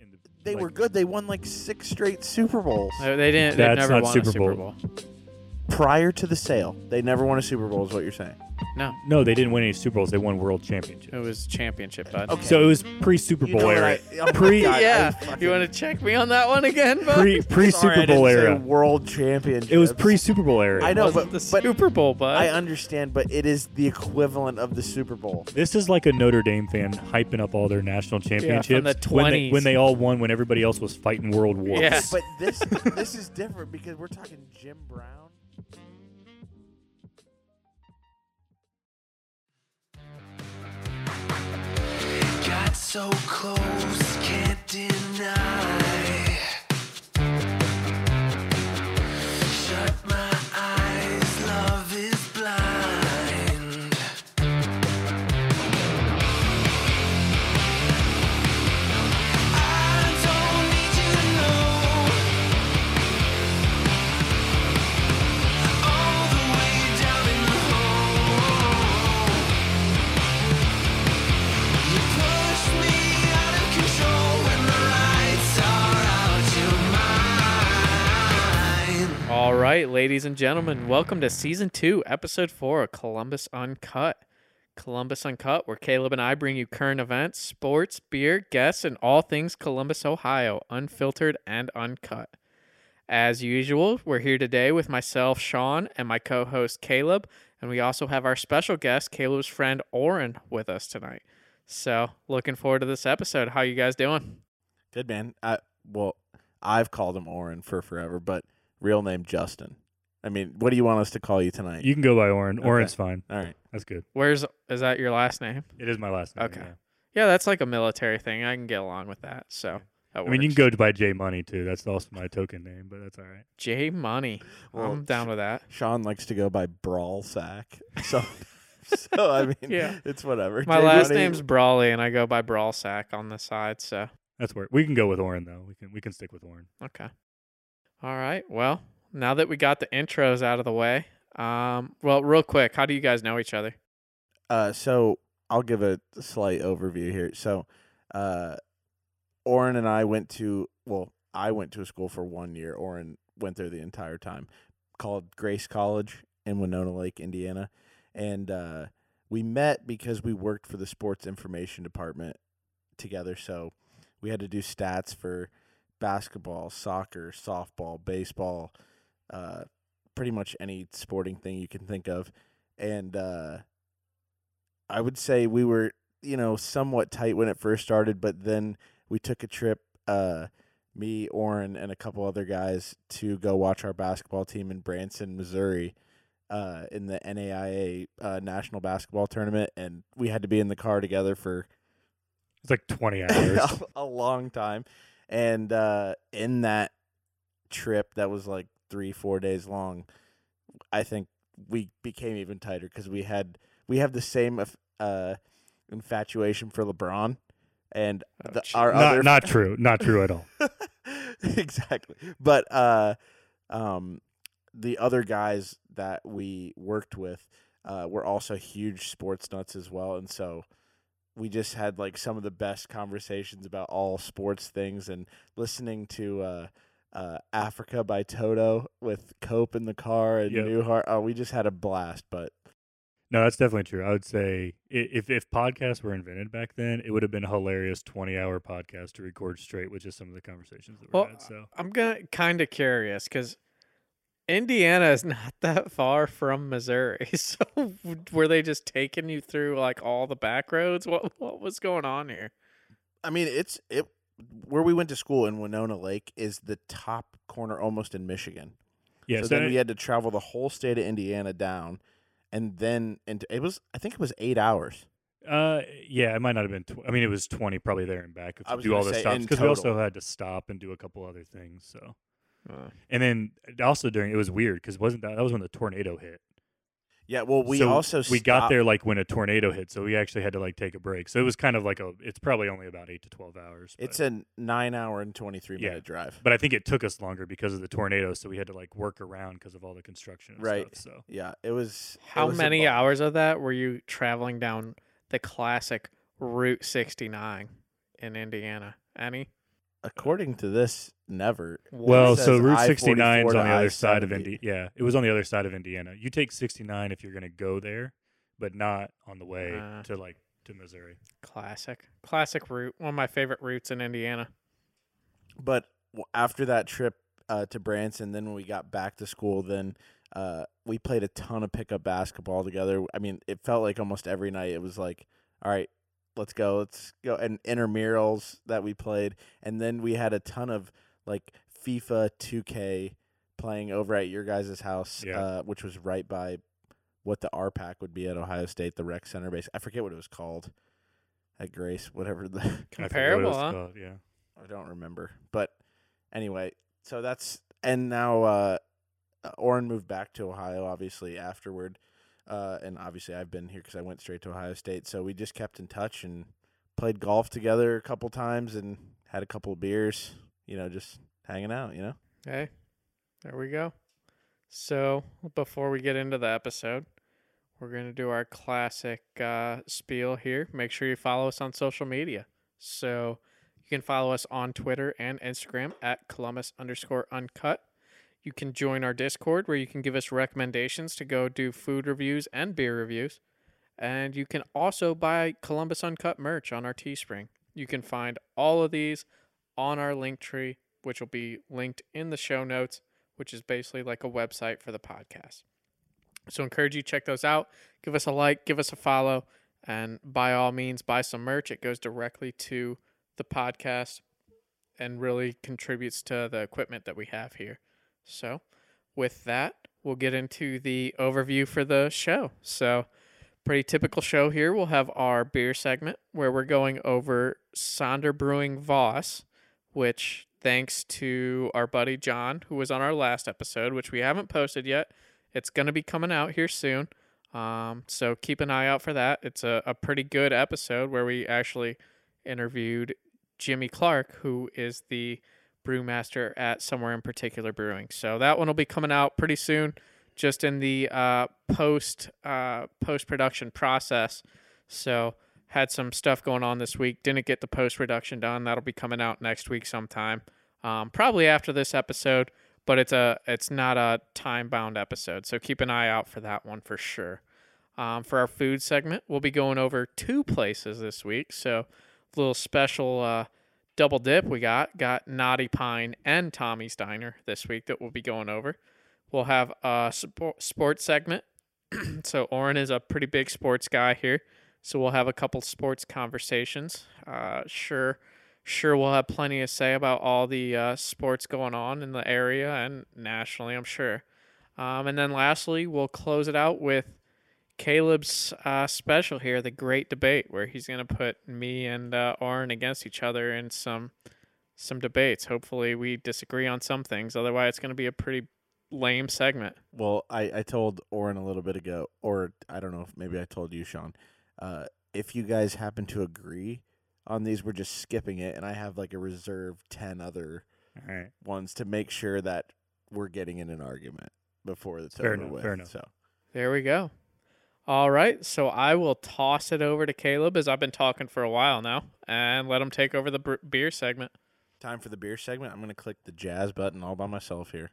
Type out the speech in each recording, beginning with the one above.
in the. They like- were good. They won like six straight Super Bowls No, Uh, They didn't. That's They've never not won a Super Super Bowl. Bowl. prior to the sale. They never won a Super Bowl, is what you're saying. No, No, they didn't win any Super Bowls. They won World Championships. it was championship, bud. Okay. So it was pre Super You Bowl know what era. I- oh my pre God, I yeah, fucking- you want to check me on that one again, bud? pre pre Sorry, I Super didn't Bowl say era. world championship. It was pre Super Bowl era. I know, Wasn't but, the but Super Bowl, bud. I understand, but it is the equivalent of the Super Bowl. This is like a Notre Dame fan hyping up all their national championships from the when, they, 20s. when they all won when everybody else was fighting world wars. Yeah. But this this is different because we're talking Jim Brown. Got so close, can't deny. Shut my eyes, love is blind. I don't need you to know all the way down in the hole. You push me out of control when the lights are out your mind. All right, ladies and gentlemen, welcome to season two, episode four of Columbus Uncut. Columbus Uncut, where Caleb and I bring you current events, sports, beer, guests, and all things Columbus, Ohio, unfiltered and uncut. As usual, we're here today with myself, Sean, and my co host, Caleb, and we also have our special guest, Caleb's friend, Oren, with us tonight. So, looking forward to this episode. How you guys doing? Good man. I well, I've called him Oren for forever, but real name Justin. I mean, what do you want us to call you tonight? You can go by Oren. Okay. Oren's fine. All right. That's good. Where's is that your last name? It is my last name. Okay. yeah. Yeah, that's like a military thing. I can get along with that. So that I mean, you works. can go by J Money too. That's also my token name, but that's all right. J Money. Well, I'm down sh- with that. Sean likes to go by Brawl Sack. So so I mean Yeah. it's whatever. My Jay last Money- name's Brawley, and I go by Brawlsack on the side. So That's where we can go with Oren though. We can we can stick with Oren. okay. All right. Well, now that we got the intros out of the way, um, well, real quick, how do you guys know each other? Uh, so I'll give a slight overview here. So, uh, Oren and I went to well, I went to a school for one year. Oren went there the entire time, called Grace College in Winona Lake, Indiana, and uh, we met because we worked for the sports information department together. So we had to do stats for basketball, soccer, softball, baseball, uh, pretty much any sporting thing you can think of, and. Uh, I would say we were, you know, somewhat tight when it first started, but then we took a trip, uh, me, Oren, and a couple other guys to go watch our basketball team in Branson, Missouri, uh, in the NAIA uh, National Basketball Tournament, and we had to be in the car together for It's like twenty hours. a a long time. And uh, in that trip, that was like three, four days long. I think we became even tighter because we had we have the same aff- uh, infatuation for LeBron, and Oh, the, gee. our other not not true. Not true at all. exactly. But uh, um, the other guys that we worked with uh, were also huge sports nuts as well, and so we just had like some of the best conversations about all sports things and listening to. Uh, uh, Africa by Toto with Cope in the car and Yep. Newhart. Oh, we just had a blast. But No, that's definitely true. I would say i- if if podcasts were invented back then, it would have been a hilarious twenty hour podcast to record straight with just some of the conversations that were Well, had. So I'm gonna kind of curious because Indiana is not that far from Missouri. So were they just taking you through like all the back roads? What what was going on here? I mean, it's it where we went to school in Winona Lake is the top corner almost in Michigan. yeah, so so, then it- we had to travel the whole state of Indiana down, and then into it was I think it was eight hours. Uh, yeah, it might not have been. Tw- I mean, it was twenty probably there and back. If I you was do gonna all the say stops, in because we also total. had to stop and do a couple other things. So, Uh, and then also during it was weird because wasn't that that was when the tornado hit? Yeah, well, we So also we got stopped- there like when a tornado hit, so we actually had to like take a break. So it was kind of like a. It's probably only about eight to twelve hours. It's but, a nine hour and twenty three Yeah. minute drive. But I think it took us longer because of the tornado, so we had to like work around because of all the construction. And Right. Stuff, so Yeah, it was. it How was a many ball. hours of that were you traveling down the classic Route 69 in Indiana? Any? according to this, never. Well, It so says Route I-44 69 is to on the other side of I-70. Indiana. Yeah, it was on the other side of Indiana. You take 69 if you're going to go there, but not on the way Uh. Ah. to like to Missouri. Classic. Classic route. One of my favorite routes in Indiana. But w- after that trip uh, to Branson, then when we got back to school, then uh, we played a ton of pickup basketball together. I mean, it felt like almost every night it was like, all right, let's go, let's go. And intramurals that we played. And then we had a ton of like FIFA 2K playing over at your guys' house, Yeah. uh, which was right by what the RPAC would be at Ohio State, the rec center base. I forget what it was called at Grace, whatever the. I forget what it Comparable, was huh? called, Yeah. I don't remember. But anyway, so that's and now uh Oren moved back to Ohio obviously afterward. Uh and obviously I've been here cuz I went straight to Ohio State, so we just kept in touch and played golf together a couple times and had a couple of beers, you know, just hanging out, you know. Hey, there we go. So before we get into the episode, we're gonna do our classic uh, spiel here. Make sure you follow us on social media. So you can follow us on Twitter and Instagram at Columbus underscore uncut. You can join our Discord where you can give us recommendations to go do food reviews and beer reviews. And you can also buy Columbus Uncut merch on our Teespring. You can find all of these on our link tree, which will be linked in the show notes, which is basically like a website for the podcast. So encourage you to check those out. Give us a like, give us a follow, and by all means buy some merch. It goes directly to the podcast and really contributes to the equipment that we have here. So with that, we'll get into the overview for the show. So pretty typical show here. We'll have our beer segment where we're going over Sonder Brewing Voss which thanks to our buddy John, who was on our last episode, which we haven't posted yet. It's going to be coming out here soon. Um, so keep an eye out for that. It's a, a pretty good episode where we actually interviewed Jimmy Clark, who is the brewmaster at Somewhere in Particular Brewing. So that one will be coming out pretty soon, just in the uh, post uh, post production process. So had some stuff going on this week. Didn't get the post production done. That'll be coming out next week sometime, um, probably after this episode. But it's a it's not a time bound episode, so keep an eye out for that one for sure. Um, for our food segment, we'll be going over two places this week. So little special uh, double dip we got got Naughty Pine and Tommy's Diner this week that we'll be going over. We'll have a spo- sports segment. so Oren is a pretty big sports guy here. So we'll have a couple sports conversations. Uh, sure, sure, we'll have plenty to say about all the uh, sports going on in the area and nationally, I'm sure. Um, and then lastly, we'll close it out with Caleb's uh, special here, the Great Debate, where he's going to put me and uh, Oren against each other in some some debates. Hopefully, we disagree on some things. Otherwise, it's going to be a pretty lame segment. Well, I, I told Oren a little bit ago, or I don't know if maybe I told you, Sean. Uh, if you guys happen to agree on these, we're just skipping it, and I have like a reserve ten other All right. ones to make sure that we're getting in an argument before it's Fair over enough, with. fair enough. So There we go. All right, so I will toss it over to Caleb as I've been talking for a while now, and let him take over the br- beer segment. time for the beer segment. I'm gonna click the jazz button all by myself here.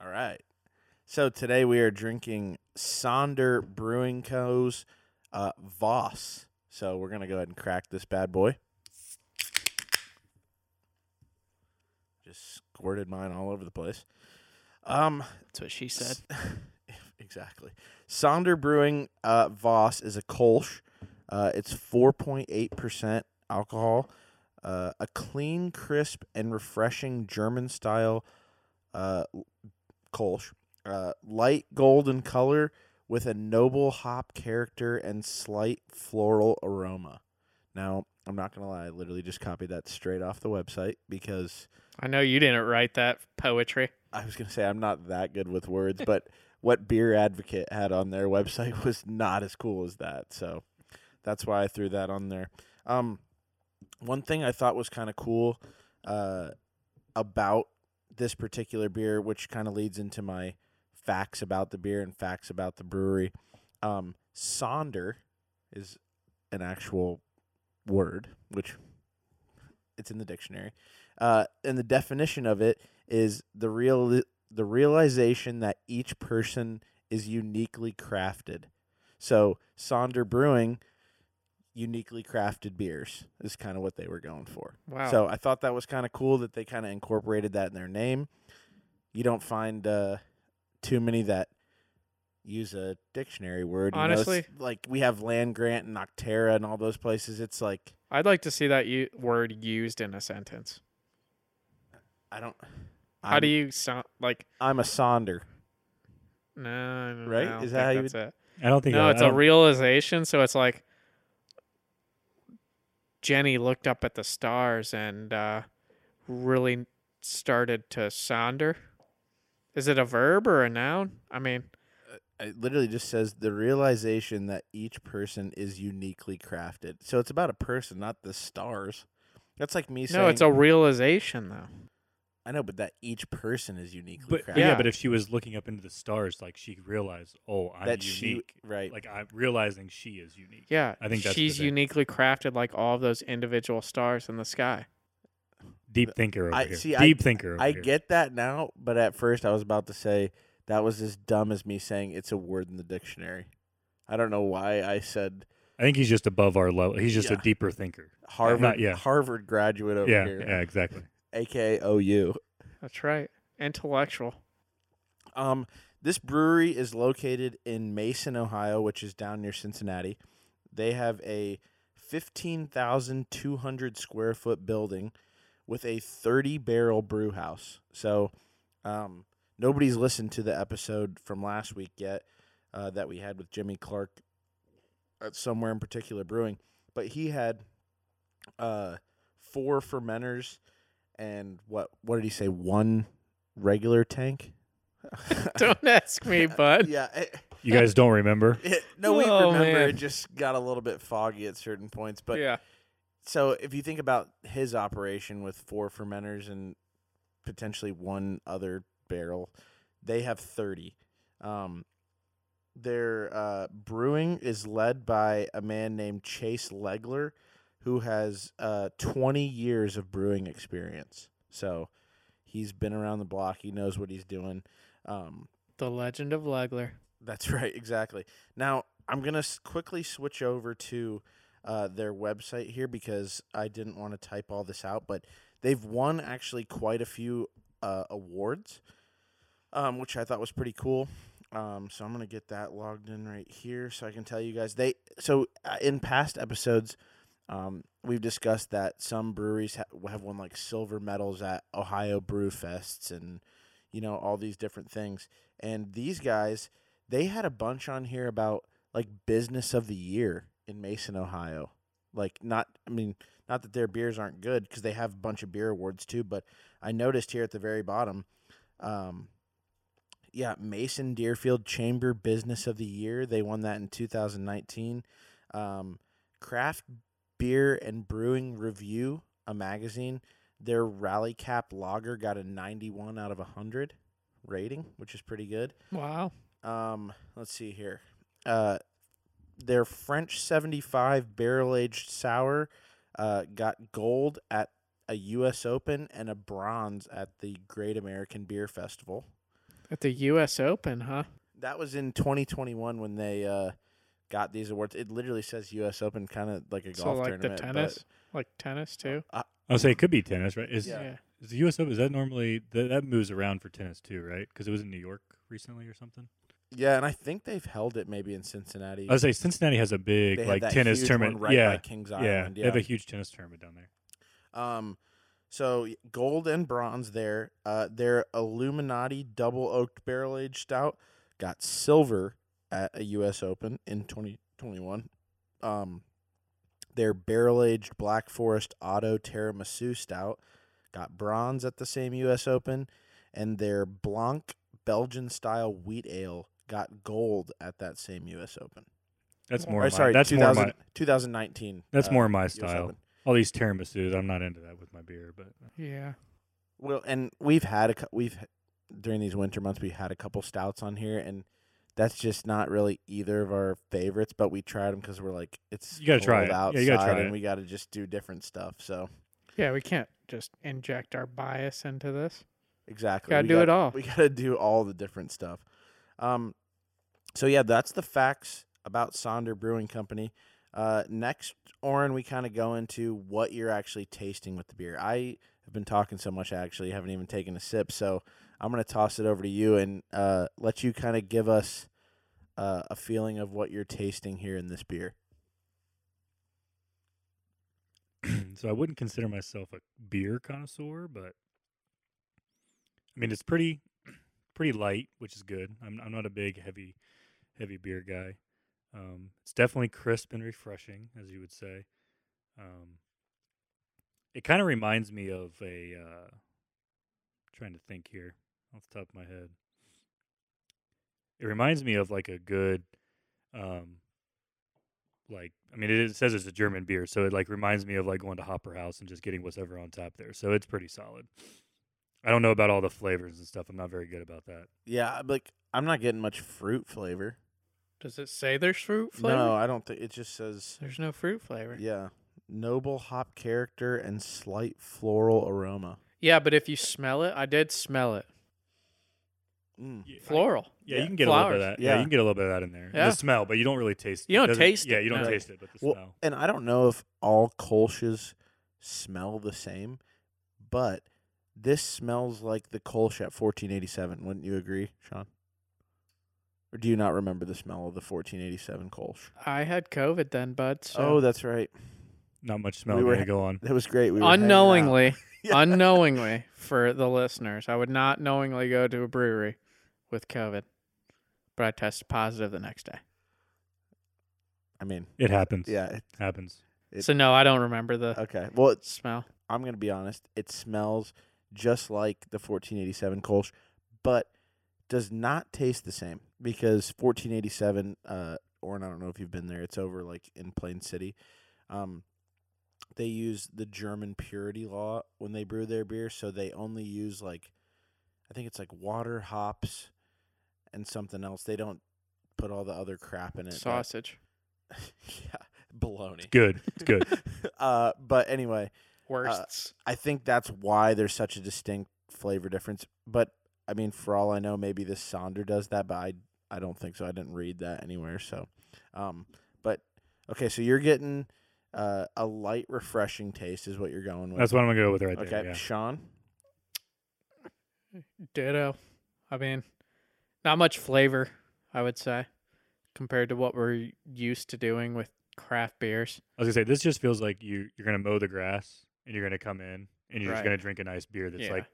All right. So today we are drinking Sonder Brewing Co.'s uh, Voss. So we're gonna go ahead and crack this bad boy. Just squirted mine all over the place. Um, That's what she said. S- exactly. Sonder Brewing uh, Voss is a Kolsch. Uh, it's 4.8% alcohol. Uh, a clean, crisp, and refreshing German style uh, l- Kolsch. Uh, light gold in color with a noble hop character and slight floral aroma. Now, I'm not going to lie, I literally just copied that straight off the website because I know you didn't write that poetry. I was gonna say I'm not that good with words, but what Beer Advocate had on their website was not as cool as that. So that's why I threw that on there. Um, one thing I thought was kind of cool uh, about this particular beer, which kind of leads into my facts about the beer and facts about the brewery. Um, Sonder is an actual word, which it's in the dictionary. Uh, and the definition of it is the real the realization that each person is uniquely crafted. So Sonder Brewing uniquely crafted beers is kind of what they were going for. Wow. So I thought that was kind of cool that they kind of incorporated that in their name. You don't find uh, too many that use a dictionary word. you know, it's Honestly. like we have Land Grant and Noctera and all those places. It's like I'd like to see that u- word used in a sentence. I don't. How I'm, do you sound like? I'm a Sonder. No, no, Right? no, I don't Is that think how you that's it. I don't think No, I, it's I a don't- realization. So it's like Jenny looked up at the stars and uh, really started to sonder. Is it a verb or a noun? I mean, It literally just says the realization that each person is uniquely crafted. So it's about a person, not the stars. That's like me saying. no, it's a realization though. I know, but that each person is uniquely But crafted. yeah. Yeah. but if she was looking up into the stars, like she realized, oh, I'm that she unique. right. Like I'm realizing she is unique. Yeah, I think that's the she's thing. uniquely crafted, like all of those individual stars in the sky. Deep thinker over I- here. see, I- Deep thinker. Over I here. get that now, but at first I was about to say that was as dumb as me saying it's a word in the dictionary. I don't know why I said I think he's just above our level. He's just a Yeah. deeper thinker. Harvard Not yet. Harvard graduate over yeah, here, yeah, exactly. aka OU. That's right, intellectual. Um, this brewery is located in Mason, Ohio, which is down near Cincinnati. They have a 15,200 square foot building with a 30 barrel brew house. So, um, nobody's listened to the episode from last week yet uh, that we had with Jimmy Clark at somewhere in particular brewing, but he had uh, four fermenters and what what did he say? One regular tank. Don't ask me, bud. Yeah. It, You guys don't remember? it- no, we Oh, remember. man. It just got a little bit foggy at certain points. But yeah, so if you think about his operation with four fermenters and potentially one other barrel, they have 30. Um, their uh, brewing is led by a man named Chase Legler, who has uh, 20 years of brewing experience. So he's been around the block. He knows what he's doing. Um, the legend of Legler. that's right, exactly. Now I'm gonna s- quickly switch over to uh, their website here because I didn't want to type all this out, but they've won actually quite a few uh, awards, um, which I thought was pretty cool. Um, so I'm gonna get that logged in right here so I can tell you guys they. So uh, in past episodes, um, we've discussed that some breweries ha- have won like silver medals at Ohio Brew Fests and you know all these different things. And these guys, they had a bunch on here about like business of the year in Mason, Ohio. Like not, I mean, not that their beers aren't good because they have a bunch of beer awards too. But I noticed here at the very bottom, um, yeah, Mason Deerfield Chamber Business of the Year. They won that in 2019. Um, Craft Beer and Brewing Review, a magazine. Their Rally Cap Lager got a 91 out of 100 rating, which is pretty good. Wow. Um, let's see here. Uh, their French 75 barrel aged sour uh, got gold at a U.S. Open and a bronze at the Great American Beer Festival. At the U.S. Open, huh? That was in 2021 when they uh, got these awards. It literally says U.S. Open, kind of like a So golf like the tournament. but- tennis, like tennis too. I'll say it could be tennis, right? Is, Yeah. is the US Open, is that normally, that, that moves around for tennis too, right? Because it was in New York recently or something. yeah, and I think they've held it maybe in Cincinnati. I would say Cincinnati has a big They had like that tennis huge tournament. one right yeah. by Kings yeah. Island. They have a huge tennis tournament down there. Um, so y- gold and bronze there. Uh, their Illuminati double oaked barrel aged stout got silver at a U.S. Open in 2021. Um, their barrel aged Black Forest Auto Tiramisu stout got bronze at the same U.S. Open, and their Blanc Belgian style wheat ale got gold at that same U.S. Open. That's Or- more. Or, my, sorry, that's more 2000 my. 2019. That's uh, more my US style. Open. All these tiramisus, I'm not into that with my beer, but Yeah. Yeah. Well, and we've had a cou- we've during these winter months we had a couple stouts on here, and that's just not really either of our favorites, but we tried them because we're like, it's You gotta try cold it. outside, Yeah, you gotta try and it. we got to just do different stuff. So Yeah, we can't just inject our bias into this. exactly, Gotta we do got- it all. We gotta do all the different stuff. Um, so yeah, that's the facts about Sonder Brewing Company. Uh, next, Oren, we kind of go into what you're actually tasting with the beer. I have been talking so much, I actually haven't even taken a sip. So I'm gonna toss it over to you and uh, let you kind of give us uh, a feeling of what you're tasting here in this beer. so I wouldn't consider myself a beer connoisseur, but I mean it's pretty pretty light, which is good. I'm I'm not a big heavy heavy beer guy. Um, it's definitely crisp and refreshing, as you would say. Um, it kind of reminds me of a uh, trying to think here off the top of my head. It reminds me of like a good um, like I mean it, is- it says it's a German beer, so it like reminds me of like going to Hopper House and just getting whatever on top there. So it's pretty solid. I don't know about all the flavors and stuff. I'm not very good about that. Yeah, I'm like I'm not getting much fruit flavor. Does it say there's fruit flavor? No, I don't think it just says There's no fruit flavor. Yeah. yeah, noble hop character and slight floral aroma. but if you smell it, I did smell it. Mm. Floral. yeah, yeah, you can get a little bit of flowers. that. Yeah. Yeah. you can get a little bit of that in there. Yeah. The smell, but you don't really taste. You don't doesn't- taste Yeah, it, you don't no. taste it, but the Well, smell. and I don't know if all Kolsch's smell the same, but this smells like the Kolsch at 1487. Wouldn't you agree, Sean? Or do you not remember the smell of the 1487 Kolsch? I had COVID then, bud. So oh, that's right. Not much smell. we We were ha- to go on. That was great. We were hanging out. unknowingly, Yeah. unknowingly for the listeners, I would not knowingly go to a brewery with COVID, but I tested positive the next day. I mean, It happens. yeah. it- happens. It- so no, I don't remember the Okay. Well, it's smell. I'm going to be honest, it smells just like the 1487 Kolsch, but does not taste the same because 1487, uh, Orin, I don't know if you've been there, it's over like in Plain City. Um, they use the German purity law when they brew their beer, so they only use like, I think it's like water, hops, and something else. They don't put all the other crap in it. that- Sausage. yeah, baloney. Good. It's good. uh, but anyway, Worsts. I think that's why there's such a distinct flavor difference. But I mean, for all I know, maybe this Sonder does that, but I I don't think so. I didn't read that anywhere. So, um, but okay, so you're getting uh, a light, refreshing taste is what you're going with. That's what I'm gonna go with right there. okay, yeah. Sean. Ditto. I mean, not much flavor, I would say, compared to what we're used to doing with craft beers. I was gonna say this just feels like you you're gonna mow the grass and you're gonna come in and you're Right. just gonna drink a nice beer that's Yeah. like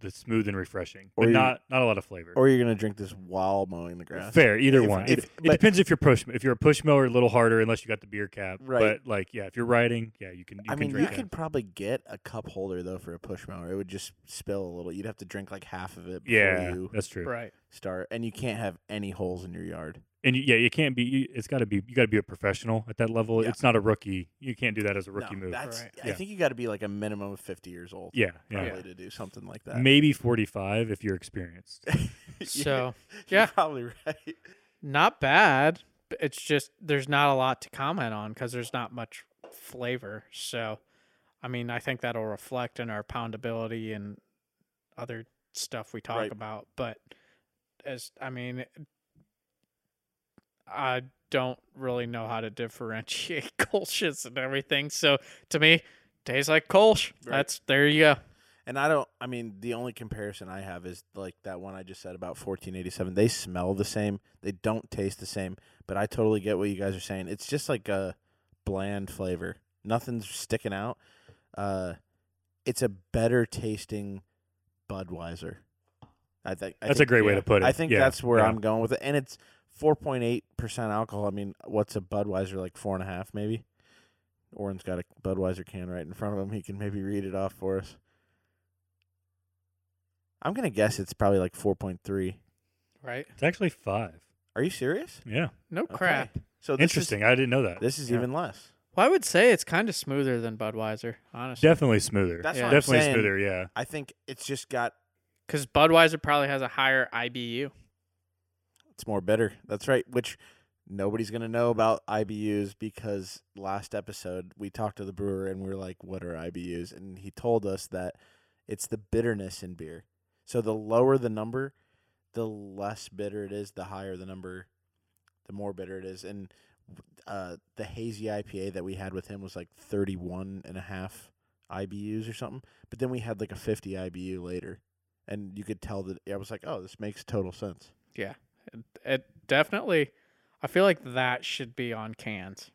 the smooth and refreshing, Or but you- not not a lot of flavor. Or you're gonna drink this while mowing the grass. Fair, either If- one. if- It- it but- depends if you're push if you're a push mower, a little harder unless you got the beer cap. Right. But like, yeah, if you're riding, yeah, you can. You I can mean, you drink could probably get a cup holder though for a push mower. It would just spill a little. You'd have to drink like half of it that. before Yeah, you that's true. Right. start, and you can't have any holes in your yard. And you, yeah, you can't be. You, it's got to be. You got to be a professional at that level. Yeah. It's not a rookie. You can't do that as a rookie no, move. That's, Right. I Yeah. think you got to be like a minimum of 50 years old. Yeah, yeah. Probably to do something like that. Maybe 45 if you're experienced. You're- So, you're yeah. probably right. not bad. but It's just there's not a lot to comment on because there's not much flavor. So, I mean, I think that'll reflect in our poundability and other stuff we talk Right. about. But as I mean, I don't really know how to differentiate Kolsch's and everything. So to me, tastes like Kolsch. Right. That's there you go. And I don't. I mean, the only comparison I have is like that one I just said about 1487. They smell the same. They don't taste the same. But I totally get what you guys are saying. It's just like a bland flavor. Nothing's sticking out. Uh, it's a better tasting Budweiser. I think I That's a think- great way yeah. to put it. I think Yeah, that's where yeah. I'm going with it. And it's 4.8% alcohol. I mean, what's a Budweiser? Like four and a half, maybe? Oren's got a Budweiser can right in front of him. He can maybe read it off for us. I'm going to guess it's probably like 4.3. Right? It's actually five. Are you serious? Yeah. No Okay. crap. So this Interesting. I didn't know that. Is, this is Yeah. even less. Well, I would say it's kind of smoother than Budweiser, honestly. Definitely smoother. That's Yeah. what I'm Definitely saying. smoother. Yeah. I think it's just got Because Budweiser probably has a higher IBU. It's more bitter. That's right. Which nobody's gonna know about IBUs because last episode we talked to the brewer and we were like, "What are IBUs?" And he told us that it's the bitterness in beer. So the lower the number, the less bitter it is. The higher the number, the more bitter it is. And uh, the hazy IPA that we had with him was like 31 and a half IBUs or something. But then we had like a 50 IBU later. And you could tell that I was like, oh, this makes total sense. Yeah. It, it definitely I feel like that should be on cans.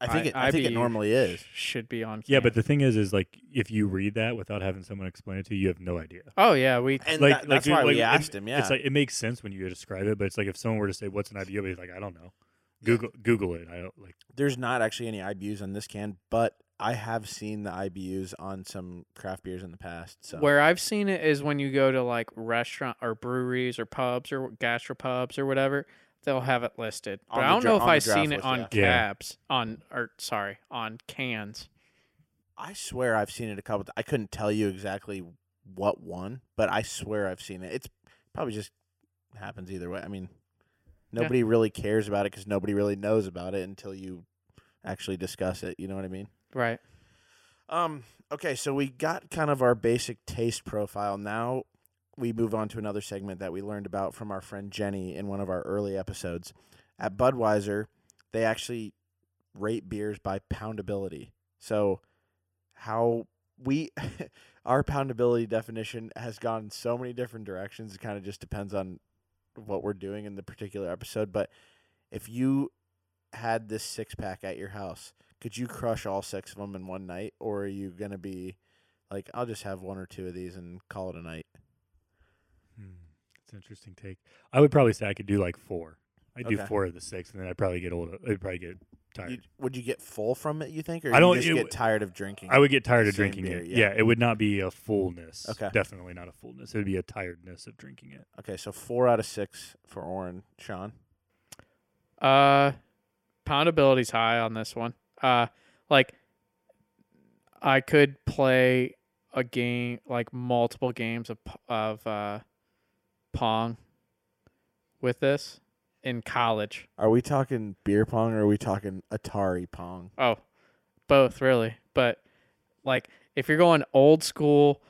I think it, I think it IBU normally is. Should be on cans. Yeah, but the thing is, is like if you read that without having someone explain it to you, you have no idea. Oh yeah, we And Like- that- like that's you- why like, we it- asked him. Yeah, It's like it makes sense when you describe it, but it's like if someone were to say what's an IBU, I'd be like I don't know. Google Google it. I don't like. there's not actually any IBUs on this can, but I have seen the IBUs on some craft beers in the past. So Where I've seen it is when you go to like restaurant or breweries or pubs or gastropubs or whatever, they'll have it listed. On But I the don't dra- know on if the I've draft seen it list, on yeah. Yeah. cabs on or sorry on cans. I swear I've seen it a couple. T- I couldn't tell you exactly what one, but I swear I've seen it. It's probably just happens either way. I mean, Yeah. nobody really cares about it because nobody really knows about it until you actually discuss it. You know what I mean? Right. Um. Okay, so we got kind of our basic taste profile. Now we move on to another segment that we learned about from our friend Jenny in one of our early episodes. At Budweiser, they actually rate beers by poundability. So how we our poundability definition has gone in so many different directions. It kind of just depends on what we're doing in the particular episode. But if you had this six pack at your house, could you crush all six of them in one night, or are you gonna be like, I'll just have one or two of these and call it a night? Hmm, it's an interesting take. I would probably say I could do like four. I do Okay. four of the six, and then I'd probably get old. I'd probably get tired. You, would you get full from it? You think, or I don't- you just it get w- tired of drinking? I would get tired the of same drinking beer, it. yeah. Yeah. it would not be a fullness. Okay. Definitely not a fullness. It would be a tiredness of drinking it. okay, so four out of six for Oren, Sean. Uh, poundability's high on this one. Uh, like I could play a game, like multiple games of p- of uh, pong with this in college. Are we talking beer pong or are we talking Atari pong? Oh, both really. But like, if you're going old school,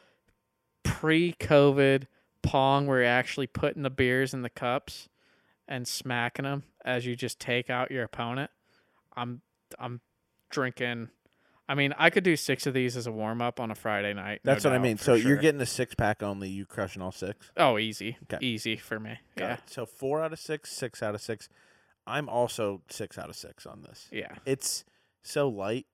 pre-COVID pong, where you're actually putting the beers in the cups and smacking them as you just take out your opponent, I'm I'm drinking. I mean, I could do six of these as a warm up on a Friday night. no That's what I doubt, mean. for So you're sure. getting a six pack only. You crushing all six. oh easy, Okay. easy for me. Got yeah, it. So four out of six, six out of six. I'm also six out of six on this. yeah, It's so light.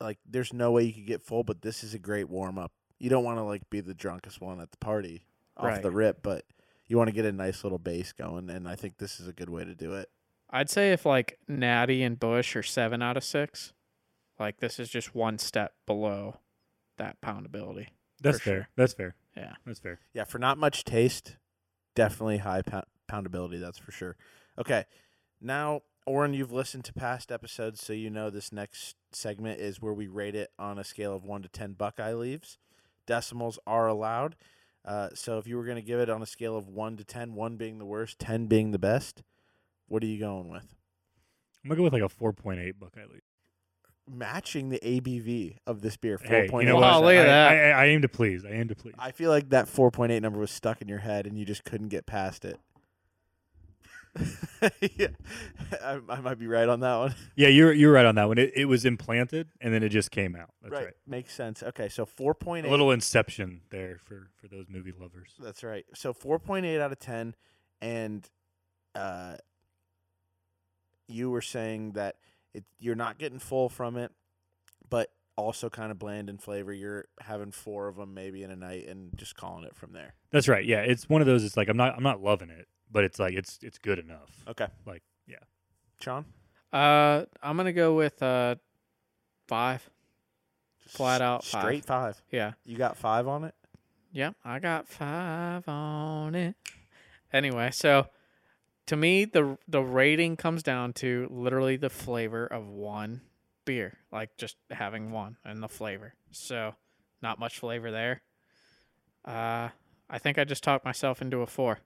Like there's no way you could get full, but this is a great warm up. You don't want to like be the drunkest one at the party off Right. the rip, but you want to get a nice little base going, and I think this is a good way to do it. I'd say if like Natty and Bush are seven out of six, like this is just one step below that poundability. That's sure. fair. That's fair. Yeah. That's fair. Yeah, for not much taste, definitely high pou- poundability, that's for sure. Okay. Now, Oren, you've listened to past episodes, so you know this next segment is where we rate it on a scale of 1 to 10 Buckeye leaves. Decimals are allowed. Uh, so if you were going to give it on a scale of 1 to 10, 1 being the worst, 10 being the best, what are you going with? I'm gonna go with like a 4.8 Buckeye Leaf. Matching the ABV of this beer, 4.8. Hey, you know Wow, what? look at I, that. I, I, I aim to please. I aim to please. Uh, I feel like that 4.8 number was stuck in your head and you just couldn't get past it. yeah, I, I might be right on that one. yeah, you're you're right on that one. It, it was implanted and then it just came out. That's right. Makes sense. Okay, so 4.8. A little inception there for for those movie lovers. That's right. So 4.8 out of 10 and uh you were saying that it you're not getting full from it, but also kind of bland in flavor. You're having four of them maybe in a night and just calling it from there. That's right. Yeah, it's one of those. It's like I'm not I'm not loving it, but it's like it's it's good enough. Okay. Like yeah. Sean? Uh, I'm gonna go with uh five. Flat out five. Straight five. Yeah, You got five on it? yeah, I got five on it. Anyway, so to me, the the rating comes down to literally the flavor of one beer, like just having one and the flavor. So not much flavor there. Uh, I think I just talked myself into a four.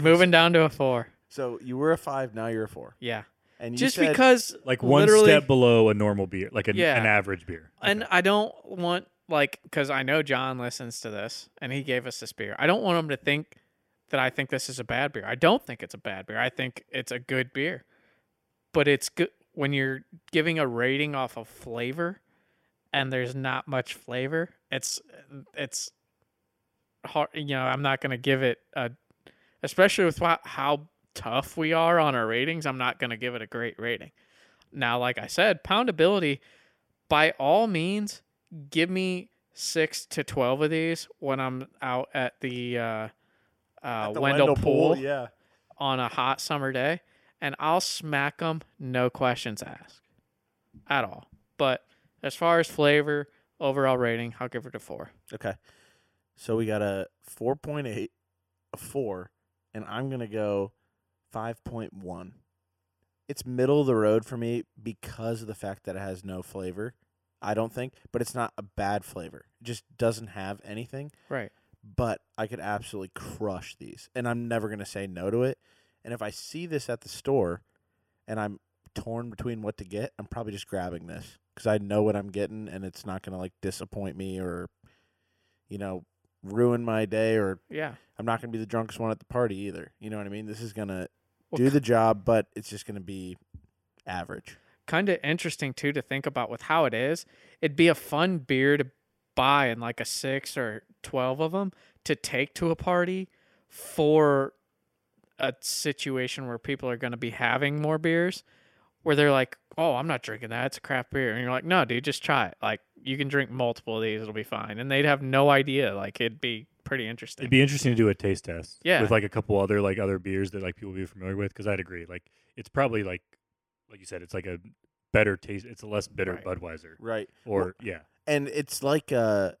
Moving down to a four. So you were a five, now you're a four. Yeah. And you Just said- because Like one Literally- step below a normal beer, like an, Yeah. an average beer. and I don't want like because I know John listens to this and he gave us this beer. I don't want him to think that I think this is a bad beer. I don't think it's a bad beer. I think it's a good beer. But it's good when you're giving a rating off of flavor and there's not much flavor. It's it's hard, you know, I'm not going to give it a especially with wha- how tough we are on our ratings, I'm not going to give it a great rating. Now, like I said, poundability by all means, give me six to twelve of these when I'm out at the uh, uh, At the Wendell, pool, yeah. on a hot summer day, and I'll smack them, no questions asked, at all. But as far as flavor, overall rating, I'll give it a four. Okay. So we got a 4.8, a 4, and I'm going to go 5.1. It's middle of the road for me because of the fact that it has no flavor, I don't think, but it's not a bad flavor. It just doesn't have anything, Right. but I could absolutely crush these, and I'm never going to say no to it. And if I see this at the store and I'm torn between what to get, I'm probably just grabbing this because I know what I'm getting and it's not going to like disappoint me or, you know, ruin my day or Yeah. I'm not going to be the drunkest one at the party either. You know what I mean? This is going to Well, do the job, but it's just going to be average. kind of interesting too to think about with how it is. It'd be a fun beer to buy in like a six or twelve of them to take to a party for a situation where people are going to be having more beers, where they're like, "Oh, I'm not drinking that. It's a craft beer," and you're like, "No, dude, just try it. Like, you can drink multiple of these. It'll be fine." And they'd have no idea. Like, it'd be pretty interesting. It'd be interesting to do a taste test. Yeah. With like a couple other like other beers that like people be familiar with, because I'd agree. Like it's probably like like you said, it's like a better taste. It's a less bitter Right. Budweiser. Right. Or Well- yeah, And it's like uh,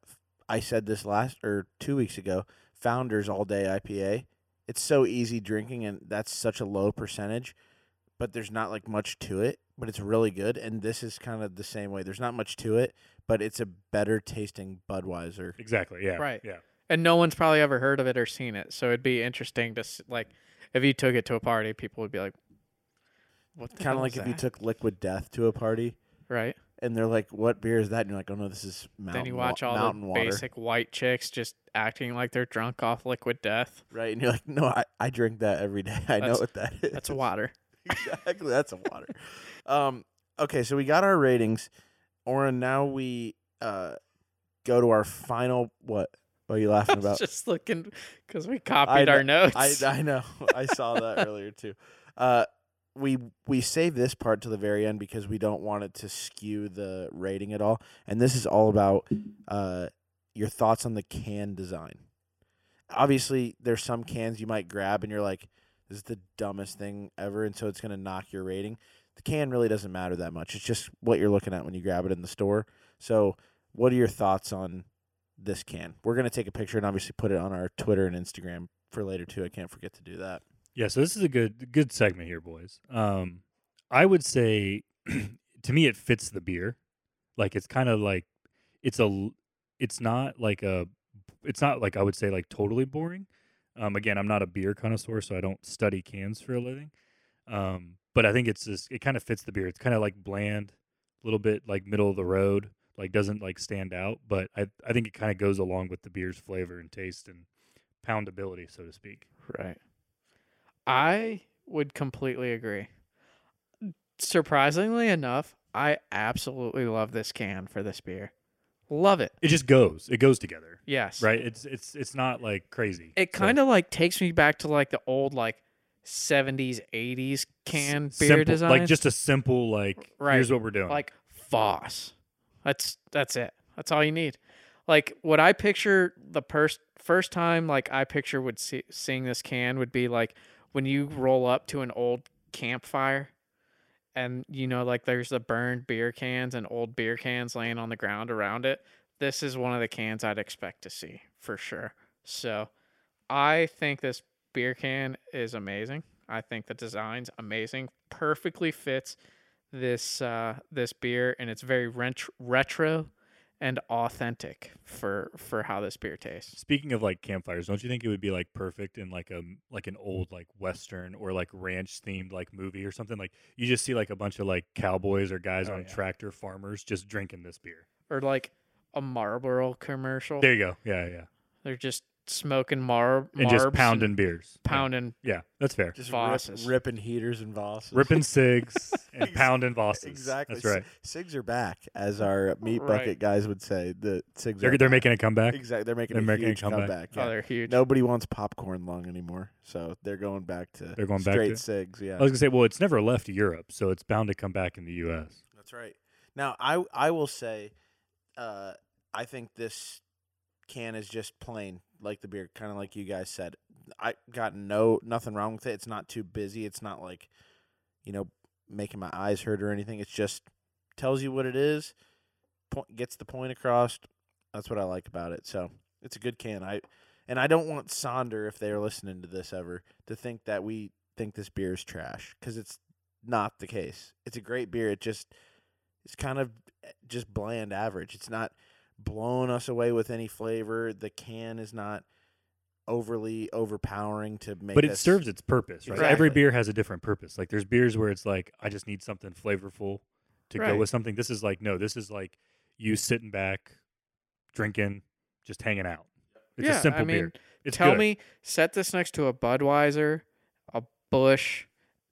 I said this last or two weeks ago. Founders all day IPA. It's so easy drinking, and that's such a low percentage. But there's not like much to it, but it's really good. And this is kind of the same way. There's not much to it, but it's a better tasting Budweiser. exactly. Yeah. Right. Yeah. and no one's probably ever heard of it or seen it. So it'd be interesting to s- like if you took it to a party, people would be like, "What?" the Kind of hell like is if you that?" took Liquid Death to a party, right. and they're like, "What beer is that?" And you're like, "Oh no, this is mountain. Then you watch wa- all mountain the water, basic white chicks just acting like they're drunk off liquid death. right?" And you're like, "No, I, I drink that every day. I know That's- what that is. That's water. exactly. That's a water. um, okay, so we got our ratings. Oren, now we uh, go to our final. What? What are you laughing I was about? just looking because we copied our notes. I, I know. I saw that earlier too. Uh, we we save this part to the very end because we don't want it to skew the rating at all. And this is all about uh, your thoughts on the can design. Obviously, there's some cans you might grab and you're like, "This is the dumbest thing ever," and so it's going to knock your rating. The can really doesn't matter that much. It's just what you're looking at when you grab it in the store. So, what are your thoughts on this can? We're going to take a picture and obviously put it on our Twitter and Instagram for later too. I can't forget to do that. Yeah, so this is a good good segment here, boys. Um, I would say, to me, it fits the beer. Like it's kind of like it's a l- it's not like a it's not like I would say like totally boring. Um, again, I'm not a beer connoisseur, so I don't study cans for a living. Um, but I think it's just it kind of fits the beer. It's kind of like bland, a little bit like middle of the road. Like doesn't like stand out, but I I think it kind of goes along with the beer's flavor and taste and poundability, so to speak. Right. I would completely agree. Surprisingly enough, I absolutely love this can for this beer. Love it. It just goes. It goes together. Yes. right it's it's it's not like crazy It kind of like takes me back to like the old like 70s 80s can beer design. like just a simple like Right. here's what we're doing like Voss. That's that's it. That's all you need. Like what I picture the first first time like I picture would see seeing this can would be like when you roll up to an old campfire and you know like there's the burned beer cans and old beer cans laying on the ground around it. This is one of the cans I'd expect to see for sure. So I think this beer can is amazing. I think the design's amazing. Perfectly fits this uh, this beer, and it's very rent- retro and authentic for for how this beer tastes. Speaking of like campfires, don't you think it would be like perfect in like a like an old like western or like ranch themed like movie or something? Like you just see like a bunch of like cowboys or guys Oh, on yeah. tractor farmers just drinking this beer. Or like a Marlboro commercial. There you go. Yeah, yeah. They're just smoking Mar And Marbs just and pounding beers. Yeah. pounding Yeah, that's fair. Just rip, Vosses. ripping heaters and Vosses. Ripping cigs and Ex- pounding bosses. Exactly. That's right. Si- Sigs are back, as our meat Right. bucket guys would say. The Sigs They're are they're back. making a comeback. Exactly. They're making They're a making a huge comeback. comeback. Oh, yeah. they're huge. Nobody wants popcorn lung anymore, so they're going back to They're going back straight to- Oh, Sigs. Yeah, I was gonna say, well, it's never left Europe, so it's bound to come back in the U.S. That's right. Now I I will say, uh, I think this can is just plain like the beer, kind of like you guys said. I got no nothing wrong with it. It's not too busy. It's not like, you know, making my eyes hurt or anything. It's just tells you what it is, point, gets the point across. That's what I like about it. So it's a good can. I and I don't want Sonder if they are listening to this ever to think that we think this beer is trash because it's not the case. It's a great beer. It just it's kind of eh, just bland average. It's not blowing us away with any flavor. The can is not overly overpowering to make But it us- serves its purpose, right? Every Exactly. beer has a different purpose. Like there's beers where it's like, I just need something flavorful to Right. go with something. This is like, no, this is like you sitting back, drinking, just hanging out. It's yeah, a simple I mean, beer. It's tell good. me, set this next to a Budweiser, a Bush,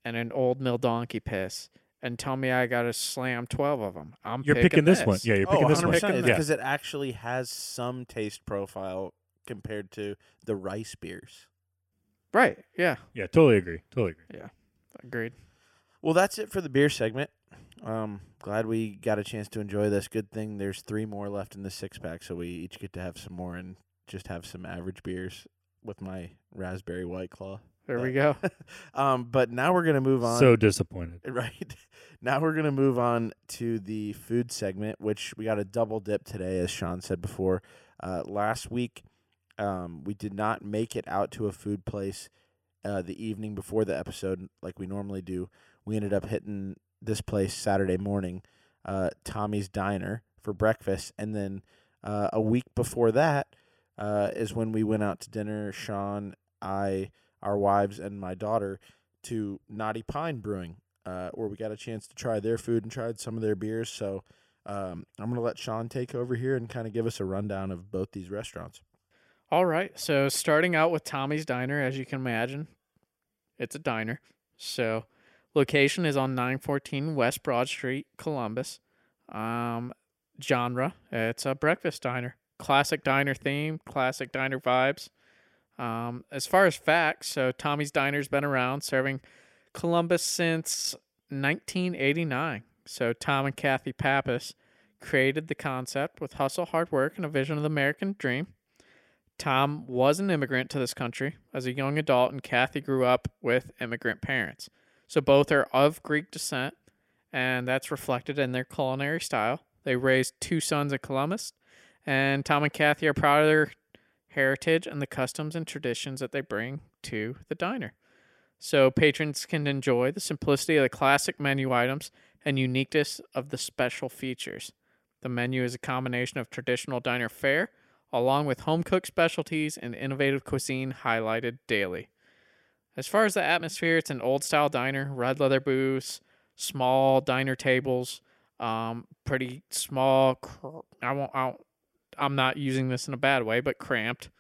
and an Old Mill Donkey Piss, and tell me I got to slam twelve of them. I'm you're picking, this. one. Yeah, you're Oh, picking this 100%. one. Picking It's yeah. because it actually has some taste profile compared to the rice beers. Right. Yeah. yeah, totally agree. Totally agree. Agreed. Well, that's it for the beer segment. Um, glad we got a chance to enjoy this. Good thing there's three more left in the six pack, so we each get to have some more and just have some average beers with my raspberry white claw. There we go. Um, but now we're gonna move on. So disappointed. Right. Now we're going to move on to the food segment, which we got a double dip today, as Sean said before. Uh, last week, um, we did not make it out to a food place uh, the evening before the episode like we normally do. We ended up hitting this place Saturday morning, uh, Tommy's Diner, for breakfast. And then uh, a week before that uh, is when we went out to dinner, Sean, I, our wives, and my daughter. To Naughty Pine Brewing uh, where we got a chance to try their food and tried some of their beers. So um, I'm going to let Sean take over here and kind of give us a rundown of both these restaurants. All right. So starting out with Tommy's Diner, as you can imagine, it's a diner. So location is on 914 West Broad Street, Columbus. Um, genre, it's a breakfast diner. Classic diner theme, classic diner vibes. Um, as far as facts, so Tommy's Diner's been around serving Columbus since 1989. So Tom and Kathy Pappas created the concept with hustle, hard work, and a vision of the American dream. Tom was an immigrant to this country as a young adult, and Kathy grew up with immigrant parents. So both are of Greek descent, and that's reflected in their culinary style. They raised two sons in Columbus, and Tom and Kathy are proud of their heritage and the customs and traditions that they bring to the diner. So patrons can enjoy the simplicity of the classic menu items and uniqueness of the special features. The menu is a combination of traditional diner fare along with home cooked specialties and innovative cuisine highlighted daily. As far as the atmosphere, it's an old style diner, red leather booths, small diner tables, um, pretty small. Cr- I won't. I won't I'm not using this in a bad way, but cramped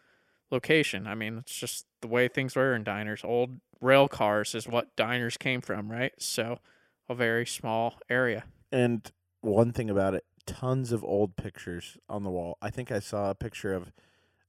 location. I mean, it's just the way things were in diners. Old rail cars is what diners came from, right? So, a very small area. And one thing about it, tons of old pictures on the wall. I think I saw a picture of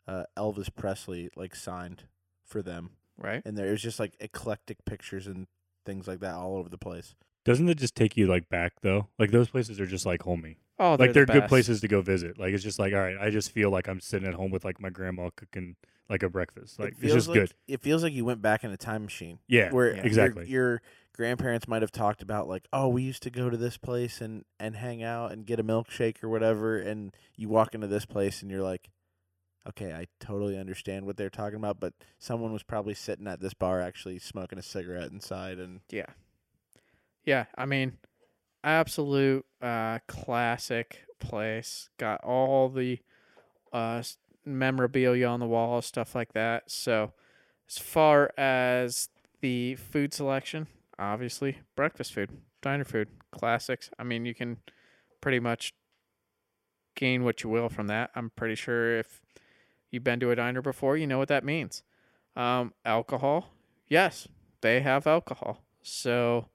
uh, Elvis Presley like signed for them, Right. and there it was just like eclectic pictures and things like that all over the place. Doesn't it just take you like back though? Like those places are just like homey. Oh, like they're the good best. places to go visit. Like it's just like all right, I just feel like I'm sitting at home with like my grandma cooking like a breakfast. Like it's feels just like, good. It feels like you went back in a time machine. Yeah, where Yeah. your- exactly. your, grandparents might have talked about like oh we used to go to this place and and hang out and get a milkshake or whatever and you walk into this place and you're like okay i totally understand what they're talking about but someone was probably sitting at this bar actually smoking a cigarette inside and Yeah. Yeah, I mean, absolute uh classic place. Got all the uh, s- memorabilia on the wall, stuff like that. So, as far as the food selection, obviously breakfast food, diner food, classics. I mean, you can pretty much gain what you will from that. I'm pretty sure if you've been to a diner before, you know what that means. Um, alcohol, yes, they have alcohol. So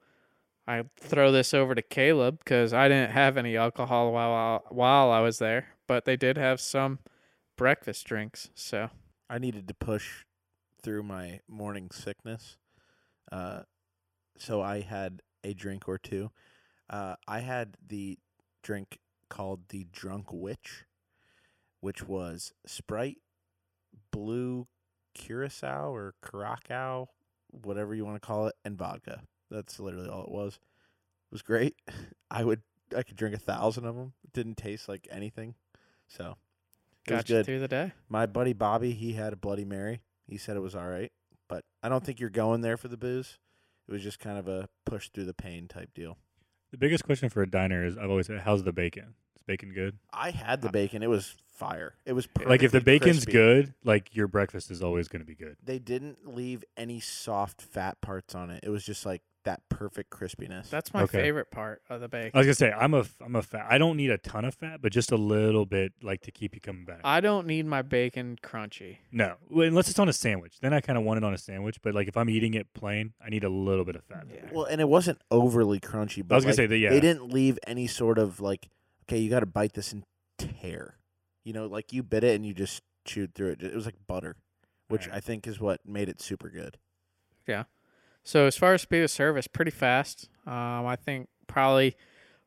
I throw this over to Caleb because I didn't have any alcohol while while I was there, but they did have some breakfast drinks. So I needed to push through my morning sickness. Uh, so I had a drink or two. Uh, I had the drink called the Drunk Witch, which was Sprite, Blue Curacao or Curacao, whatever you want to call it, and vodka. That's literally all it was. It was great. I would I could drink a thousand of them. It didn't taste like anything. So it was got you good. through the day. My buddy Bobby, he had a Bloody Mary. He said it was all right, but I don't think you're going there for the booze. It was just kind of a push through the pain type deal. The biggest question for a diner is I've always said, how's the bacon? Is bacon good? I had the bacon. It was fire. It was perfectly Like if the bacon's crispy. good, like your breakfast is always going to be good. They didn't leave any soft fat parts on it. It was just like that perfect crispiness. That's my Okay. favorite part of the bake. I was gonna say I'm a I'm a fat. I don't need a ton of fat, but just a little bit, like to keep you coming back. I don't need my bacon crunchy. no, Well, unless it's on a sandwich. Then I kind of want it on a sandwich. But like if I'm eating it plain, I need a little bit of fat. Yeah. well, and it wasn't overly crunchy. But I was gonna like, say that. Yeah, they didn't leave any sort of like, okay, you got to bite this and tear. You know, like you bit it and you just chewed through it. It was like butter, which Right. I think is what made it super good. So as far as speed of service, pretty fast. Um, I think probably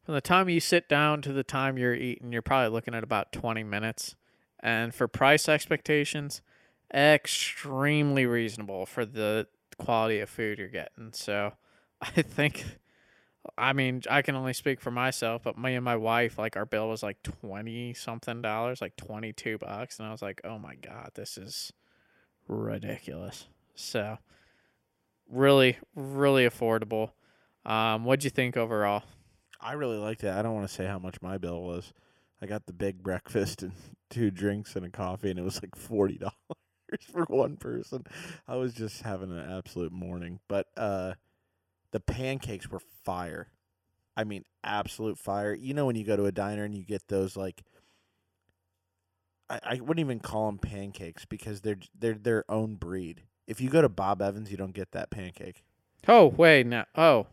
from the time you sit down to the time you're eating, you're probably looking at about 20 minutes. And for price expectations, extremely reasonable for the quality of food you're getting. So I think, I mean, I can only speak for myself, but me and my wife, like our bill was like 20 something dollars, like 22 bucks. And I was like, oh my God, this is ridiculous. So really, really affordable. Um, what'd you think overall? I really liked it. I don't want to say how much my bill was. I got the big breakfast and two drinks and a coffee, and it was like forty dollars for one person. I was just having an absolute morning. But uh, the pancakes were fire. I mean, absolute fire. You know when you go to a diner and you get those like. I, I wouldn't even call them pancakes because they're they're their own breed. If you go to Bob Evans, you don't get that pancake. Oh wait, no. Oh,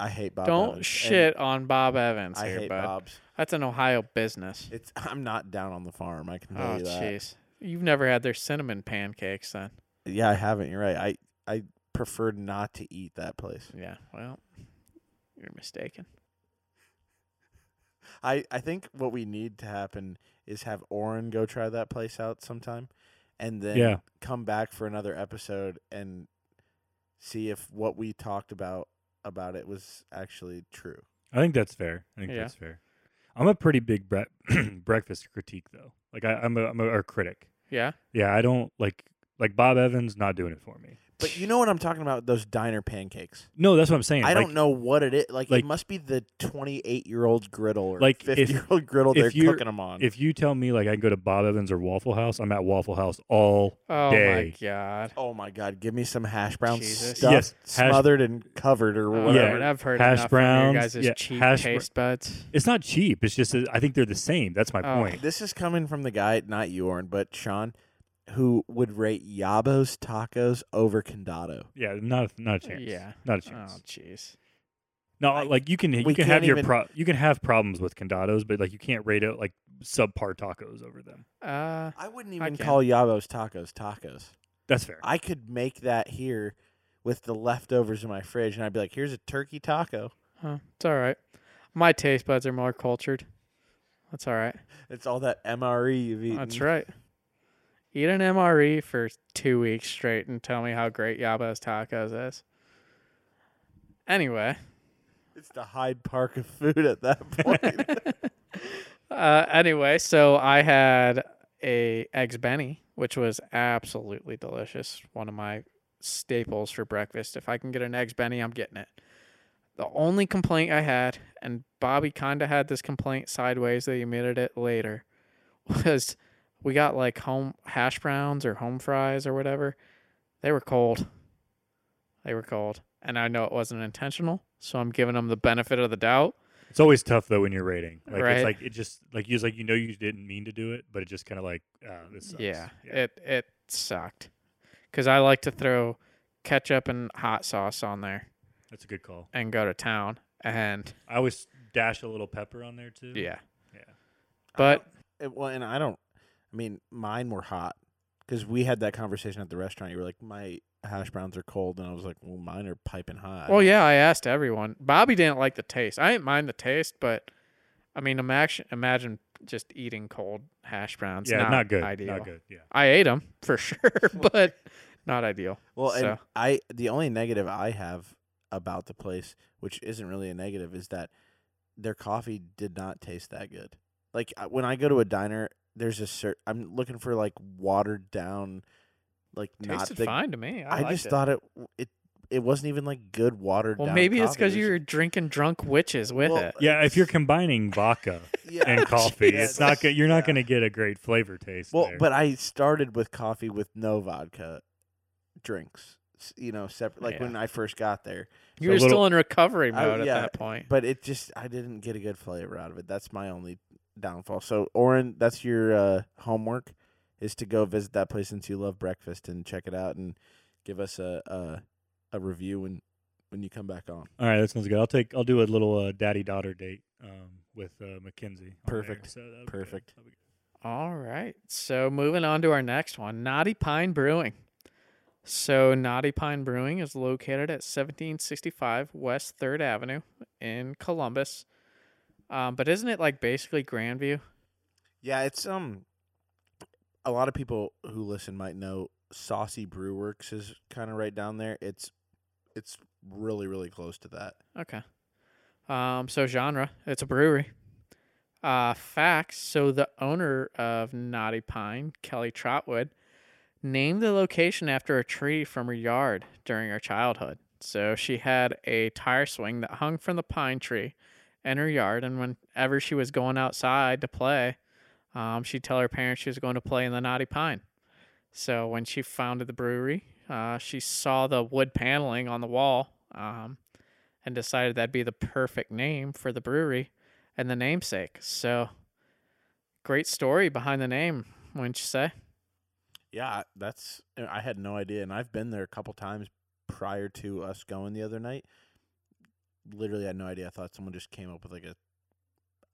I hate Bob. don't Evans, and shit on Bob Evans I here, hate bud. Bob's. That's an Ohio business. It's I'm not down on the farm. I can tell Oh you that. jeez, you've never had their cinnamon pancakes then? Yeah, I haven't. You're right. I I prefer not to eat that place. Yeah. Well, you're mistaken. I I think what we need to happen is have Oren go try that place out sometime, and then yeah. come back for another episode and see if what we talked about about it was actually true. I think that's fair. I think Yeah. that's fair. I'm a pretty big bre- breakfast critique though. Like I, I'm a I'm a, or critic. Yeah. Yeah, I don't like like Bob Evans not doing it for me. But you know what I'm talking about? Those diner pancakes. No, that's what I'm saying. I Like, don't know what it is. Like, like- it must be the 28 year old griddle or Like, if- 50 year old griddle if they're you're- cooking them on. If you tell me like I can go to Bob Evans or Waffle House, I'm at Waffle House all Oh day. my god. Oh my God! Give me some hash brown Jesus. stuff, Yes, hash- smothered and covered or Oh, Yeah. whatever. man, I've heard Hash enough browns, From you guys' yeah, cheap hash br- taste buds. It's not cheap. It's just that I think they're the same. That's my Oh. point. This is coming from the guy, not you, Orin, but Sean, who would rate Yabo's tacos over Condado. Yeah, not a- not a chance. Yeah. not a Oh chance. jeez. no, I- like you can you we can have can't your even- pro, you can have problems with condados, but like you can't rate it like subpar tacos over them. Uh, I wouldn't I even can. call Yabo's tacos tacos. That's fair. I could make that here with the leftovers in my fridge, and I'd be like, "Here's a turkey taco." huh, it's all right. My taste buds are more cultured. That's all right. It's all that MRE you've eaten. That's right. Eat an MRE for two weeks straight and tell me how great Yabo's Tacos is. Anyway, It's the Hyde Park of food at that point. uh, anyway, so I had a eggs Benny, which was absolutely delicious. One of my staples for breakfast. If I can get an eggs Benny, I'm getting it. The only complaint I had, and Bobby kind of had this complaint sideways that he admitted it later, was we got like home hash browns or home fries or whatever. They were cold. They were cold. And I know it wasn't intentional, so I'm giving them the benefit of the doubt. It's always tough though when you're rating. Like Right. it's like it just like you it's like you know you didn't mean to do it, but it just kind of like uh, this sucks. Yeah, it it sucked. Cuz I like to throw ketchup and hot sauce on there that's a good call. and go to town and I always dash a little pepper on there too. yeah. Yeah. But It, well, and I don't. I mean, mine were hot because we had that conversation at the restaurant. You were like, "My hash browns are cold," and I was like, "Well, mine are piping hot." Well, yeah, I asked everyone. Bobby didn't like the taste. I didn't mind the taste, but I mean, imagine imagine just eating cold hash browns. Yeah, not, not, good. Ideal. Not good. Yeah. I ate them for sure, but not ideal. Well, and So- I the only negative I have about the place, which isn't really a negative, is that their coffee did not taste that good. Like I- when I go to a diner, there's a certain I'm looking for like watered down, like not Tasted the. fine to me. I, I, liked just it. thought it it it wasn't even like good watered Well, down. maybe it's coffee. because It you was- were drinking drunk witches with Well, uh, it. Yeah, if you're combining vodka yeah. and coffee, it's not good. You're not Yeah. going to get a great flavor taste. Well, there. but I started with coffee with no vodka drinks. s- You know, separate like Yeah. when I first got there, You a were little- still in recovery I- mode yeah, at that point. but it just I didn't get a good flavor out of it. That's my only downfall. So, Oren, that's your uh, homework is to go visit that place since you love breakfast and check it out and give us a uh, a, a review when when you come back on. all right, that sounds good. I'll take. I'll do a little uh, daddy daughter date um, with uh, Mackenzie. on there, Perfect. so that'll be good. Perfect. That'll be good. All right. So moving on to our next one, Naughty Pine Brewing. So Naughty Pine Brewing is located at 1765 West Third Avenue in Columbus. Um, but isn't it like basically Grandview? Yeah, it's um a lot of people who listen might know Saucy Brew Works is kind of right down there. It's it's really really close to that. Okay. Um, so genre, it's a brewery. Uh, facts. So the owner of Naughty Pine, Kelly Trotwood, named the location after a tree from her yard during her childhood. So she had a tire swing that hung from the pine tree in her yard, and whenever she was going outside to play, um, she'd tell her parents she was going to play in the Naughty Pine. So when she founded the brewery, uh, she saw the wood paneling on the wall. Um, and decided that'd be the perfect name for the brewery and the namesake. So great story behind the name, wouldn't you say? Yeah, that's uh, I had no idea and I've been there a couple times prior to us going the other night. Literally had no idea. I thought someone just came up with like a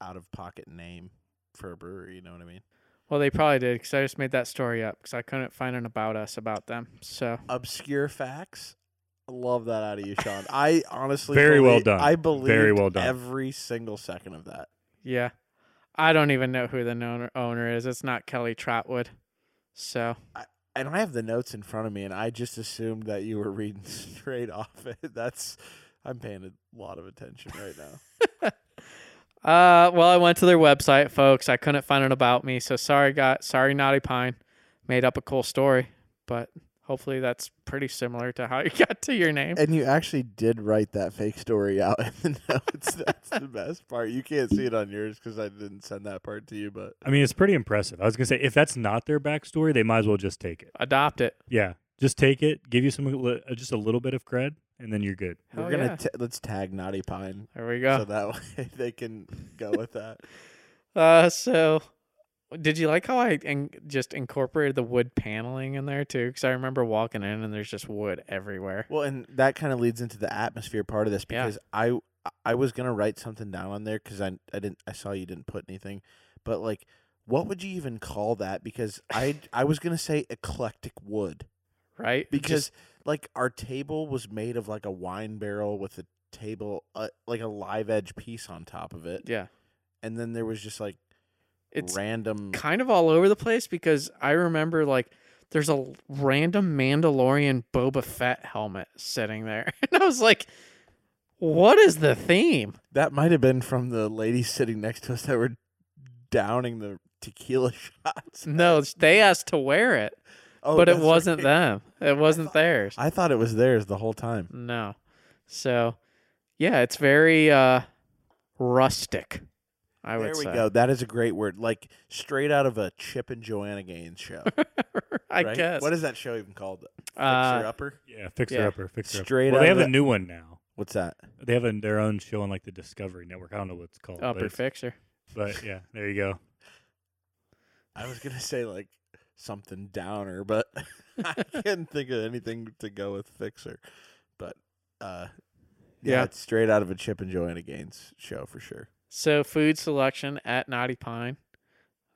out of pocket name for a brewery, you know what I mean? Well, they probably did because I just made that story up because I couldn't find an about us about them. So Obscure facts. I Love that out of you, Sean. I honestly Very well believe- done. I believe Very well done. every single second of that. yeah, I don't even know who the owner owner is. It's not Kelly Trotwood. So and I have the notes in front of me, and I just assumed that you were reading straight off it. That's I'm paying a lot of attention right now. Uh, well, I went to their website, folks. I couldn't find an about me, so sorry, got sorry, Naughty Pine. Made up a cool story, but hopefully that's pretty similar to how you got to your name. and you actually did write that fake story out in the notes. That's the best part. You can't see it on yours because I didn't send that part to you, but I mean, it's pretty impressive. I was gonna say if that's not their backstory, they might as well just take it. Adopt it. Yeah, just take it. Give you some li- uh, just a little bit of cred, and then you're good. Hell we're gonna yeah. t- let's tag Naughty Pine there we go. so that way they can go with that. uh, so did you like how I in- just incorporated the wood paneling in there too? Because I remember walking in and there's just wood everywhere. Well, and that kind of leads into the atmosphere part of this Yeah. because I I was gonna write something down on there because I I didn't I saw you didn't put anything, but like what would you even call that? Because I I was gonna say eclectic wood Right? because Just- like our table was made of like a wine barrel with a table uh, like a live edge piece on top of it, yeah, and then there was just like it's random. kind of all over the place because I remember like there's a l- random Mandalorian Boba Fett helmet sitting there, and I was like, "What is the theme?" That might have been from the ladies sitting next to us that were downing the tequila shots. No, it's- they asked to wear it, Oh, but it that's wasn't right. them. It wasn't thought- theirs. I thought it was theirs the whole time. No, so yeah, it's very uh rustic. I would there we say. go. That is a great word. Like straight out of a Chip and Joanna Gaines show. I right? guess. What is that show even called? Fixer Uh, Upper. Yeah, fixer Yeah. upper, fixer upper. Straight well, they out of have a the- new one now. What's that? They have a, their own show on like the Discovery Network. I don't know what it's called. but upper it's- fixer? But yeah, there you go. I was gonna say like something downer, but I couldn't think of anything to go with Fixer. But uh, yeah, Yeah. it's straight out of a Chip and Joanna Gaines show for sure. So food selection at Naughty Pine.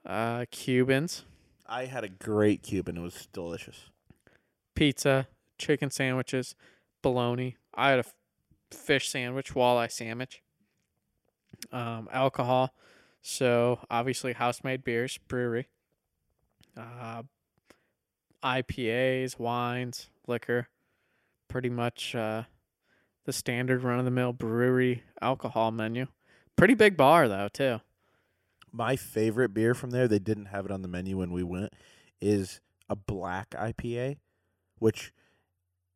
Uh, Cubans, I had a great Cuban. It was delicious. pizza, chicken sandwiches, bologna. I had a f- fish sandwich, walleye sandwich. Um, alcohol. So obviously house made beers, brewery. Uh, IPAs, wines, liquor. Pretty much uh, the standard run of the mill brewery alcohol menu. Pretty big bar though too. My favorite beer from there, they didn't have it on the menu when we went, is a black IPA, which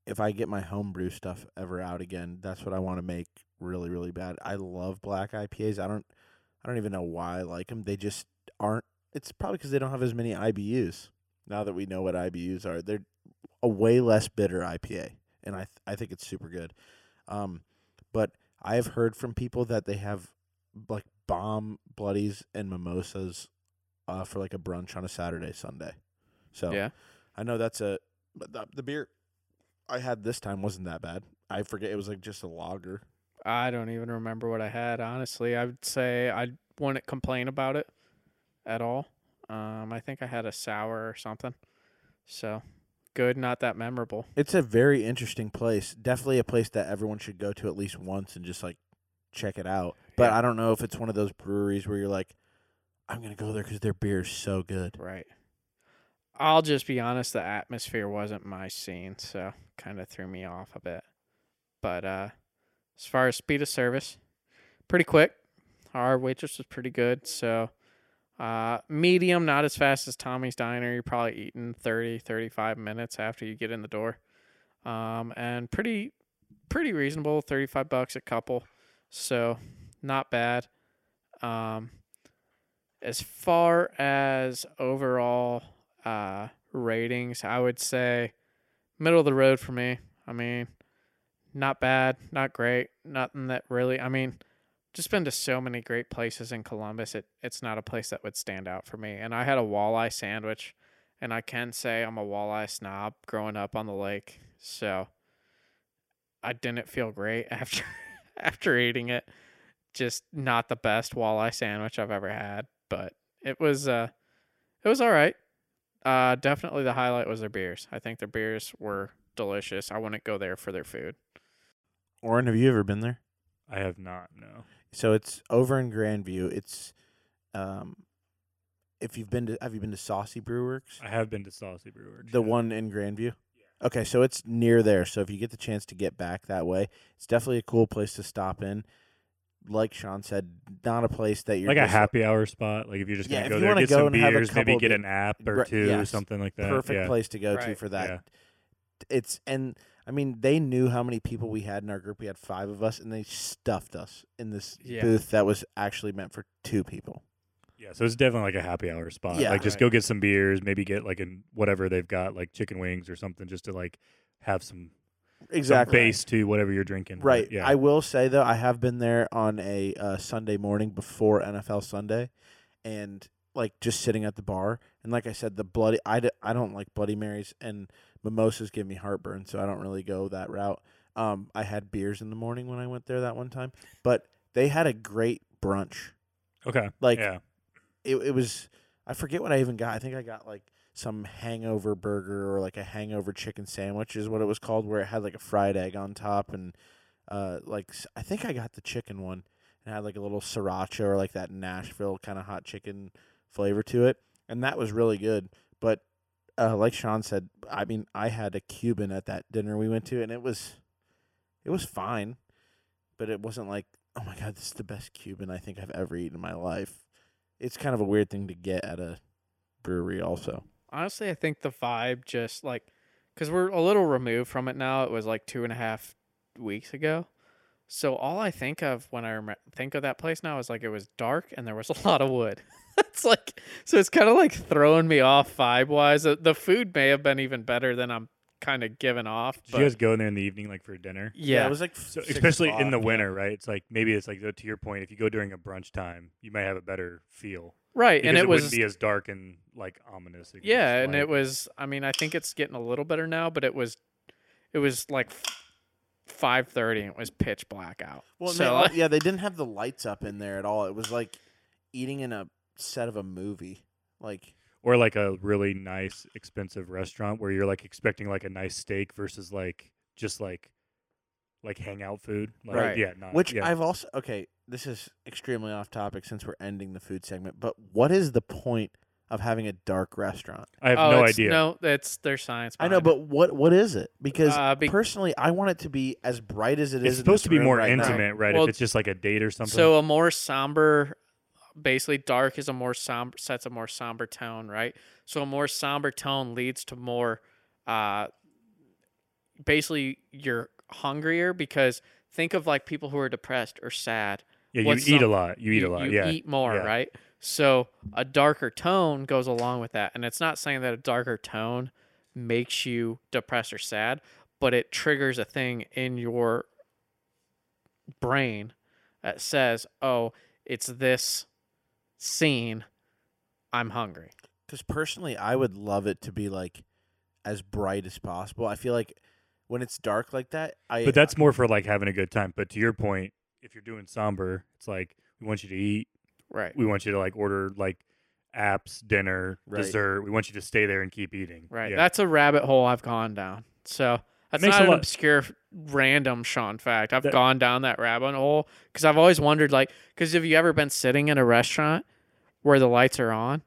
if I get my homebrew stuff ever out again, that's what I want to make really really bad. I love black IPAs. I don't I don't even know why I like them. They just aren't it's probably cuz they don't have as many IBUs. Now that we know what IBUs are, they're a way less bitter IPA and I th- I think it's super good. Um but I have heard from people that they have like bomb bloodies and mimosas uh, for like a brunch on a Saturday, Sunday. So Yeah. I know that's a but the, the beer I had this time wasn't that bad. I forget it was like just a lager. I don't even remember what I had. Honestly, I would say I wouldn't complain about it at all. Um, I think I had a sour or something. So good, not that memorable. It's a very interesting place. Definitely a place that everyone should go to at least once and just like check it out. But Yeah. I don't know if it's one of those breweries where you're like, I'm gonna go there because their beer is so good. Right. I'll just be honest. The atmosphere wasn't my scene, so kind of threw me off a bit. But uh, as far as speed of service, pretty quick. Our waitress was pretty good. So uh, medium, not as fast as Tommy's Diner. You're probably eating 30, 35 minutes after you get in the door. Um, and pretty, pretty reasonable. 35 bucks a couple. So not bad. Um, as far as overall uh, ratings, I would say middle of the road for me. I mean, not bad, not great, nothing that really. I mean, just been to so many great places in Columbus. It it's not a place that would stand out for me. And I had a walleye sandwich, and I can say I'm a walleye snob growing up on the lake, so I didn't feel great after after eating it just not the best walleye sandwich I've ever had, but it was uh it was all right. Uh definitely the highlight was their beers. I think their beers were delicious. I wouldn't go there for their food. Oren, have you ever been there? I have not. No. So it's over in Grandview. It's um if you've been to have you been to Saucy Brew Works? I have been to Saucy Brewer. The one in Grandview? Okay, so it's near there. So if you get the chance to get back that way, it's definitely a cool place to stop in. Like Sean said, not a place that you're like a just- happy hour spot. Like if you're just Yeah, gonna if go you there, wanna get go some and have a beers, maybe couple get be- an app or Right, two, yes. something like that. perfect yeah. place to go to Right. for that. Yeah. It's and I mean they knew how many people we had in our group. We had five of us, and they stuffed us in this Yeah. booth that was actually meant for two people. Yeah, so it's definitely like a happy hour spot. Yeah. like just Right. go get some beers, maybe get like an whatever they've got, like chicken wings or something, just to like have some, some Exactly. base to whatever you're drinking. But, Right. Yeah. I will say though, I have been there on a uh, Sunday morning before NFL Sunday, and like just sitting at the bar. And like I said, the bloody I, d- I don't like Bloody Marys and mimosas give me heartburn, so I don't really go that route. Um, I had beers in the morning when I went there that one time, but they had a great brunch. okay. Like yeah. it, it was I forget what I even got. I think I got like some hangover burger or like a hangover chicken sandwich is what it was called, where it had like a fried egg on top and uh like s- I think I got the chicken one and had like a little sriracha or like that Nashville kind of hot chicken flavor to it, and that was really good. But uh, like Sean said, I mean I had a Cuban at that dinner we went to, and it was it was fine, but it wasn't like oh my god, this is the best Cuban I think I've ever eaten in my life it's kind of a weird thing to get at a brewery also Honestly, I think the vibe just like because we're a little removed from it now. It was like two and a half weeks ago, So all I think of when I rem- think of that place now is like it was dark and there was a lot of wood. it's like so it's kind of like throwing me off vibe wise. The food may have been even better than I'm kind of giving off. Did But you guys go in there in the evening, like for dinner? yeah, it was like So, six especially in o'clock. the winter, right? It's like maybe it's like though, to your point, if you go during a brunch time, you might have a better feel, right, because and it, was wouldn't be as dark and like ominous. It could yeah, just, and it like- was. I mean, I think it's getting a little better now, but it was it was like five thirty and it was pitch black out. Well, and they so all- yeah, they didn't have the lights up in there at all. It was like eating in a set of a movie. Like or like a really nice, expensive restaurant where you're like expecting like a nice steak versus like just like like hangout food. Like, Right. Yeah. Not, which Uh, yeah. I've also okay, this is extremely off topic since we're ending the food segment, but what is the point of having a dark restaurant? I have oh, no it's- idea. No, that's their science. I know, behind it. but what what is it? Because Uh, be- personally, I want it to be as bright as it is. it's in supposed this to be room more right now. intimate, right? Well, if it's just like a date or something. So a more somber, basically dark is a more somber sets a more somber tone, right? So a more somber tone leads to more, uh, basically you're hungrier because think of like people who are depressed or sad. yeah, you what's eat a some- lot. You eat a lot. You yeah. eat more, yeah. right? So a darker tone goes along with that, and it's not saying that a darker tone makes you depressed or sad, but it triggers a thing in your brain that says, "Oh, it's this scene. I'm hungry." Because personally, I would love it to be like as bright as possible. I feel like when it's dark like that, I But that's more for like having a good time. But to your point, if you're doing somber, it's like we want you to eat. Right. We want you to like order like apps, dinner, Right. dessert. We want you to stay there and keep eating. Right. Yeah. That's a rabbit hole I've gone down. So that's makes not a an lot- obscure, f- random Sean fact. I've That- gone down that rabbit hole because I've always wondered, like, because have you ever been sitting in a restaurant where the lights are on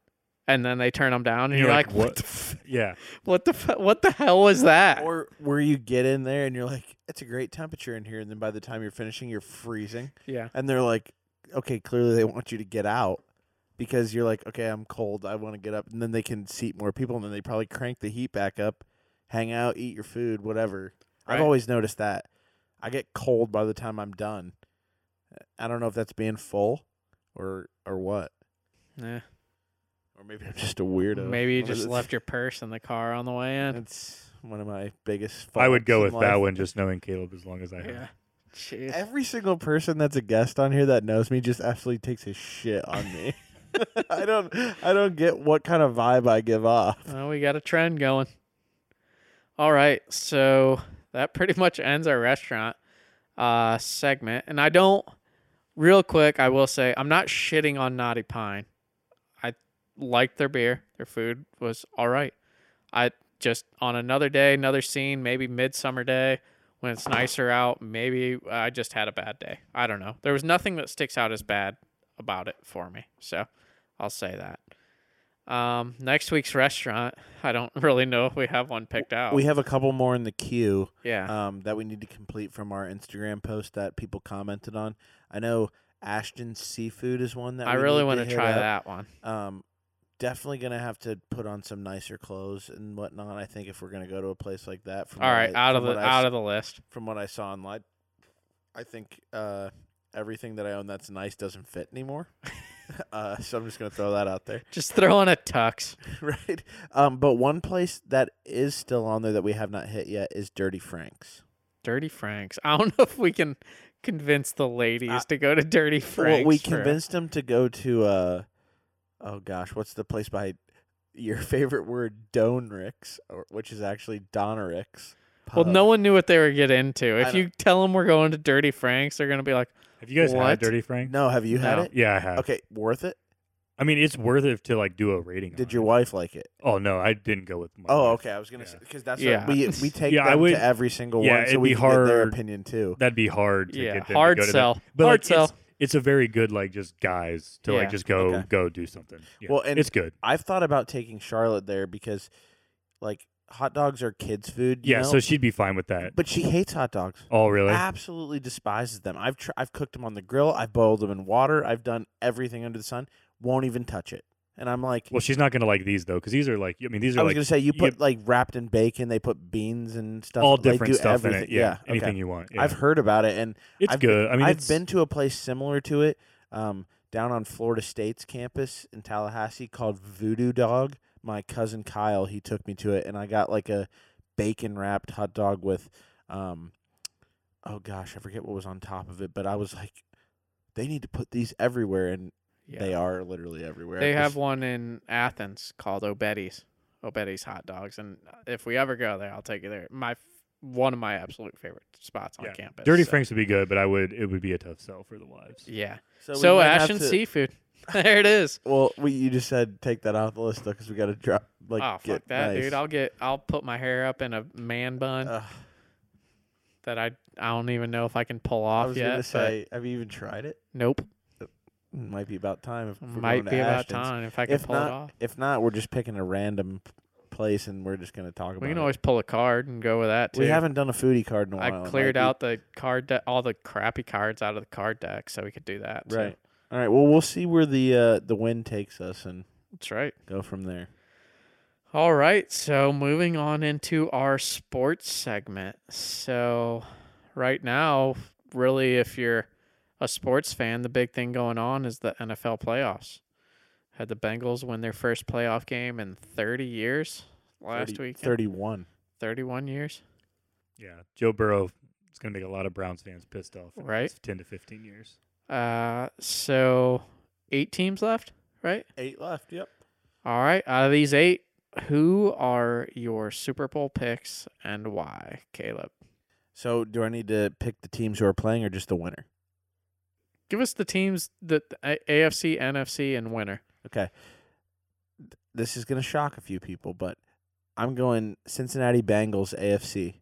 and then they turn them down and you're, like, what? the f- yeah. what the f- what the hell was that? or where you get in there and you're like, it's a great temperature in here, and then by the time you're finishing, you're freezing, yeah. and they're like, okay, clearly they want you to get out because you're like, okay, I'm cold, I want to get up, and then they can seat more people, and then they probably crank the heat back up, hang out, eat your food, whatever. I've Right. always noticed that. I get cold by the time I'm done. I don't know if that's being full or or what. Eh, Or maybe I'm just a weirdo. maybe you But just it's- left your purse in the car on the way in. It's one of my biggest. I would go with faults in that life. one, just knowing Caleb as long as I have. Yeah. Jeez. Every single person that's a guest on here that knows me just absolutely takes a shit on me. I don't. I don't get what kind of vibe I give off. Well, we got a trend going. All right, so that pretty much ends our restaurant uh, segment. And I don't, real quick, I will say I'm not shitting on Naughty Pine. I liked their beer. Their food was all right. I just on another day, another scene, maybe midsummer day when it's nicer out. Maybe I just had a bad day. I don't know. There was nothing that sticks out as bad about it for me. So I'll say that. Um, next week's restaurant, I don't really know if we have one picked out. We have a couple more in the queue yeah. um, that we need to complete from our Instagram post that people commented on. I know Ashton Seafood is one that I we really need want to hit try up. that one. Um, definitely gonna have to put on some nicer clothes and whatnot. I think if we're gonna go to a place like that. From All what right, I- out of from the what I out of the list. from what I saw online, I think uh, everything that I own that's nice doesn't fit anymore. uh, so I'm just gonna throw that out there, Just throw in a tux. right? Um, but one place that is still on there that we have not hit yet is Dirty Frank's. Dirty Franks. I don't know if we can convince the ladies to go to Dirty Franks. well, we for- convinced him to go to. Uh, oh gosh, what's the place by your favorite word, Donricks, or which is actually Donericks. Well, Pub. no one knew what they were getting into. I If know. you tell them we're going to Dirty Franks, they're gonna be like, Have you guys What? had Dirty Frank? no. Have you had No. it? Yeah, I have. Okay, worth it. I mean, it's worth it to like do a rating. Did on your it. wife like it? Oh no, I didn't go with. My Oh, wife. okay. I was gonna Yeah. say because that's Yeah. what we we take Yeah, I them would- to every single yeah, one, so it'd we be can get their hard- opinion too. That'd be hard. To yeah, get them hard to go to that. sell, But hard like, sell. It's, it's a very good like just guys to Yeah. like just go Okay. go do something. Yeah. Well, and- it's good. I've thought about taking Charlotte there because, like, hot dogs are kids' food. you Yeah, know? so she'd be fine with that. but she hates hot dogs. oh really? Absolutely despises them. I've tr- I've cooked them on the grill. I've boiled them in water. I've done everything under the sun. Won't even touch it. And I'm like, Well, she's not gonna like these though, because these are like I mean these I are was like gonna say you you- put like wrapped in bacon. They put beans and stuff. all they different do stuff in it. everything. Yeah, Yeah, anything okay. you want. Yeah. I've heard about it, and it's I've- good. I mean, I've it's- been to a place similar to it um, down on Florida State's campus in Tallahassee called Voodoo Dog. My cousin Kyle, he took me to it, and I got like a bacon wrapped hot dog with, um, oh gosh, I forget what was on top of it, but I was like, they need to put these everywhere, and Yeah. they are literally everywhere. They It was- have one in Athens called Obetti's. Obetti's hot dogs, and uh, if we ever go there, I'll take you there. My one of my absolute favorite spots on Yeah. campus. Dirty so- Franks would be good, but I would it would be a tough sell for the wives. Yeah. So, So, we might have Ash and to- Seafood. There it is. Well, we you just said take that off the list though, because we got to drop like oh fuck get that, nice. Uh, dude! I'll get. I'll put my hair up in a man bun Ugh, that I I don't even know if I can pull I off was yet. gonna but say, have you even tried it? nope. Might be about time. If we're Might going to be about Ashton's. time if I can If pull not, it off. if not, we're just picking a random p- place and we're just gonna talk about. We can it. always pull a card and go with that too. We haven't done a foodie card in a I while. It cleared might be- out the card de- all the crappy cards out of the card deck, so we could do that. too. Right. All right. Well, we'll see where the uh, the wind takes us and That's right. go from there. All right, so moving on into our sports segment. So, right now, really, if you're a sports fan, the big thing going on is the NFL playoffs. Had the Bengals win their first playoff game in 30 years last 30 week. thirty-one. 31 years. Yeah, Joe Burrow is gonna make a lot of Browns fans pissed off. in the Right. next ten to fifteen years. Uh, so, eight teams left, right? Eight left. Yep. All right, out of these eight, who are your Super Bowl picks and why, Caleb? So, do I need to pick the teams who are playing or just the winner? Give us the teams that the A- AFC, NFC, and winner. Okay. Th- This is gonna shock a few people, but I'm going Cincinnati Bengals AFC,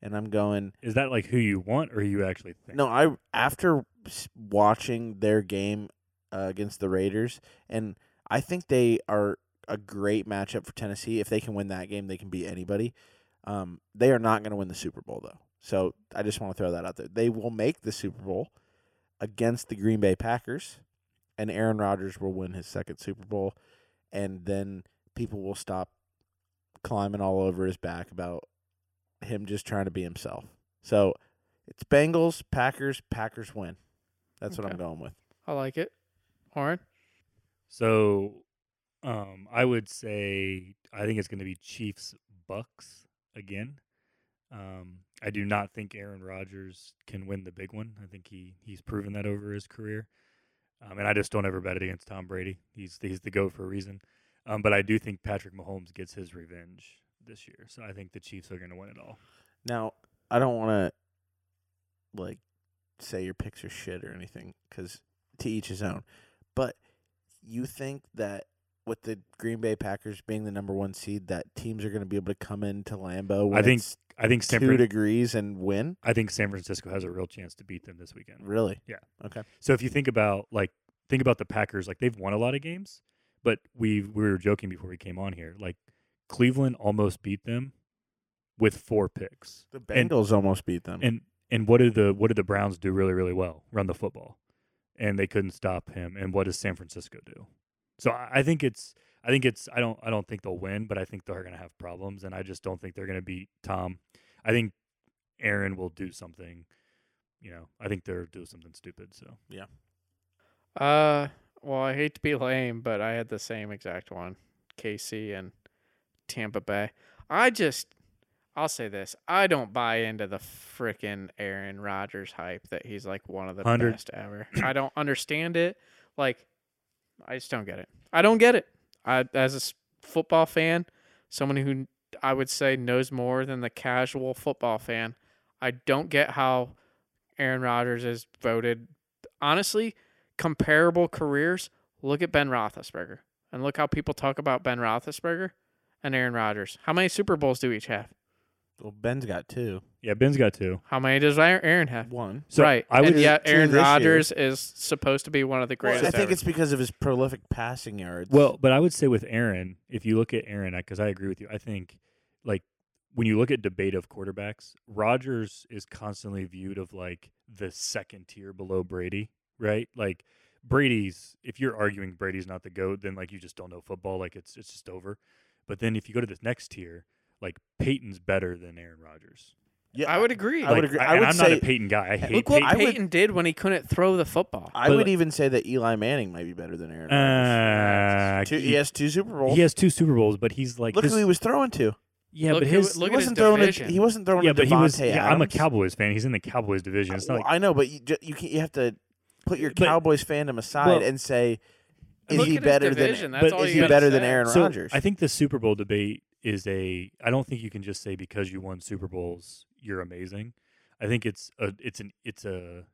and I'm going Is that like who you want, or who you actually think? No, I after s- watching their game uh, against the Raiders, and I think they are a great matchup for Tennessee. If they can win that game, they can beat anybody. Um, they are not going to win the Super Bowl though, so I just want to throw that out there. They will make the Super Bowl against the Green Bay Packers, and Aaron Rodgers will win his second Super Bowl, and then people will stop climbing all over his back about him just trying to be himself. So it's Bengals, Packers, Packers win. That's what I'm Okay. going with. I like it. Horn. So, um, I would say I think it's going to be Chiefs Bucks again. Um, I do not think Aaron Rodgers can win the big one. I think he he's proven that over his career, um, and I just don't ever bet against Tom Brady. He's he's the goat for a reason. Um, but I do think Patrick Mahomes gets his revenge this year, so I think the Chiefs are going to win it all. Now, I don't want to like say your picks are shit or anything cuz to each his own. But you think that with the Green Bay Packers being the number 1 seed that teams are going to be able to come into Lambeau when I think it's I think 2 San Fran- degrees and win? I think San Francisco has a real chance to beat them this weekend. Really? Yeah. Okay. So if you think about like think about the Packers, like they've won a lot of games, but we we were joking before we came on here. Like Cleveland almost beat them with four picks. The And- Bengals almost beat them. And and what do the what do the Browns do really really well? Run the football, and they couldn't stop him. And what does San Francisco do? So I, I think it's I think it's I don't I don't think they'll win, but I think they're going to have problems, and I just don't think they're going to beat Tom. I think Aaron will do something. You know, I think they're do something stupid. So Uh, well, I hate to be lame, but I had the same exact one. KC and Tampa Bay. I just, I'll say this: I don't buy into the freaking Aaron Rodgers hype that he's like one of the Hundred- best ever. I don't understand it. Like, I just don't get it. I don't get it. I, as a s- football fan, someone who I would say knows more than the casual football fan, I don't get how Aaron Rodgers is voted. Honestly, comparable careers, look at Ben Roethlisberger and look how people talk about Ben Roethlisberger and Aaron Rodgers. How many Super Bowls do each have? well, Ben's got two. yeah, Ben's got two. How many does Aaron Aaron have? One. So right. I would and yet two Aaron this year. Rodgers is supposed to be one of the Well, greatest. I think ever. it's because of his prolific passing yards. well, but I would say with Aaron, if you look at Aaron, because I agree with you, I think like when you look at debate of quarterbacks, Rodgers is constantly viewed of like the second tier below Brady, right? Like Brady's. If you're arguing Brady's not the goat, then like you just don't know football. Like it's it's just over. But then if you go to this next tier, like Peyton's better than Aaron Rodgers. Yeah, I would agree. I would Like, agree. I, I and would I'm say- not a Peyton guy. I hate Look what Peyton. I would- Uh, Peyton did when he couldn't throw the football. I but would like- even say that Eli Manning might be better than Aaron. Rodgers. Uh, Two- he, he has two Super Bowls. he has two Super Bowls, but he's like Look his, who he was throwing to. yeah, Look but who- his look he at his wasn't throwing. division. To, he wasn't throwing. yeah, to but he was. Devontae Yeah, I'm a Adams. Cowboys fan. He's in the Cowboys division. It's not Well, like I know, but you, ju- you can, you have to put your But- Cowboys fandom aside well- and say, is Look he at his better division, than? that's but all is you he gotta better than say. Aaron so Rodgers? I think the Super Bowl debate is a. I don't think you can just say because you won Super Bowls you're amazing. I think it's a. It's an. It's a.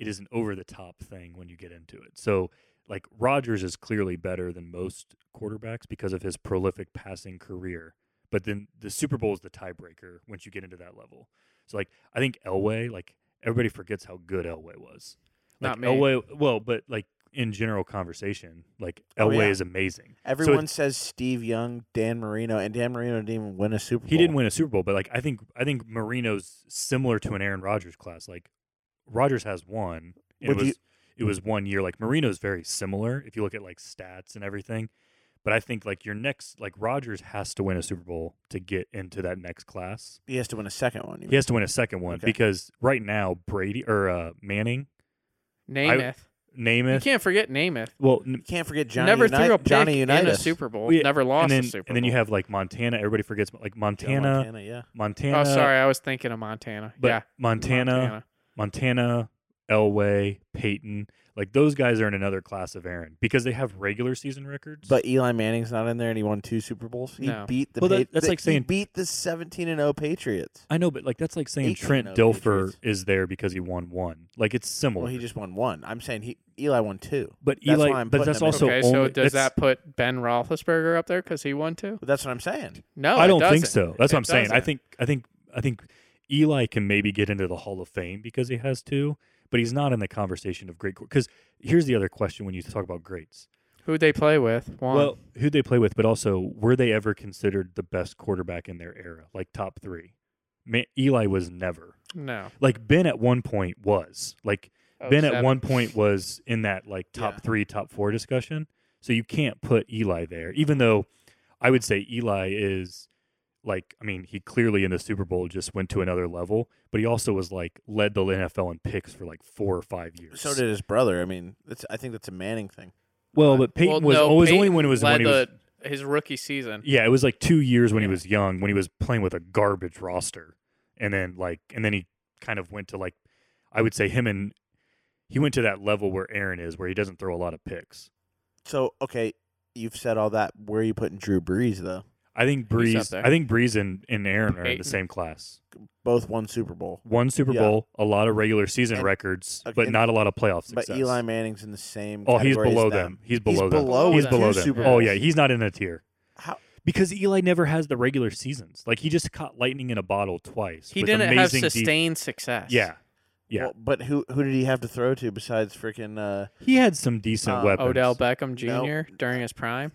It is an over the top thing when you get into it. So like Rodgers is clearly better than most quarterbacks because of his prolific passing career. But then the Super Bowl is the tiebreaker once you get into that level. So like I think Elway, like everybody forgets how good Elway was. Like Not me. Elway, well, but like in general conversation, like Oh, Elway yeah. is amazing. Everyone says Steve Young, Dan Marino, and Dan Marino didn't even win a Super Bowl. He didn't win a Super Bowl, but like I think I think Marino's similar to an Aaron Rodgers class. Like Rodgers has one. and It Would was you- it was one year. Like Marino's very similar if you look at like stats and everything. But I think like your next like Rodgers has to win a Super Bowl to get into that next class. He has to win a second one. you He has to win a second one Okay. because right now Brady or uh, Manning, Namath. you Namath, can't forget Namath. well, n- mean? can't forget Johnny. never Unite- threw a pick Johnny in Unitas. a Super Bowl. Well, yeah, Never lost and then a Super and then Bowl. you have like Montana. Everybody forgets like Yeah, Montana, Montana. Montana. Yeah. Oh, sorry, I was thinking of Montana. But yeah, Montana, Montana, Elway, Peyton, like those guys are in another class of Aaron because they have regular season records. But Eli Manning's not in there, and he won two Super Bowls. He No. beat the. Well, that- Pa- that's the- like saying- he beat the seventeen and zero Patriots. I know, but like that's like saying Eight and Trent oh Dilfer Patriots. is there because he won one. Like it's similar. Well, he just won one. I'm saying he Eli won two. but that's Eli, why I'm but putting that's him in. also okay, only. so does that's- that put Ben Roethlisberger up there because he won too? But that's what I'm saying. No, I it don't think doesn't. so. That's what It I'm saying. I doesn't. think I think I think Eli can maybe get into the Hall of Fame because he has two, but he's not in the conversation of great. Because here's the other question: when you talk about greats, Who they play with? One. Well, who they play with, but also were they ever considered the best quarterback in their era, like top three? Man, Eli was never. no. Like Ben at one point was. Like Oh, Ben at seven. one point was in that like top Yeah. three, top four discussion. So you can't put Eli there, even though I would say Eli is like I mean he clearly in the Super Bowl just went to another level, but he also was like led the NFL in picks for like four or five years. So did his brother. I mean, that's, I think that's a Manning thing. well, but Peyton Well, was no, always only Peyton when it was led when he was the- his rookie season. Yeah, it was like two years when he Yeah. was young, when he was playing with a garbage roster, and then like, and then he kind of went to like, I would say him and he went to that level where Aaron is, where he doesn't throw a lot of picks. So okay, you've said all that. Where are you putting Drew Brees though? I think Breeze, there. I think Breeze and, and Aaron are in Peyton. the same class. Both won Super Bowl, One Super Yeah. Bowl, a lot of regular season And- records, okay, but and- not a lot of playoff success. but Eli Manning's in the same. oh, he's category as below them. them. He's below them. below he's them. below Two them. Super Oh Bowls. yeah, he's not in a tier How, because Eli never has the regular seasons. Like he just caught lightning in a bottle twice. He with didn't have amazing def- sustained success. yeah, yeah. Well, but who who did he have to throw to besides freaking? Uh, He had some decent Uh, weapons. Odell Beckham Jr. No. during his prime.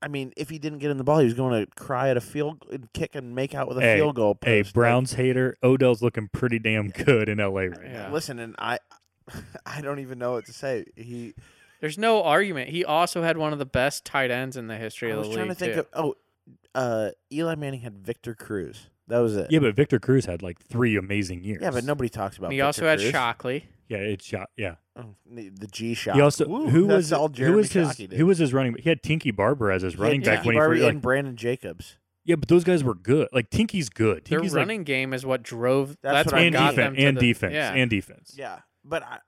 I mean, if he didn't get in the ball, he was going to cry at a field and kick and make out with a Hey, field goal. Post. Hey, Like, Browns hater. Odell's looking pretty damn good in LA right now. Yeah. Listen, and I, I don't even know what to say. He. There's no argument. He also had one of the best tight ends in the history I of was the trying to league. think too. of. Oh, uh, Eli Manning had Victor Cruz. That was it. Yeah, but Victor Cruz had like three amazing years. Yeah, but nobody talks about. And he Victor also had Cruz. Shockley. Yeah, it shot. Yeah. Oh, the the G shot. He also Woo, who that's was all who Jeremy was his Shockey did. who was his running? He had Tinky Barber as his He had running back Tiki when he Barber first, and like, Brandon Jacobs. Yeah, but those guys were good. Like Tinky's good. Their Tinky's running game is what drove. That's That's, like, what I what and got defense, them to and the- defense Yeah. and defense. Yeah, but I,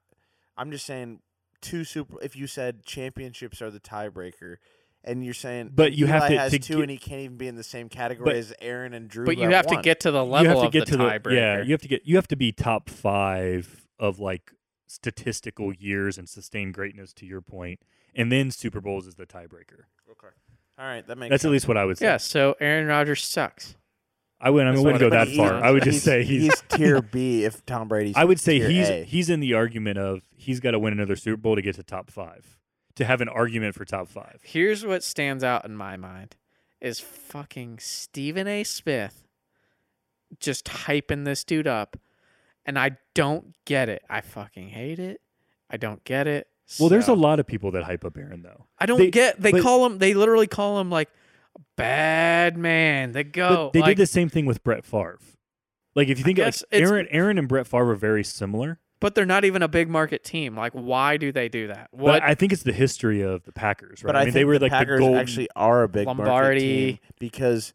I'm just saying two super. If you said championships are the tiebreaker, and you're saying, But you Eli have to- has to two, get- and he can't even be in the same category But- as Aaron and Drew. but who you have have to one. get to the you level have to of get the to tiebreaker. the yeah. You have to get you have to be top five of like statistical years and sustained greatness to your point, and then Super Bowls is the tiebreaker. All right, that makes That's at sense. least what I would say. yeah. So Aaron Rodgers sucks. I wouldn't. I That's wouldn't what go I that think. far. I would just He's- say he's. he's tier B if Tom Brady's. I would say tier he's A. he's in the argument of he's got to win another Super Bowl to get to top five to have an argument for top five. Here's what stands out in my mind is fucking Stephen A. Smith just hyping this dude up. And I don't get it. I fucking hate it. I don't get it. Well, there's a So- lot of people that hype up Aaron though. I don't they- get. They but- call him. They literally call him like bad man. The But goat. they Oh, like, did the same thing with Brett Favre. Like if you think like guess it's- Aaron, Aaron and Brett Favre are very similar. but they're not even a big market team. Like, why do they do that? But What? I think it's the history of the Packers, right? But I, I mean, think they were the like Packers the golden, actually are a big market Lombardi. team because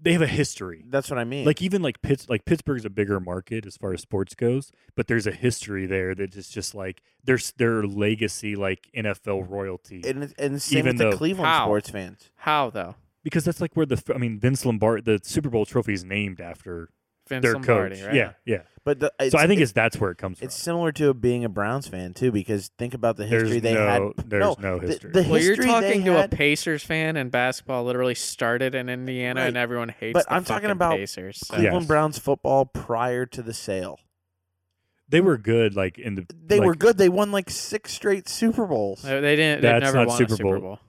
They have a history. that's what I mean. Like even like Pitts, like Pittsburgh's a bigger market as far as sports goes, but there's a history there that is just like there's their legacy, like NFL royalty, and it- and same even with the though- Cleveland How? sports fans. how though? because that's like where the I mean Vince Lombardi, the Super Bowl trophy is named after Vince their Lombardi, coach. right? Yeah, yeah. But the, so I think it- it's that's where it comes it's from. similar to being a Browns fan too because think about the There's history they no, had. there's no, no, the- history. the- Well, you're history they talking to had- a Pacers fan, and basketball literally started in Indiana, and Right. everyone hates. But the I'm talking fucking about Pacers. so- Yeah. Cleveland Browns football prior to the sale. they were good, like in the They like, were good. They won like six straight Super Bowls They they didn't. They That's never not won a Super Super Bowl. Bowl.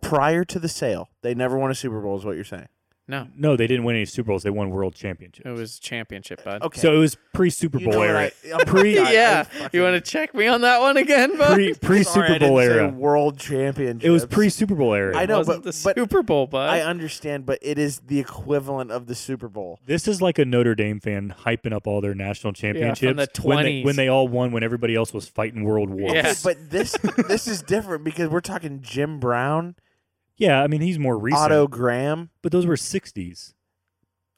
prior to the sale. They never won a Super Bowl, is what you're saying. No, No, they didn't win any Super Bowls. They won world championships. it was championship, bud. Okay. So it was pre Super You know Bowl what era. I- oh my Pre- God, I yeah, fucking- you want to check me on that one again, bud? Pre pre Sorry, I Super didn't Bowl say era. world championship. It was pre Super Bowl era. I It know, wasn't but- the but Super Bowl, bud. I understand, but it is the equivalent of the Super Bowl. This is like a Notre Dame fan hyping up all their national Yeah, championships from the when they 20s. when they all won when everybody else was fighting world wars. Yeah. Okay, but this this is different because we're talking Jim Brown, Yeah, I mean he's more recent. Otto Graham. But those were 60s.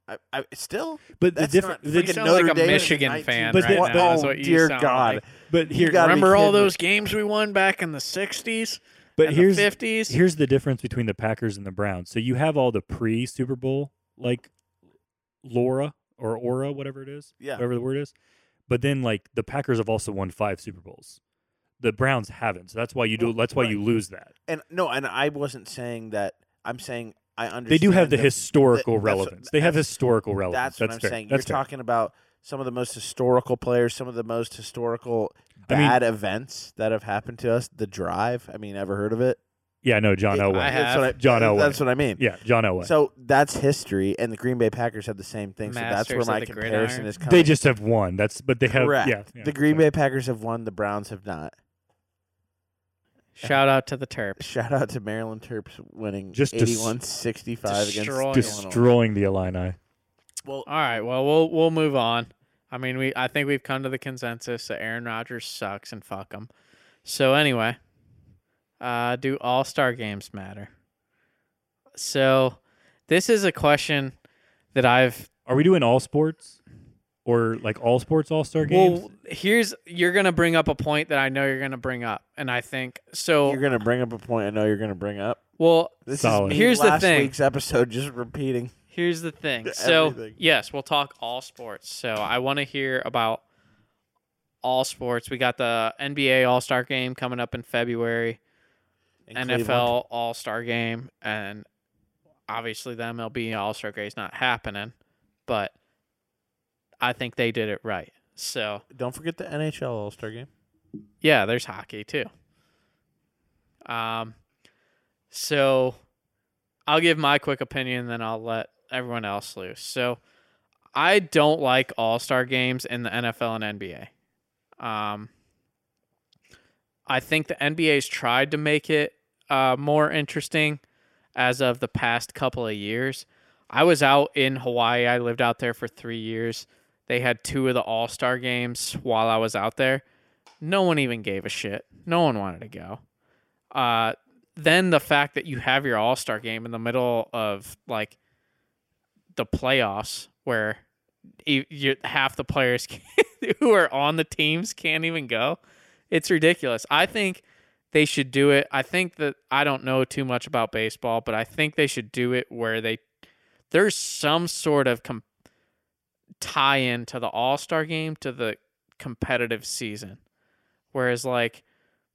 I, I, still, But that's the not difference freaking sound Notre like a Dame in Michigan 19 fan But right the- now, but- oh is what you dear sound God! like. but You here gotta be Remember all kidding me. those games we won back in the '60s, but and here's the '50s? here's the difference between the Packers and the Browns. So you have all the pre Super Bowl like Laura or Aura, whatever it is, Yeah. whatever the word is. But then like the Packers have also won five Super Bowls. The Browns haven't, so that's why you do. Well, that's why you right. lose that. And no, and I wasn't saying that. I'm saying I understand. They do have the historical that's what- relevance. they have that's- historical relevance. That's what I'm fair. saying. That's You're fair. talking about some of the most historical players, some of the most historical I mean- bad events that have happened to us. The Drive. I mean, ever heard of it? Yeah, no, John Yeah, Elway. I That's have. what I, John Elway. That's what I mean. yeah, John Elway. So that's history, and the Green Bay Packers had the same thing. so Masters that's of where my the comparison gridiron. is coming. they just have one. That's but they have correct. yeah, yeah. the Green Bay Packers have won. The Browns have not. Shout out to the Terps. Shout out to Maryland Terps winning Just dis- 81-65 against destroying Illinois. destroying the Illini. Well, All right, well we'll we'll move on. I mean, we I think we've come to the consensus that Aaron Rodgers sucks and fuck him. So anyway, uh, do All Star games matter? So this is a question that I've Are we doing all sports or like all sports all star games? well. Here's you're gonna bring up a point that I know you're gonna bring up, and I think so. you're gonna bring up a point. I know you're gonna bring up. well, This Solid. is me Here's the last thing. week's episode, just repeating. Here's the thing. So Everything. yes, we'll talk all sports. So I want to hear about all sports. We got the NBA All Star Game coming up in February, in NFL Cleveland. All Star Game, and obviously the MLB All Star Game is not happening, but I think they did it right. So Don't forget the NHL All Star Game. yeah, there's hockey too. Um, so I'll give my quick opinion, then I'll let everyone else loose. So I don't like All Star games in the NFL and NBA. Um, I think the NBA's tried to make it uh, more interesting as of the past couple of years. I was out in Hawaii. I lived out there for three years. They had two of the All Star games while I was out there. No one even gave a shit. No one wanted to go. Uh, then the fact that you have your All Star game in the middle of like the playoffs, where you, you, half the players who are on the teams can't even go, it's ridiculous. I think they should do it. I think that I don't know too much about baseball, but I think they should do it where they there's some sort of com- tie in to the All Star game to the competitive season. Whereas, like,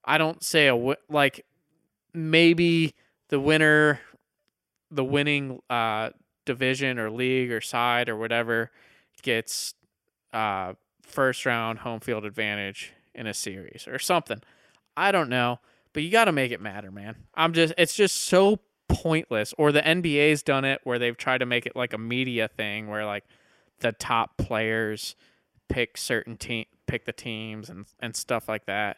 I don't say a wi- like maybe the winner, the winning uh, division or league or side or whatever gets uh, first round home field advantage in a series or something. I don't know, but you got to make it matter, man. I'm just it's just so pointless. Or the NBA's done it where they've tried to make it like a media thing where like the top players pick certain team pick the teams and and stuff like that.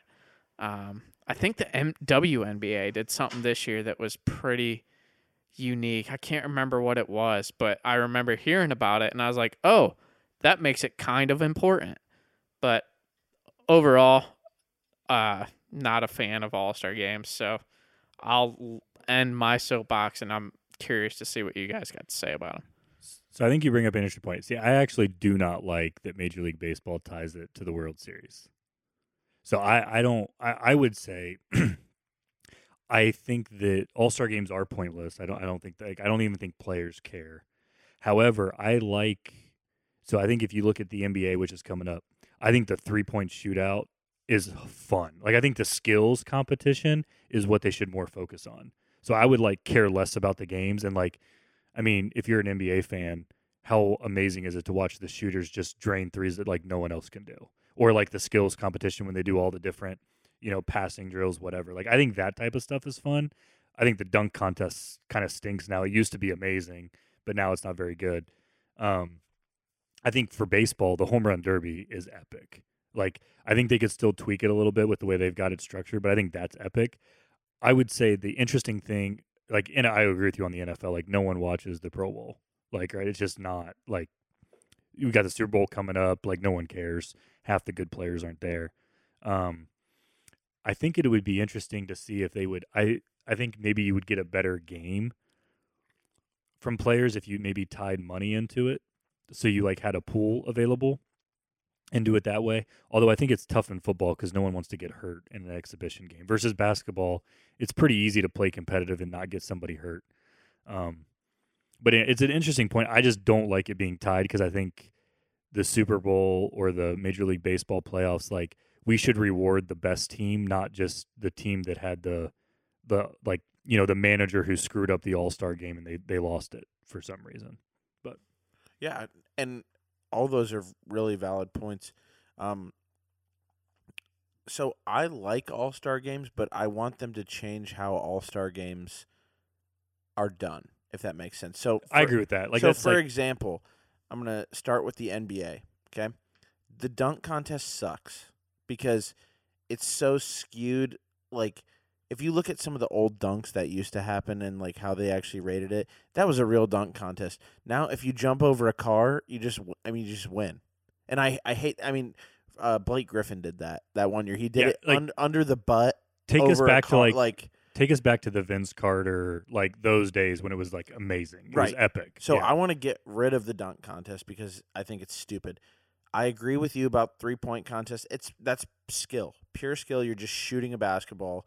Um, I think the M- WNBA did something this year that was pretty unique. I can't remember what it was, but I remember hearing about it and I was like, oh, that makes it kind of important. But overall, uh, not a fan of All Star games. So I'll l- end my soapbox and I'm curious to see what you guys got to say about them. So I think you bring up an interesting point. See, I actually do not like that Major League Baseball ties it to the World Series. So I, I don't I, I would say I think that all star games are pointless. I don't I don't think like I don't even think players care. However, I like so I think if you look at the NBA, which is coming up, I think the three point shootout is fun. Like I think the skills competition is what they should more focus on. So I would like care less about the games and like I mean, if you're an NBA fan, how amazing is it to watch the shooters just drain threes that like no one else can do, or like the skills competition when they do all the different, you know, passing drills, whatever. Like I think that type of stuff is fun. I think the dunk contest kind of stinks now. It used to be amazing, but now it's not very good. Um, I think for baseball, the home run derby is epic. Like I think they could still tweak it a little bit with the way they've got it structured, but I think that's epic. I would say the interesting thing like and I agree with you on the NFL. Like no one watches the Pro Bowl. Like right, it's just not like we got the Super Bowl coming up. Like no one cares. Half the good players aren't there. Um, I think it would be interesting to see if they would. I I think maybe you would get a better game from players if you maybe tied money into it. So you like had a pool available and do it that way. Although I think it's tough in football because no one wants to get hurt in an exhibition game versus basketball it's pretty easy to play competitive and not get somebody hurt. Um, but it, it's an interesting point. I just don't like it being tied because I think the Super Bowl or the Major League Baseball playoffs, like we should reward the best team, not just the team that had the the like you know the manager who screwed up the All Star game and they they lost it for some reason. Yeah, and all those are really valid points. Um, so I like All Star games, but I want them to change how All Star games are done, if that makes sense. So I for- agree with that. Like so, that's for like, example, I'm gonna start with the NBA. Okay, the dunk contest sucks because it's so skewed. Like, if you look at some of the old dunks that used to happen and like how they actually rated it, that was a real dunk contest. Now, if you jump over a car, you just w- I mean you just win. And I I hate I mean uh, Blake Griffin did that that one year. He did Yeah, it like- un- under the butt. take us over a back to car- like, like take us back to the Vince Carter like those days when it was like amazing. It was Right. epic. So Yeah. I want to get rid of the dunk contest because I think it's stupid. I agree with you about three point contest. It's that's skill, pure skill. You're just shooting a basketball.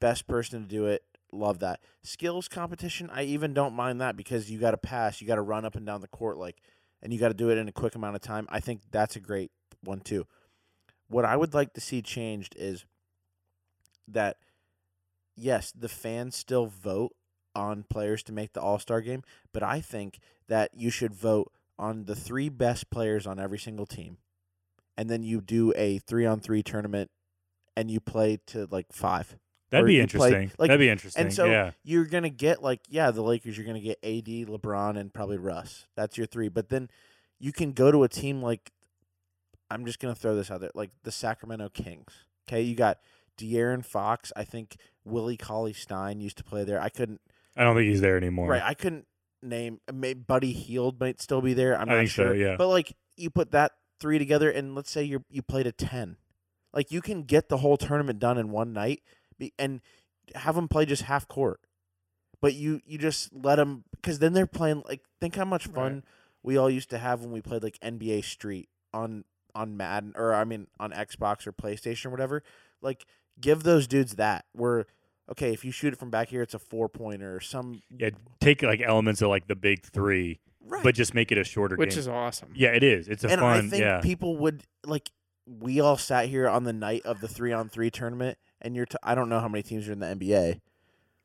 Best person to do it. Love that skills competition. I even don't mind that because you got to pass, you got to run up and down the court, like, and you got to do it in a quick amount of time. I think that's a great one too. What I would like to see changed is that yes, the fans still vote on players to make the All Star game, but I think that you should vote on the three best players on every single team, and then you do a three on three tournament, and you play to like five. that'd or be you play- interesting. like- that'd be interesting. and so yeah. you're gonna get like yeah, the Lakers. You're gonna get AD, LeBron, and probably Russ. That's your three. But then you can go to a team like I'm just gonna throw this out there, like the Sacramento Kings. Okay, you got De'Aaron Fox. I think Willie Cauley Stein used to play there. I couldn't I don't think he's there anymore. Right, I couldn't name. uh, may- Buddy Healed might still be there. I'm I not think so, sure. yeah. But like, you put that three together, and let's say you you played a ten, like you can get the whole tournament done in one night, be- and have them play just half court. But you you just let them because then they're playing like think how much fun we all used to have when we played like NBA Street on on Madden or I mean on Xbox or PlayStation or whatever. Like give those dudes that where okay if you shoot it from back here it's a four pointer or some Yeah, take like elements of like the big three, right. but just make it a shorter Which game. is awesome. yeah, it is. It's a and fun. I think yeah, people would like. We all sat here on the night of the three on three tournament, and you're. T- I don't know how many teams are in the NBA.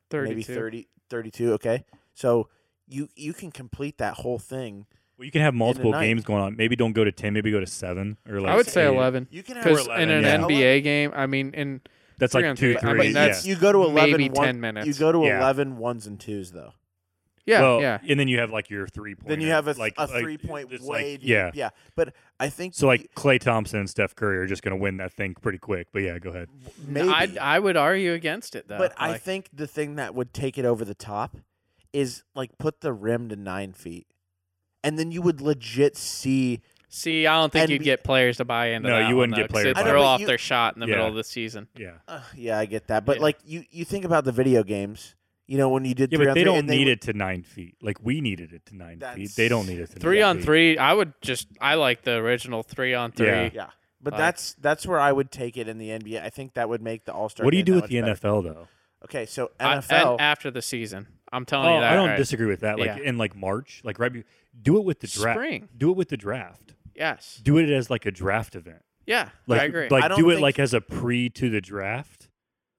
32. Maybe 30, 32, Okay, so you you can complete that whole thing. well, you can have multiple night. games going on. Maybe don't go to ten. Maybe go to seven or like. I would say eight. 11. You can have Because Or 11, in an yeah. NBA game, I mean, in That's three like on two, three. three. I mean, yeah. that's you go to 11 maybe one- 10 minutes. You go to Yeah. eleven ones and twos though. Yeah, well, yeah. And then you have like your three point. Then you have a, like a like, three point it's like- way deep. yeah. yeah. But I think So you- like Clay Thompson and Steph Curry are just going to win that thing pretty quick. But yeah, go ahead. maybe, I I would argue against it though. but I Like, think the thing that would take it over the top is like put the rim to nine feet, and then you would legit see. see, I don't think and you'd be- get players to buy into No, that. you wouldn't one, get though, 'cause players they'd to buy throw into it. off their shot in the middle Yeah. of the season. Yeah. Uh, yeah, I get that, but Yeah. like you, you think about the video games. You know when you did Yeah, three but on they three don't and they need would- it to nine feet. Like we needed it to nine feet. They don't need it to Three nine on feet. three, I would just I like the original three on three. Yeah. Yeah, but Like- that's that's where I would take it in the NBA. I think that would make the All Star. What do you do with the NFL though? Okay, so I- NFL. and after the season, I'm telling Oh, you that. I don't right. disagree with that. Like Yeah. in like March, like right. be- Do it with the draft. Spring. Do it with the draft. Yes. Do it as like a draft event. Yeah. Like, I agree. Like I don't do it think- like as a pre to the draft.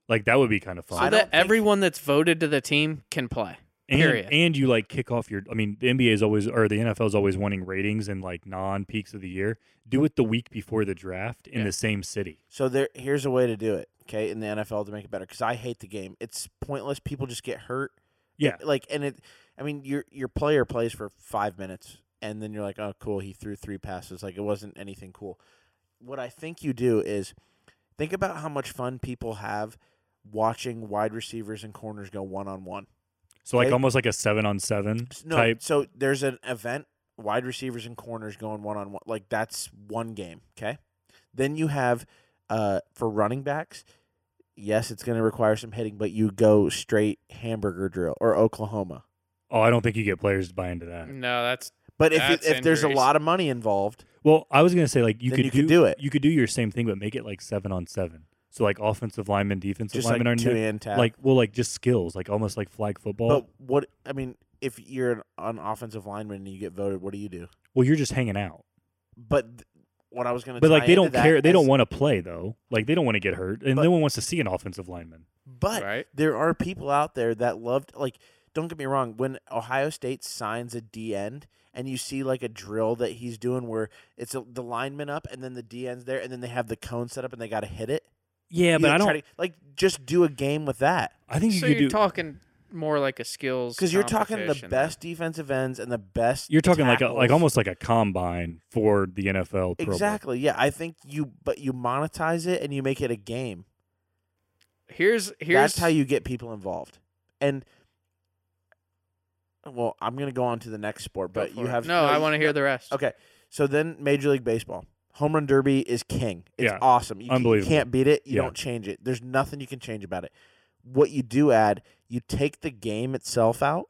Like that would be kind of fun. I so don't that think- everyone that's voted to the team can play. and, period. and you like kick off your. I mean, the NBA is always or the NFL is always wanting ratings and like non peaks of the year. Do it the week before the draft in Yeah. the same city. so there, here's a way to do it. Okay, in the NFL to make it better because I hate the game. It's pointless. People just get hurt. Yeah. Like, and it. I mean, your your player plays for five minutes, and then you're like, oh, cool. He threw three passes. Like it wasn't anything cool. What I think you do is think about how much fun people have watching wide receivers and corners go one on one. So like Okay. almost like a seven on seven S- No, type. so there's an event, wide receivers and corners going one on one. Like that's one game, okay? Then you have uh for running backs, yes, it's going to require some hitting, but you go straight hamburger drill or Oklahoma. Oh, I don't think you get players to buy into that. No, that's But if it, That's if there's a injuries. lot of money involved, Well, I was gonna say like you Then could you do could do it. You could do your same thing, but make it like seven on seven. So like offensive lineman, defensive just like lineman two are and tap. like well like just skills, like almost like flag football. but what I mean, if you're an, an offensive lineman and you get voted, what do you do? well, you're just hanging out. But th- what I was going to But like they don't care. They don't want to play though. Like they don't want to get hurt, and But- no one wants to see an offensive lineman. But right. there are people out there that loved like don't get me wrong when ohio state signs a d end and you see like a drill that he's doing where it's a, the lineman up and then the d end's there and then they have the cone set up and they got to hit it Yeah, You but I try don't. to- like just do a game with that I think you So could do. you're talking more like a skills because you're talking the competition then. best defensive ends and the best you're talking like a, tackles. like almost like a combine for the NFL. Pro Bowl. exactly yeah i think you but you monetize it and you make it a game Here's here's that's how you get people involved and well i'm gonna go on to the next sport Go but for you it. have no. I you- want to hear the rest. Okay. So then Major League Baseball. Home run derby is king. It's Yeah. awesome. You, c- Unbelievable. You can't beat it. You Yeah. don't change it. There's nothing you can change about it. What you do add, you take the game itself out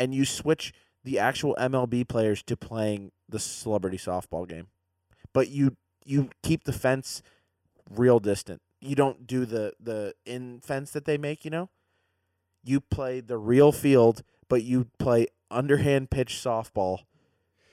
and you switch the actual MLB players to playing the celebrity softball game. But you you keep the fence real distant. You don't do the the in fence that they make, you know? You play the real field, but you play underhand pitch softball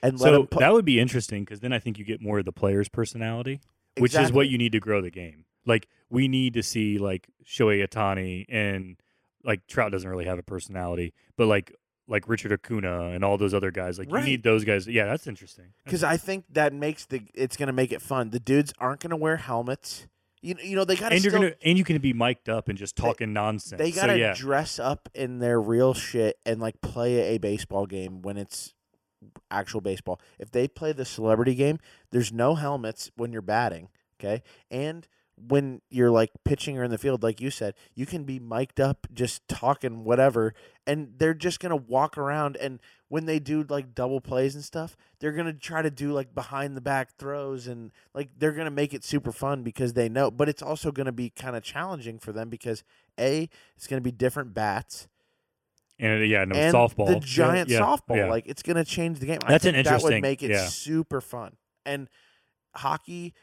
and let So them play. that would be interesting because then I think you get more of the player's personality, which is what you need to grow the game. Like we need to see like Shohei Atani and like Trout doesn't really have a personality, but like like Richard Acuna and all those other guys, like Right. you need those guys. Yeah, that's interesting. because I think that makes the it's gonna make it fun. The dudes aren't gonna wear helmets. You you know they gotta and you're still, gonna and you can be mic'd up and just talking nonsense. they gotta so yeah, dress up in their real shit and like play a baseball game when it's actual baseball. If they play the celebrity game, there's no helmets when you're batting. Okay, and when you're like pitching or in the field, like you said, you can be mic'd up, just talking whatever, and they're just gonna walk around. And when they do like double plays and stuff, they're gonna try to do like behind the back throws, and like they're gonna make it super fun because they know. But it's also gonna be kind of challenging for them because a it's gonna be different bats and yeah, no and softball, the Yeah, giant yeah, softball. yeah. Like it's gonna change the game. I That's think an That would interesting- make it yeah. super fun. And hockey,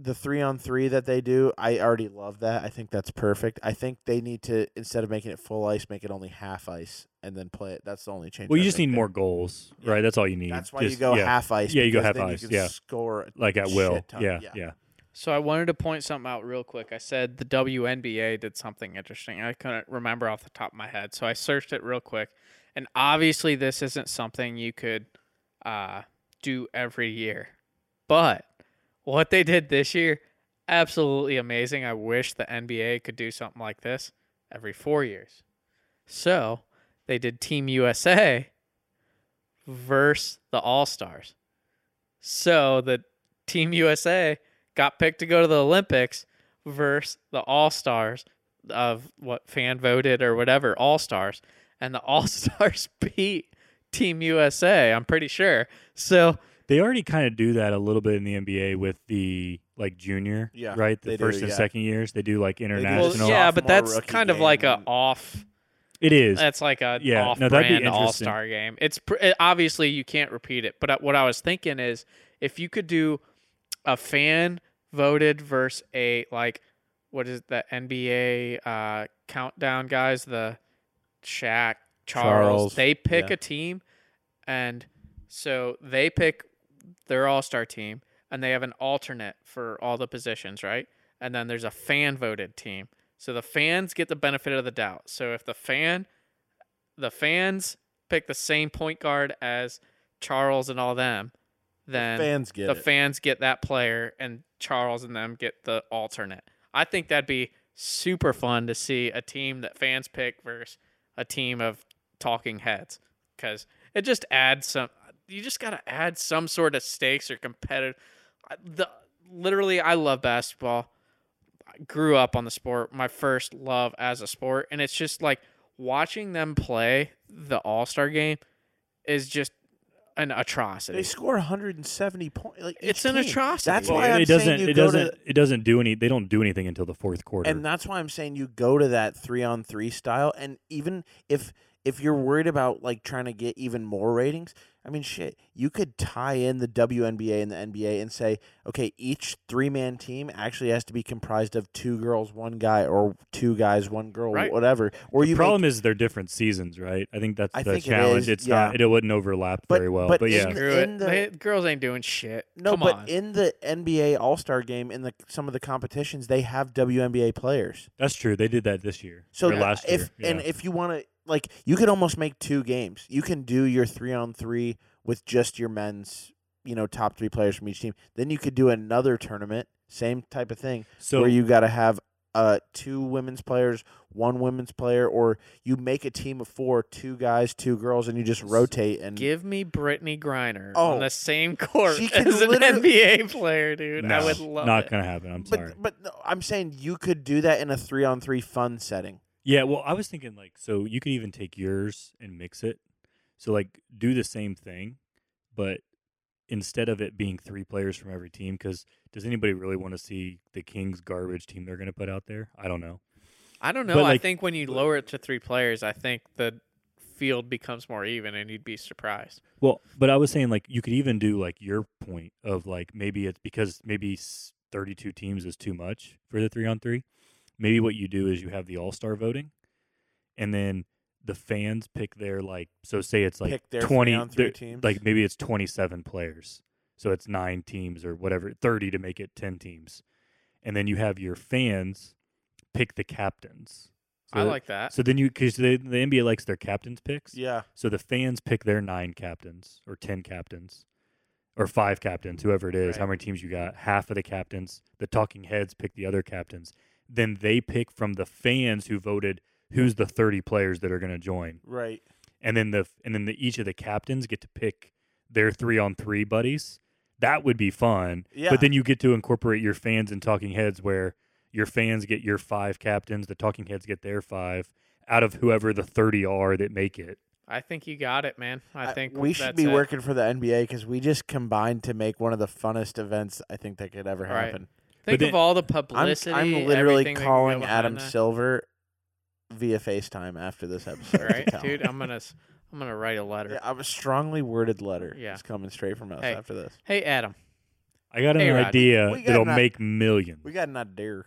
the three on three that they do, I already love that. I think that's perfect. I think they need to instead of making it full ice, make it only half ice, and then play it. That's the only change. well, you I'd just make need there. more goals, right? That's all you need. That's why you Just- go yeah, half ice. Yeah, you go because half then ice, You can yeah. score a like at shit will. ton. Yeah, yeah. yeah. So I wanted to point something out real quick. I said the WNBA did something interesting. I couldn't remember off the top of my head, so I searched it real quick. And obviously, this isn't something you could uh, do every year. But what they did this year, absolutely amazing. I wish the NBA could do something like this every four years. So they did Team USA versus the All Stars. So the Team USA got picked to go to the Olympics versus the All Stars of what fan voted or whatever All Stars, and the All Stars beat Team USA. I'm pretty sure. So They already kind of do that a little bit in the NBA with the like junior, Yeah, right? The they do, first and yeah. second years, they do like well, international. National yeah, but sophomore that's rookie kind of game like a and- off. It is. That's like a Yeah, no, that'd be off-brand interesting. all-star game. It's pr- it- obviously you can't repeat it, but uh, what I was thinking is if you could do a fan voted versus a like what is the NBA uh, countdown guys, the Shaq, Charles, Charles, they pick yeah. a team, and so they pick their all-star team, and they have an alternate for all the positions, right? And then there's a fan voted team. So the fans get the benefit of the doubt. So if the fan the fans pick the same point guard as Charles and all them, then Fans get the it. fans get that player and Charles and them get the alternate. I think that'd be super fun to see a team that fans pick versus a team of talking heads because it just adds some. You just gotta add some sort of stakes or competitive. I- The literally, I love basketball. I grew up on the sport. My first love as a sport, and it's just like watching them play the All Star game is just an atrocity. They score 170 points. Like It's each an team. atrocity. That's Well, why it I'm doesn't. saying you it go doesn't. to, it doesn't do any. They don't do anything until the fourth quarter. and that's why I'm saying you go to that three on three style. And even if if you're worried about like trying to get even more ratings, I mean, shit, you could tie in the WNBA and the NBA and say, okay, each three man team actually has to be comprised of two girls, one guy, or two guys, one girl, Right. whatever. Or the you make problem is they're different seasons, right? I think that's I the think it challenge. is, it's yeah. not. It wouldn't overlap But- very well. but But, in yeah, the- Screw it. the- They- girls ain't doing shit. No, Come but on. in the NBA All Star Game, in the some of the competitions, they have WNBA players. that's true. They did that this year. So or last if year. Yeah. and if you want to, like, you could almost make two games. You can do your three on three with just your men's, you know, top three players from each team. Then you could do another tournament, same type of thing, so where you got to have uh two women's players, one women's player, or you make a team of four, two guys, two girls, and you just rotate and. Give me Brittany Griner Oh. on the same court She can as an literally- NBA player, dude. no, I would love not it. gonna happen. I'm sorry. but but no, I'm saying you could do that in a three on three fun setting. Yeah, well, I was thinking like so you could even take yours and mix it. So like do the same thing, but instead of it being three players from every team cuz does anybody really want to see the Kings garbage team they're going to put out there? I don't know. I don't know. But, I like- think when you lower it to three players, I think the field becomes more even, and you'd be surprised. Well, but I was saying like you could even do like your point of like maybe it's because maybe s- 32 teams is too much for the 3 on 3. Maybe what you do is you have the all-star voting and then the fans pick their like so say it's like Pick their 20 three-on-three their- teams. like maybe it's 27 players. So it's 9 teams or whatever, 30 to make it 10 teams. And then you have your fans pick the captains. So I that- like that. So then you cuz the the NBA likes their captains picks. Yeah. So the fans pick their nine captains or 10 captains or five captains, whoever it is, how Right. many teams you got, half of the captains. The talking heads pick the other captains. Then they pick from the fans who voted who's the 30 players that are going to join. Right. And then the and then the, each of the captains get to pick their 3 on 3 buddies. That would be fun. Yeah. But then you get to incorporate your fans and talking heads where your fans get your five captains, the talking heads get their five out of whoever the 30 are that make it. I think you got it, man. I think we should that's be it. working for the NBA because we just combined to make one of the funnest events I think that could ever Right. happen. Think then- of all the I'm, publicity. I'm everything literally that can go calling behind Adam that. Silver via FaceTime after this episode. to Right, tell him. dude. I'm gonna s- I'm gonna write a letter. Yeah, I have a strongly worded letter. Yeah. It's coming straight from us Hey. after this. Hey, Adam. I got an Hey, Rod, idea we got that'll an i- make millions. We got an idea.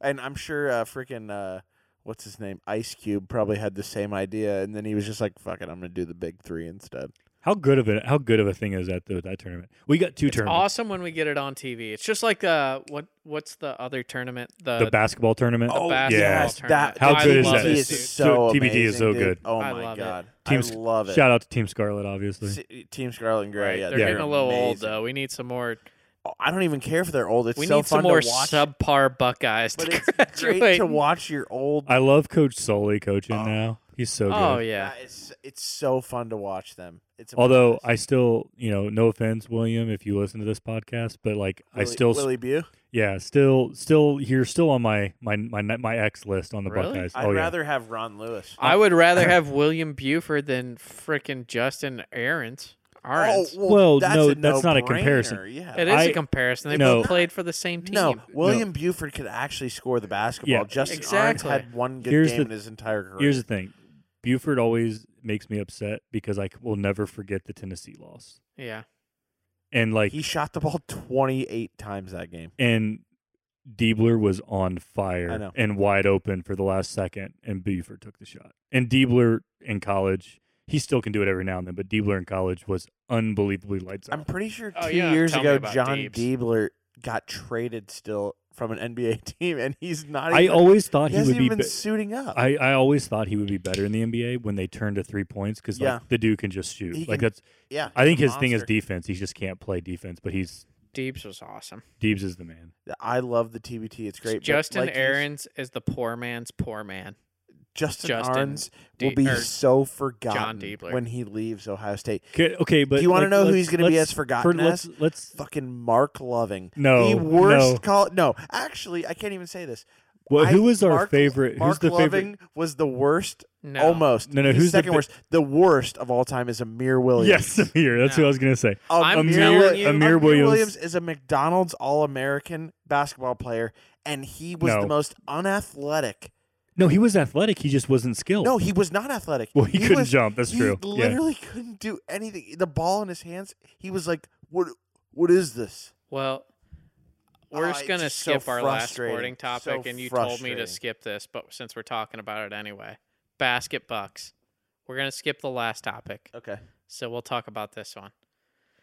And I'm sure uh, freaking, uh, what's his name? Ice Cube probably had the same idea. And then he was just like, fuck it, I'm going to do the big three instead. how good of a how good of a thing is that though? That tournament. We got two It's tournaments. awesome when we get it on TV. It's just like uh, what what's the other tournament? The, The basketball tournament. Oh, basketball yeah. tournament. That, How the good is TBT that? Is Dude, so TBT is amazing, so dude. good. Oh I my love it. god, Team I Sc- love it. Shout out to Team Scarlet, obviously. S- Team Scarlet and Gray, right. yeah, they're getting a little old amazing. though. We need some more. Oh, I don't even care if they're old. It's we so need fun some more to watch. subpar Buckeyes but to it's graduate. great to watch your old. I love Coach Sully coaching Oh. now. He's so good. oh yeah. Uh, it's it's so fun to watch them. It's Although I I still, you know, no offense, William, if you listen to this podcast, but like I still, Oh, Willie Bew. yeah, still, still, you're still on my my my my ex list on the Really? Buckeyes. I'd oh yeah, rather have Ron Lewis. I would rather have William Buford than frickin' Justin Aarons. Oh, Aarons. Well, that's no, a that's not a comparison. no-brainer, Yeah. it is a I- comparison. They No. both played for the same team. No, William Buford could actually score the basketball. Yeah. Justin Exactly. Arns had one good Here's game the- in his entire career. Here's the thing, Buford always makes me upset because I c- will never forget the Tennessee loss, Yeah. and like he shot the ball 28 times that game. and Diebler was on I fire know. and wide open for the last second, and Buford took the shot. And Diebler in college, he still can do it every now and then, but Diebler in college was unbelievably lights I'm out. pretty sure two Oh, yeah, years tell me ago, about John Deebs. Diebler got traded still from an NBA team, and he's not. I even, always thought he he, hasn't would be. even be- been suiting up. I, I always thought he would be better in the NBA when they turn to three points because Yeah. like the dude can just shoot. He like can- that's yeah, I think he's his a thing is monster. defense. He just can't play defense, but he's Deeps was awesome. Deebs is the man. I love the TBT. It's great. but Justin like you- Aarons is the poor man's poor man. Justin, Justin Arns De- will be or so forgotten Diebler. when he leaves Ohio State. Okay, okay but Do you wanna like, know who let's- he's gonna be let's- as forgotten for- let's, as? Let's Fucking Mark Loving. no the worst No. call. No, actually, I can't even say this. Well, I- who was our Mark- favorite? Mark who's the Loving favorite? was the worst. No. Almost. No, no, He's who's the second bi- worst? The worst of all time is Amir Williams. Yes, Amir. That's who I was gonna say. I'm Amir, telling Wi- you- Amir Amir Williams- is a McDonald's All-American basketball player, and he was No. the most unathletic. No, he was athletic. He just wasn't skilled. No, he was not athletic. well, he, couldn't was- jump. That's he true. Yeah. literally couldn't do anything. The ball in his hands, he was like, "What? What is this?" Well, Oh, we're it's just gonna just so skip our last frustrating. sporting topic, So and you told me to frustrating. skip this, but since we're talking about it anyway, basket bucks. We're gonna skip the last topic, Okay, so we'll talk about this one.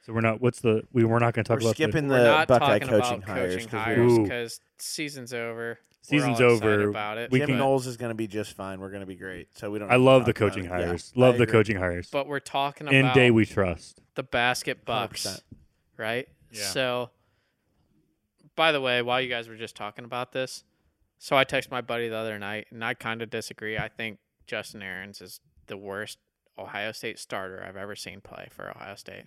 So we're not. What's the? We were not gonna talk we're about skipping we're the not Buckeye talking coaching about hires coaching 'cause we- hires Ooh. because season's over. the season's we're all excited over. About it, We Jim can- Knowles is going to be just fine. We're going to be great. So we don't. I have to love the talk about coaching it. Yeah, hires. I love the agree. coaching hires. but we're talking In about day we trust. the basket bucks, 100%. right? Yeah. So, by the way, while you guys were just talking about this, so I texted my buddy the other night, and I kind of disagree. I think Justin Aarons is the worst Ohio State starter I've ever seen play for Ohio State.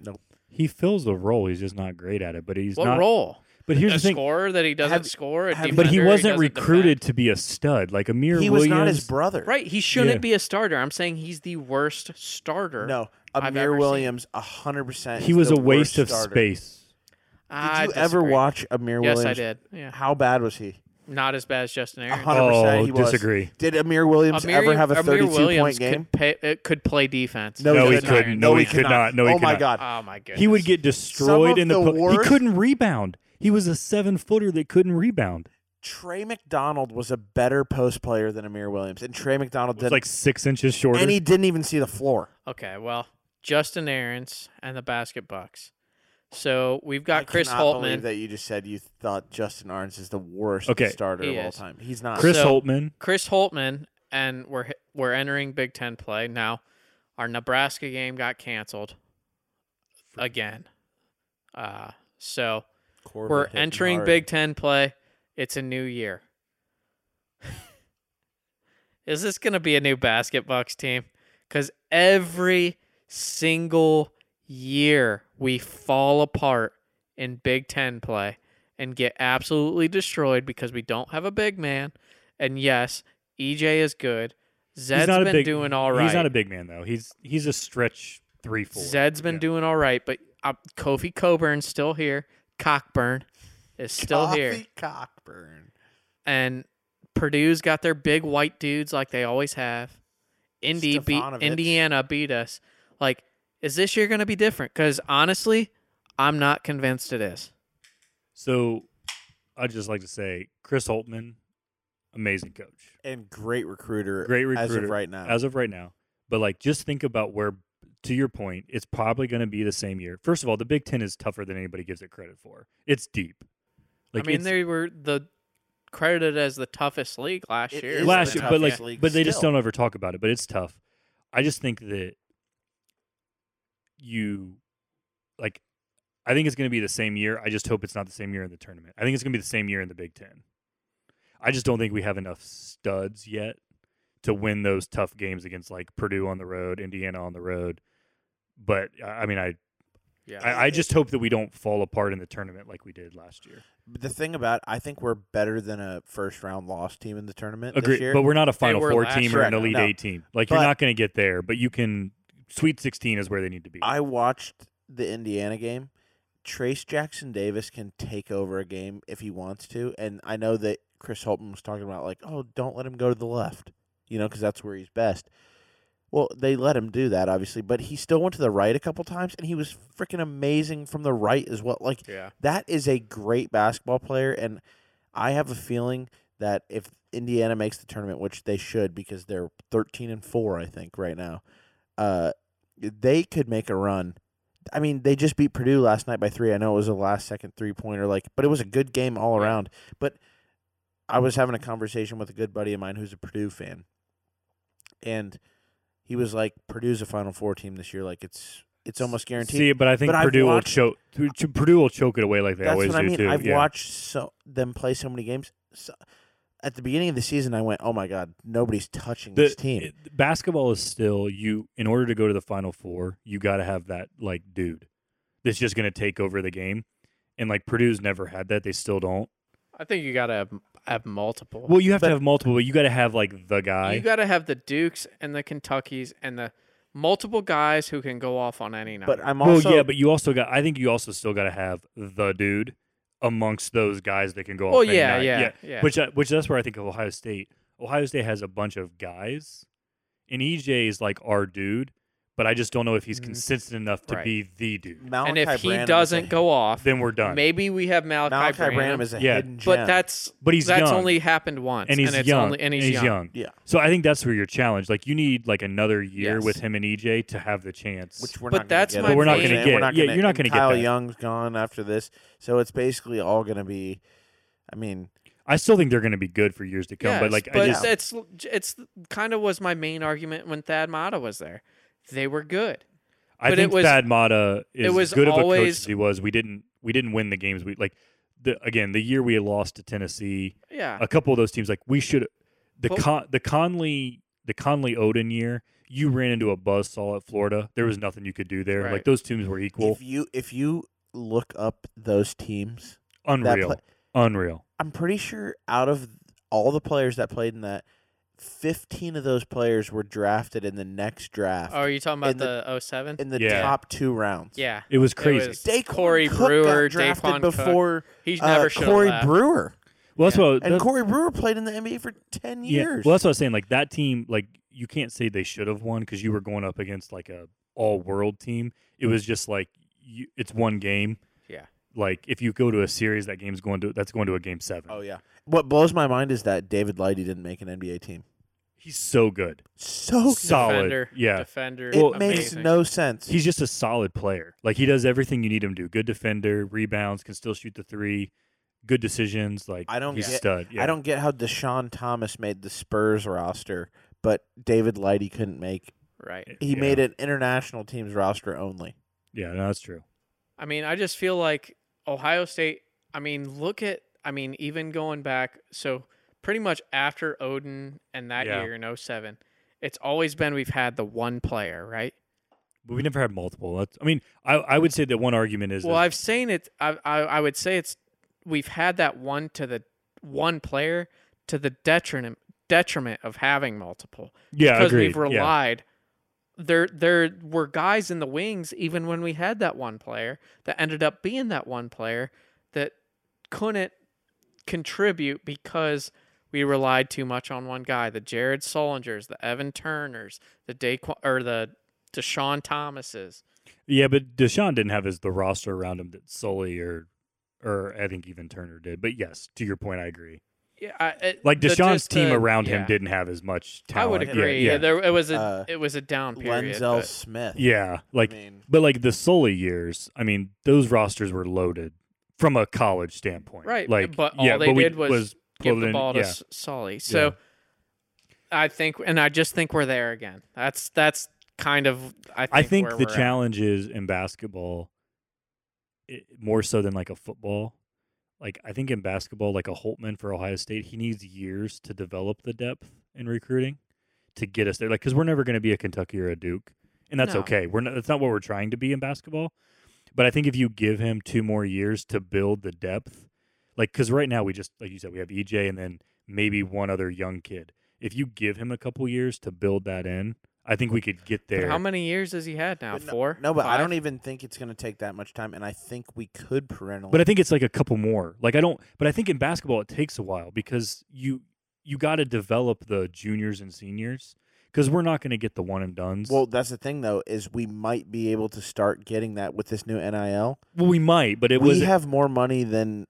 He fills the role. He's just not great at it. But he's what not. role? But here's a the thing. scorer that he doesn't Have- score. A have- But he defender wasn't doesn't recruited defend? to be a stud like Amir He was Williams. not his brother. Right, he shouldn't Yeah. be a starter. I'm saying he's the worst starter. No, I've Amir ever seen. Williams, hundred percent. He was a waste of space. Did you I ever Ah, disagree. watch Amir Yes, Williams? I did. Yeah, How bad was he? not as bad as Justin Aarons. hundred percent. Oh, He was. disagree. Did Amir Williams Amir- ever have a Amir thirty-two Williams point game? Could, pay, uh, could play defense. No, he Justin couldn't. Aarons. No, he could not. No, he oh my could God. Oh my goodness. He would get destroyed of in the. the po- he worst- couldn't rebound. He was a seven footer that couldn't rebound. Trey McDonald was a better post player than Amir Williams, and Trey McDonald It's didn't. like six inches shorter. and he didn't even see the floor. Okay, well, Justin Aarons and the basket bucks. So we've got I Chris cannot believe Holtman. That you just said you thought Justin Arns is the worst Okay. starter He of all is. time. He's not. Chris So- Holtman. Chris Holtman, and we're hi- we're entering Big Ten play now. Our Nebraska game got canceled again. Uh, so Corbin we're hitting entering hard. Big Ten play. It's a new year. Is this going to be a new basket bucks team? Because every single year we fall apart in Big Ten play and get absolutely destroyed because we don't have a big man. And yes, EJ is good. Zed's he's not been a big, doing all right. He's not a big man though. He's he's a stretch three four. Zed's been Yeah. doing all right, but uh, Kofi Coburn's still here. Cockburn is still here. Coffee Cockburn. and Purdue's got their big white dudes like they always have. Indy beat Stefanovic. Indiana beat us. Like, is this year going to be different? Because honestly, I'm not convinced it is. So I'd just like to say Chris Holtman, amazing coach, and great recruiter. great as recruiter of right now. As of right now, but like just think about where. To your point, it's probably going to be the same year. First of all, the Big Ten is tougher than anybody gives it credit for. It's deep. I mean, it's- they were the credited as the toughest league last It year. is last the year, but toughest like, league but they just still. don't ever talk about it. But it's tough. I just think that you, like, I think it's going to be the same year. I just hope it's not the same year in the tournament. I think it's going to be the same year in the Big Ten. I just don't think we have enough studs yet to win those tough games against like Purdue on the road, Indiana on the road. But I- I mean, I Yeah. I, I just hope that we don't fall apart in the tournament like we did last year. But the thing about I think we're better than a first round loss team in the tournament this Agree, year. but we're not a Final were Four last team year. or an Correct, Elite no. Eight team. Like But- you're not going to get there, but you can. Sweet Sixteen is where they need to be. I watched the Indiana game. Trace Jackson Davis can take over a game if he wants to, and I know that Chris Holton was talking about like, oh, don't let him go to the left, you know, because that's where he's best. Well, they let him do that obviously, but he still went to the right a couple times, and he was freaking amazing from the right as well. Like yeah. that is a great basketball player and i have a feeling that if indiana makes the tournament which they should because they're 13 and 4 i think right now uh, they could make a run i mean they just beat purdue last night by three i know it was a last second three pointer like but it was a good game all Yeah. around but i was having a conversation with a good buddy of mine who's a purdue fan and he was like purdue's a final four team this year like it's it's almost guaranteed See, but I think But I've Purdue watched- will choke. Ch- Purdue will choke it away like they That's always what I do mean. too. I've yeah. watched so them play so many games. So, at the beginning of the season, I went, "Oh my god, nobody's touching the this team." it- basketball is still you. In order to go to the Final Four, you got to have that like dude that's just going to take over the game. And like Purdue's never had that. They still don't. I think you gotta have, have multiple. Well, you have But- to have multiple. But you got to have like the guy. you gotta have the Dukes and the Kentuckys and the multiple guys who can go off on any night. but I'm Well, also yeah, but you also got. I think you also still got to have the dude amongst those guys that can go. well, off any yeah, night. yeah, yeah. Which, I- which that's where I think of Ohio State. Ohio State has a bunch of guys, and EJ is like our dude, but I just don't know if he's Mm. consistent enough to Right. be the dude. Malachi and if he Branham is doesn't a, go off, Then we're done. maybe we have Malachi, Malachi Branham, Branham, is a Yeah. hidden gem. but that's but he's that's young, only happened once, and he's it's young, only, and he's, young. yeah, So I think that's where your challenge. Like you need like another year Yes. with him and EJ to have the chance. which we're But not. that's gonna my get. But we're not You know what I'm gonna saying? get- yeah, you're not gonna get Kyle that. Young's gone after this, so it's basically all going to be. I mean, I still think they're going to be good for years to come. Yes, but like I just it's it's kind of was my main argument when Thad Mata was there. They were good. I But it think was- Thad Mata it is was as good of a coach always- as he was. We didn't we didn't win the games. We like the, again the year we lost to Tennessee. Yeah, A couple of those teams like we should the But- Con, the Conley the Conley Odin year. You ran into a buzzsaw at Florida. There was nothing you could do there. Right. Like those teams were equal. if you if you look up those teams, that Unreal. pla- Unreal. I'm pretty sure out of all the players that played in that, 15 of those players were drafted in the next draft Oh, are you talking about in the- the, 07? in the Yeah. top two rounds. yeah. It was crazy. was- Daquan Corey Cook Brewer, got drafted Daquan Cook, before He's uh, never should have Corey left. Brewer, well, that's yeah. what and that's- Corey Brewer played in the NBA for 10 years. Well, that's what I was saying. Like that team, like you can't say they should have won because you were going up against like a all world team. It was just like you, it's one game. Yeah. Like if you go to a series, that game's going to that's going to a game seven. oh yeah. What blows my mind is that David Lighty didn't make an NBA team. He's so good, So solid. Defender, Yeah, defender. it Well, makes amazing. no sense. he's just a solid player. Like he does everything you need him to. Good defender, rebounds, can still shoot the three. Good decisions. Like I don't he's get- stud. Yeah. I don't get how Deshaun Thomas made the Spurs roster, but David Lighty couldn't make. right. He Yeah. made an international team's roster only. Yeah, no, that's true. I mean, I just feel like Ohio State. I mean, look at. I mean, even going back, so pretty much after Odin and that Yeah. year in 07, it's always been we've had the one player, right? But we never had multiple. That's, I mean, I, I would say that one argument is Well, that I've seen it. I, I I would say it's we've had that one to the one player to the detriment detriment of having multiple yeah, because agreed. we've yeah. relied. There there were guys in the wings even when we had that one player that ended up being that one player that couldn't contribute because we relied too much on one guy. The Jared Solingers, the Evan Turners, the Daqu- or the Deshaun Thomases. Yeah, but Deshaun didn't have his the roster around him that Sully or or I think even Turner did. But yes, to your point, I agree. Yeah, I, it- Like the- Deshaun's just team the- around him yeah. didn't have as much I talent. would talent. agree. Yeah, Yeah, yeah. there it was a Uh, it was a down period. Lenzel but- Smith. Yeah, like I mean, but like the Sully years, I mean, those rosters were loaded from a college standpoint. Right, Like but all yeah, they but we- did was put give it the in- ball to yeah. S Sully. So Yeah. I think, and I just think we're there again. That's that's kind of I think, I think where the we're at. challenge is in basketball it, more so than like a football. Like I think in basketball, like a Holtman for Ohio State, he needs years to develop the depth in recruiting. to get us there. Like, because we're never going to be a Kentucky or a Duke, and that's No. okay. We're not, that's not what we're trying to be in basketball. But I think if you give him two more years to build the depth, like, because right now we just, like you said, we have EJ and then maybe one other young kid. If you give him a couple years to build that in, I think we could get But there. how many years has he had now? But no- Four? No, but I Five? don't even think it's going to take that much time, and I think we could parentally. But I think it's like a couple more. Like I don't. But I think in basketball it takes a while because you you got to develop the juniors and seniors because we're not going to get the one and duns. well, that's the thing though is we might be able to start getting that with this new NIL. Well, we might, but it we was have more money than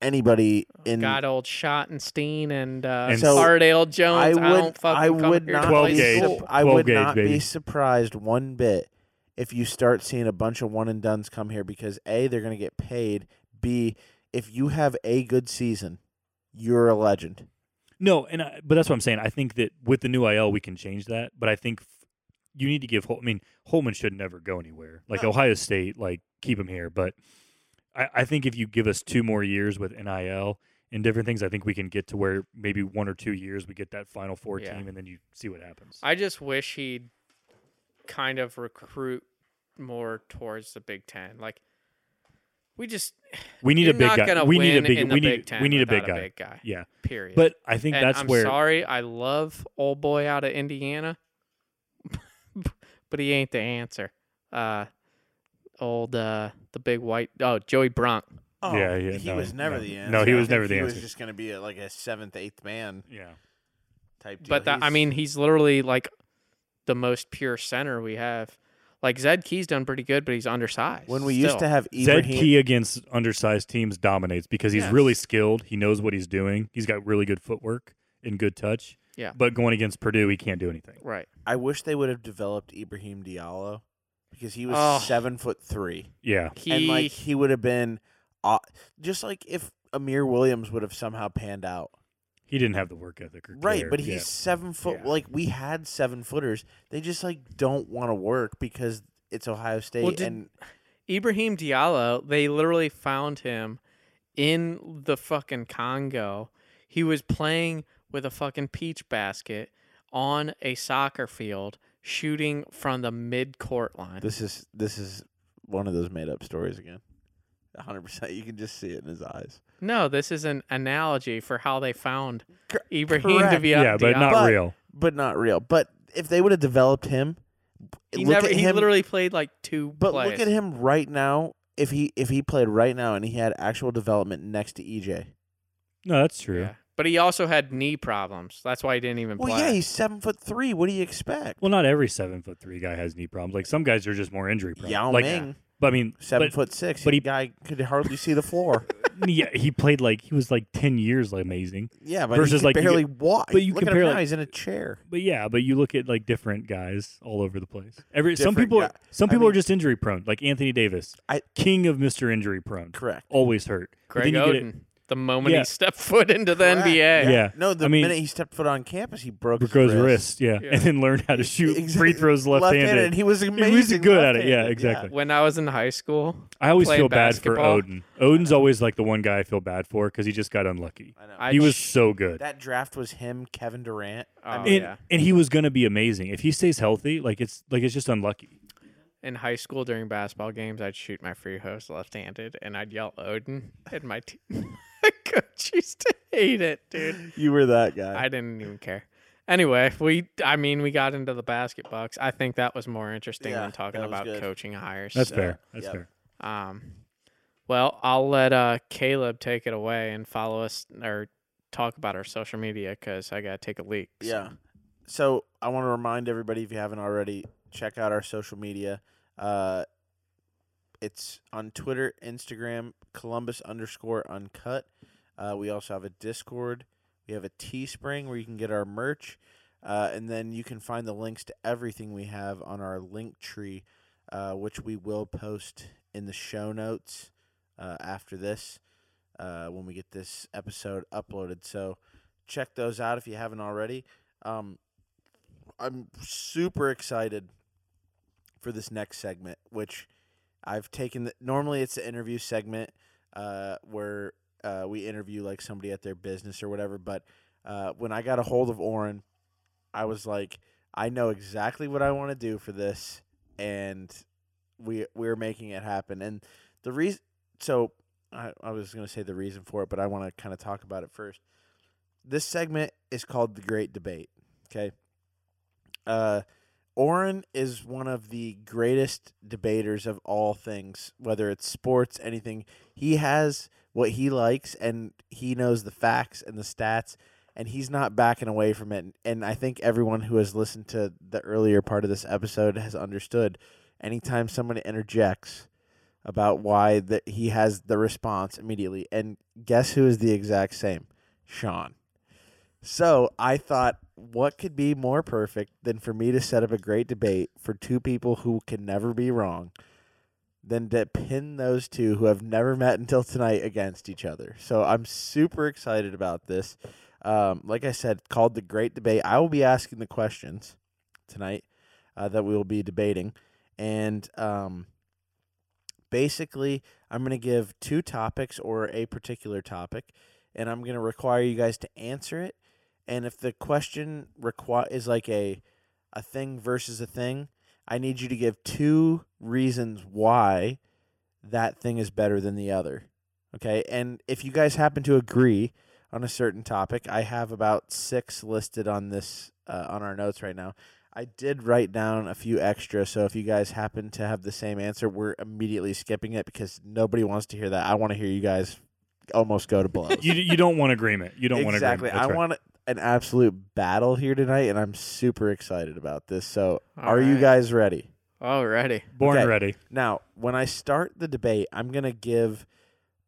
anybody in. got old Schottenstein and uh, And and so- Jones. I I, would. don't fucking I come would here not. to play 12 be gauge. sup- school. I 12 would gauge, not baby. be surprised one bit if you start seeing a bunch of one and duns come here because a they're going to get paid. B if you have a good season, you're a legend. no, and I, but that's what I'm saying. I think that with the new IL we can change that, but I think f- you need to give. Hol- I mean, Holman should never go anywhere. Like Ohio State, like keep him here. But I, I think if you give us two more years with NIL and different things, I think we can get to where maybe one or two years we get that Final Four Yeah. team, and then you see what happens. I just wish he'd kind of recruit more towards the Big Ten. Like we just we need you're a big not guy. gonna We win need a big. in the we Big need. Ten we need a big without guy. big guy. Yeah, Period. but I think And that's I'm where sorry, I love old boy out of Indiana, but he ain't the answer. Uh, old uh, the big white oh Joey Bronk. Oh, Yeah, yeah, He no, was never no. the No, answer. he I was think never the he answer. was just going to be a, like a seventh, eighth man yeah. type. Deal. But that, I He's- mean, he's literally like the most pure center we have. Like Zed Key's done pretty good, but he's undersized. when we used still. to have Zed Ibrahim, Key against undersized teams dominates because he's really Yes. skilled. He knows what he's doing. He's got really good footwork and good touch. Yeah. But going against Purdue, he can't do anything. right, I wish they would have developed Ibrahim Diallo because he was Oh. seven foot three, Yeah. he and like he would have been, uh, just like if Amir Williams would have somehow panned out, He didn't have the work ethic. Or right? care. But Yeah. he's seven foot. Yeah. Like we had seven footers, they just like don't want to work because it's Ohio State, did- and Ibrahim Diallo, they literally found him in the fucking Congo. He was playing with a fucking peach basket on a soccer field, shooting from the mid court line. this is this is one of those made up stories again. hundred percent, you can just see it in his eyes. no, this is an analogy for how they found Cor- Ibrahim correct. Diallo. yeah, but not But- real. but not real. But if they would have developed him, He look never. at He him. literally played like two. but plays. look at him right now. If he if he played right now and he had actual development next to E EJ, No, that's true. Yeah. But he also had knee problems. That's why he didn't even well, play. yeah, he's seven foot three. What do you expect? Well, not every seven foot three guy has knee problems. Like some guys are just more injury prone. Yao like, Ming, But I mean, seven but, foot six. but But he- he guy could hardly see the floor. yeah, he played like he was like ten years like, amazing. yeah, but Versus, he could like, you barely walk. but you look at compare, him like- now. He's in a chair. But yeah, but you look at like different guys all over the place. Every some Different people, guy. some I people are mean- just injury prone. Like Anthony Davis, I- king of Mister Injury Prone, Correct. always hurt. But then Greg you get it- Oden. The moment Yeah. he stepped foot into the Correct. NBA. Yeah. No, the I mean- minute he stepped foot on campus, he broke broke his his wrist, yeah. Yeah. and then learned how to shoot free Exactly. throws left-handed. Left-handed, and he was amazing. good at it. Yeah, left-handed. exactly. When I was in high school, I always Played feel bad for basketball. Odin. Odin's always like the one guy I feel bad for because he just got unlucky. I know. I he was sh- so good, that draft was him, Kevin Durant. Oh, I mean, and, yeah. and he was gonna be amazing if he stays healthy. Like it's like it's just unlucky. in high school during basketball games, I'd shoot my free throws left-handed, and I'd yell "Odin," and my t- coach used to hate it, dude. you were that guy. I didn't even care. Anyway, we I mean we got into the basket bucks. I think that was more interesting Yeah, than talking that was about good. coaching hires. That's so, fair. That's yep. fair. Um, well, I'll let uh, Caleb take it away and follow us or talk about our social media because I gotta take a leak. so. Yeah. So I want to remind everybody if you haven't already, check out our social media. Uh, it's on Twitter, Instagram, Columbus underscore uncut. Uh, we also have a Discord. We have a Teespring where you can get our merch. Uh, and then you can find the links to everything we have on our link tree, uh, which we will post in the show notes uh, after this uh, when we get this episode uploaded. So check those out if you haven't already. Um, I'm super excited for this next segment, which I've taken. The, normally, it's the interview segment uh, where uh, we interview like somebody at their business or whatever. But uh, when I got a hold of Oren I was like, I know exactly what I want to do for this, and we we're making it happen. And the reason, so I, I was going to say the reason for it, but I want to kind of talk about it first. This segment is called the Great Debate. Okay, uh, Oren is one of the greatest debaters of all things, whether it's sports, anything. He has what he likes, and he knows the facts and the stats and he's not backing away from it. And I think everyone who has listened to the earlier part of this episode has understood. Anytime someone interjects about why that he has the response immediately, and guess who is the exact same? Sean. So I thought, what could be more perfect than for me to set up a great debate for two people who can never be wrong? Than to pin those two who have never met until tonight against each other. So I'm super excited about this um, like I said, called the Great Debate. I will be asking the questions tonight uh, that we will be debating, and um, basically, I'm going to give two topics or a particular topic, and I'm going to require you guys to answer it. And if the question requi- is like a a thing versus a thing, I need you to give two reasons why that thing is better than the other. Okay, and if you guys happen to agree, on a certain topic. I have about six listed on this uh, on our notes right now. I did write down a few extra, so if you guys happen to have the same answer, we're immediately skipping it because nobody wants to hear that. I want to hear you guys almost go to blows. You you don't want agreement. You don't exactly. want agreement. That's I right. want an absolute battle here tonight, and I'm super excited about this. So, All are you right. guys ready? Alrighty. born okay. ready. Now, when I start the debate, I'm going to give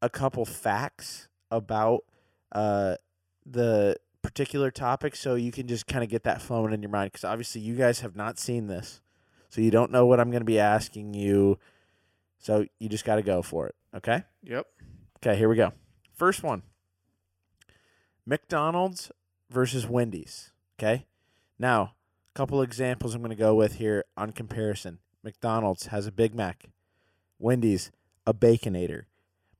a couple facts about uh, the particular topic so you can just kind of get that flowing in your mind because obviously you guys have not seen this. So you don't know what I'm going to be asking you. So you just got to go for it. Okay? Yep. Okay, here we go. First one McDonald's versus Wendy's. Okay. Now, a couple examples I'm going to go with here on comparison. McDonald's has a Big Mac, Wendy's, a Baconator,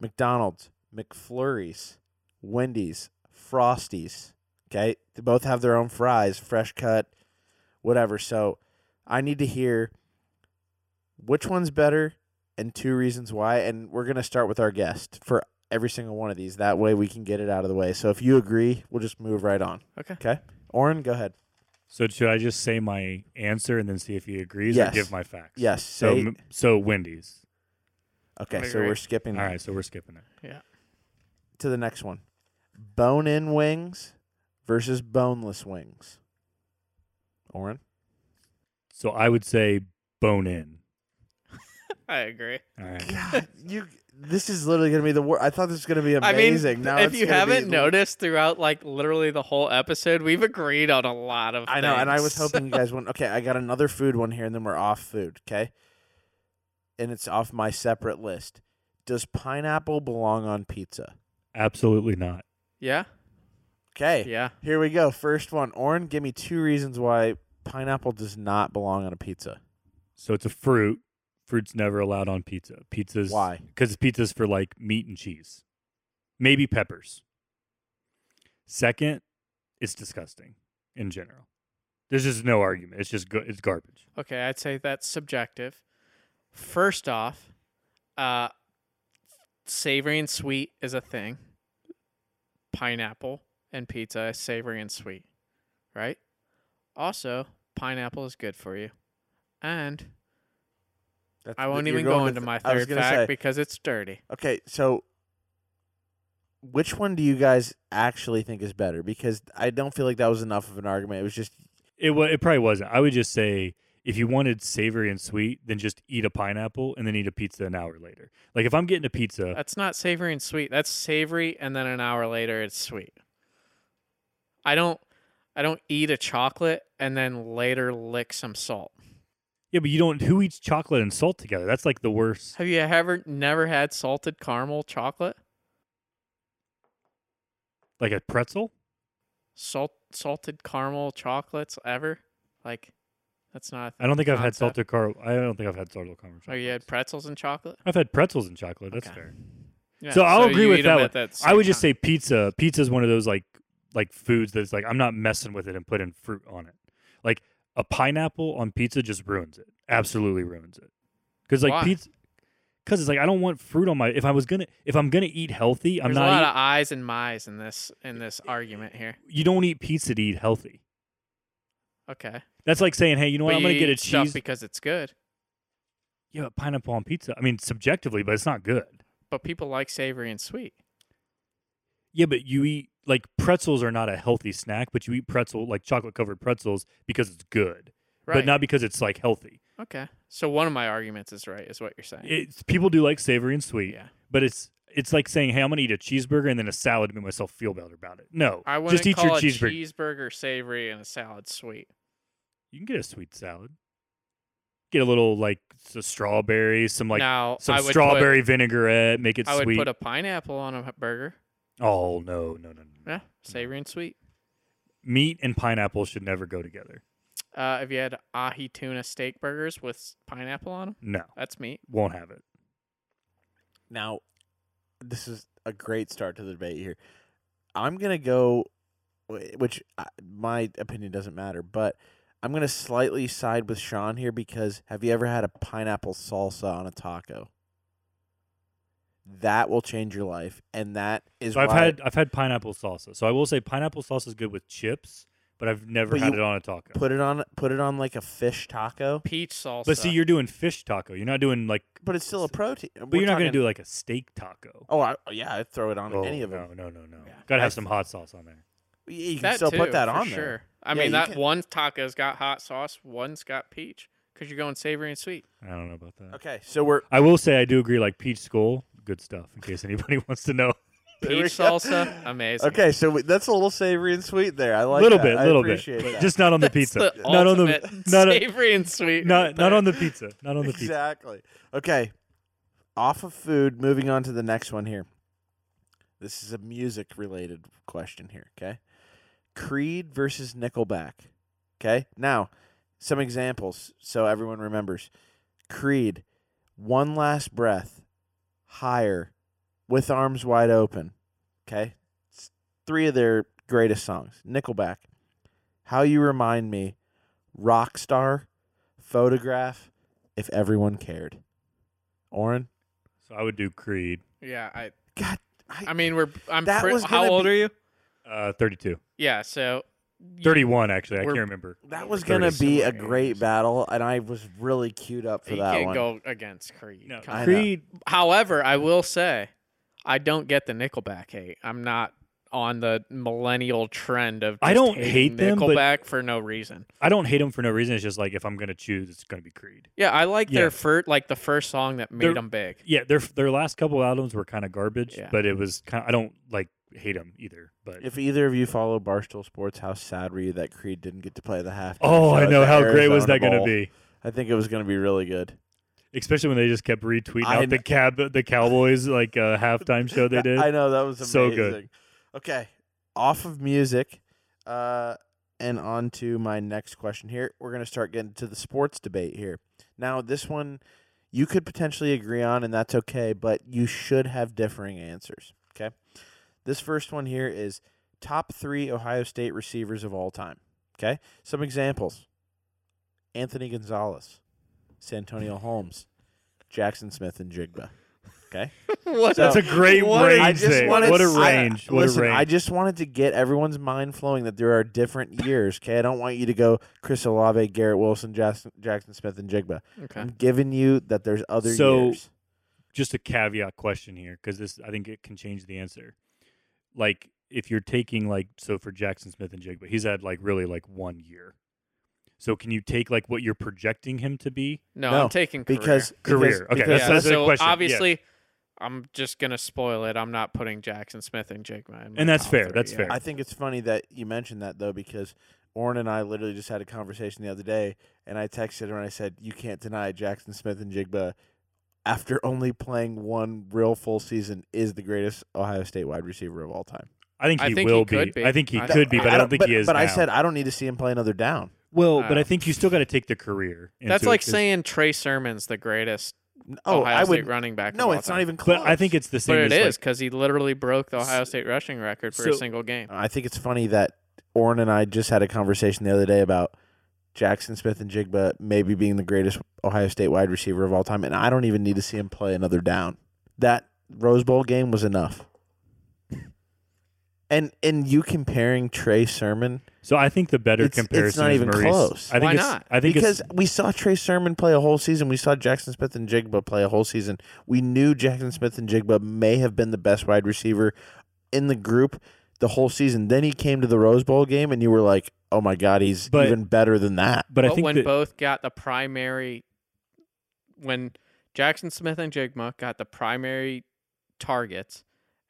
McDonald's, McFlurries, Wendy's, Frosties. Okay. They both have their own fries, fresh cut, whatever. So I need to hear which one's better and two reasons why. And we're going to start with our guest for every single one of these. That way we can get it out of the way. So if you agree, we'll just move right on. Okay. Okay. Oren, go ahead. So should I just say my answer and then see if he agrees Yes. or give my facts? Yes. So Say, m- so Wendy's. okay. I So we're agree. skipping All right, so we're skipping it. to the next one bone in wings versus boneless wings. Oren? So I would say bone in. I agree. All right. God, you. This is literally gonna be the worst. I thought this was gonna be I mean, amazing. now if it's you gonna haven't be- noticed throughout like literally the whole episode, we've agreed on a lot of. I know, and I was things. hoping you guys wouldn't. Okay, I got another food one here, and then we're off food. Okay, and it's off my separate list. Does pineapple belong on pizza? Absolutely not. Yeah. Okay, Yeah. here we go. First one, Oren, give me two reasons why pineapple does not belong on a pizza. So it's a fruit. Fruit's never allowed on pizza. Pizza's Why? Because pizza's for like meat and cheese, maybe peppers. Second, it's disgusting in general. There's just no argument. It's just go- it's garbage. Okay, I'd say that's subjective. First off, uh, savory and sweet is a thing. Pineapple and pizza is savory and sweet, right? Also, pineapple is good for you. And That's I won't you're even going go with- into my I was third gonna fact say- because it's dirty. Okay, so which one do you guys actually think is better? Because I don't feel like that was enough of an argument. It was just It wa- it probably wasn't. I would just say if you wanted savory and sweet, then just eat a pineapple and then eat a pizza an hour later. Like if I'm getting a pizza, That's not savory and sweet. That's savory and then an hour later it's sweet. I don't I don't eat a chocolate and then later lick some salt. yeah, but you don't. Who eats chocolate and salt together? That's like the worst. Have you ever never had salted caramel chocolate? Like a pretzel. Salt salted caramel chocolates ever? Like that's not. I don't think I've had Concept. salted car. I don't think I've had salted caramel. Oh, you had pretzels and chocolate. I've had pretzels and chocolate. That's Okay. fair. Yeah, So I'll agree you with eat 'em that at that I same would just time. say pizza. Pizza is one of those like like foods that's like I'm not messing with it and putting fruit on it. Like a pineapple on pizza just ruins it. Absolutely ruins it. Because like Why? pizza, because it's like I don't want fruit on my. If I was gonna, if I'm gonna eat healthy, I'm There's a not. e lot eat- of eyes and my's in this in this argument here. you don't eat pizza to eat healthy. Okay. That's like saying, hey, you know what? But I'm gonna you get a eat stuff cheese. because it's good. yeah, but pineapple on pizza. I mean, subjectively, but it's not good. But people like savory and sweet. Yeah, but you eat like pretzels are not a healthy snack, but you eat pretzel like chocolate covered pretzels because it's good, Right. but not because it's like healthy. okay. So one of my arguments is right, is what you're saying. It's, people do like savory and sweet, Yeah. but it's it's like saying, hey, I'm gonna eat a cheeseburger and then a salad to make myself feel better about it. No, I wouldn't just eat call your a cheeseburger. cheeseburger savory and a salad sweet. You can get a sweet salad. Get a little like s strawberry, some like now some I would strawberry vinaigrette, make it Put, I would sweet. put a pineapple on a burger. oh no, no, no, no. no. Yeah, savory and sweet. Meat and pineapple should never go together. Uh, if you had ahi tuna steak burgers with s- pineapple on them, No, that's meat. won't have it. Now, this is a great start to the debate here. I'm gonna go, wh- which I, my opinion doesn't matter, but I'm gonna slightly side with Sean here because have you ever had a pineapple salsa on a taco? That will change your life, and that is. So I've why- had I've had pineapple salsa. So I will say pineapple salsa is good with chips, but I've never But had you it on a taco. put it on put it on like a fish taco, Peach salsa. but see, you're doing fish taco. You're not doing like. but it's still a protein. But you're not going to do like a steak taco. Oh I, yeah, I'd throw it on Oh, any of no, them. no, no, no. Yeah. Got to I have th- some hot sauce on there. Y- You can that still too, put that for on sure. there. I Yeah, mean, you that can- one taco's got hot sauce, one's got peach, because you're going savory and sweet. I don't know about that. Okay, so we're I will say I do agree. Like peach skull, good stuff. In case anybody wants to know, There we Peach go. salsa, amazing. Okay, so we, that's a little savory and sweet there. I a like little that. bit, I little bit, appreciate that. just not on the That's pizza. the not on the ultimate not on- savory and sweet. not not on the the pizza. Not on the pizza. exactly. Okay, off of food. Moving on to the next one here. This is a music related question here. Okay, Creed versus Nickelback. Okay, now some examples so everyone remembers. Creed, one last breath, higher, with arms wide open. Okay, it's three of their greatest songs. Nickelback, How You Remind Me, Rockstar, Photograph, If Everyone Cared. Oren, So I would do Creed. Yeah, I. God, I, I mean, we're. I'm. That pre- was how gonna old be- are you? Uh, 32, Yeah, so. you- 31 actually. I We're- can't remember. that was Thirty gonna be a somewhere. great battle, and I was really queued up for You that can't one. go against Creed. No, Come I on. know. Creed. However, I will say, I don't get the Nickelback hate. I'm not on the millennial trend of. I just don't hating hate them, but- Nickelback for no reason. I don't hate him for no reason. It's just like if I'm gonna choose, it's gonna be Creed. Yeah, I like Yeah. their first, like the first song that made They're- them big. Yeah, their their last couple albums were kind of garbage, Yeah. but it was kind. I don't like hate them either, but If either of you follow Barstool Sports, how sad were you that Creed didn't get to play the half? oh, I know how great was that gonna be, I think it was gonna be really good. especially when they just kept retweeting I out the kn- cab the Cowboys like uh, halftime show they did. I know that was amazing. So good. Okay, off of music, uh, and on to my next question. Here, we're gonna start getting to the sports debate here. Now, this one you could potentially agree on, and that's okay, but you should have differing answers. Okay, this first one here is top three Ohio State receivers of all time. Okay, some examples: Anthony Gonzalez, Santonio Holmes, Jackson Smith, and Jigba. what? So- That's a great What a- range. I just there. wanted- what a I- range. what listen, a range. I just wanted to get everyone's mind flowing that there are different years. Okay, I don't want you to go Chris Olave, Garrett Wilson, Jackson, Jackson Smith, and Jigba. okay. I'm giving you that there's other So- years. just a caveat question here because this I think it can change the answer. Like if you're taking like so for Jackson Smith and Jake, but he's had like really like one year. So can you take like what you're projecting him to be? No, No, I'm taking career. Because Career. Okay, because- Yeah, that's- that's the so question, yeah. obviously, I'm just gonna spoil it. I'm not putting Jackson Smith and Jake Mine. And that's fair, that's fair. I think it's funny that you mentioned that though because Orrin and I literally just had a conversation the other day, and I texted her and I said, "You can't deny Jackson Smith and Jigba." After only playing one real full season, is the greatest Ohio State wide receiver of all time. I think I he think he will could be. I think he I- could be, but I don't think but, he is. But I now. said I don't need to see him play another down. well, but Oh. I think you still got to take the career. into That's it, like 'cause- saying Trey Sermon's the greatest Oh, Ohio I State would running back. of No, all it's not time. even close. But I think it's the same. But it as, is because he literally broke the S- Ohio State rushing record for a so- single game. I think it's funny that Orrin and I just had a conversation the other day about Jackson Smith and Jigba maybe being the greatest Ohio State wide receiver of all time, and I don't even need to see him play another down. That Rose Bowl game was enough. And and you comparing Trey Sermon So I think the better It's- it's comparison not is even Murray's- close. I think Why it's, not? I think it's- because we saw Trey Sermon play a whole season, we saw Jackson Smith and Jigba play a whole season. We knew Jackson Smith and Jigba may have been the best wide receiver in the group the whole season. Then he came to the Rose Bowl game, and you were like, "Oh my God, he's But- even better than that." but I But think when that, both got the primary, when Jackson Smith and Jigma got the primary targets,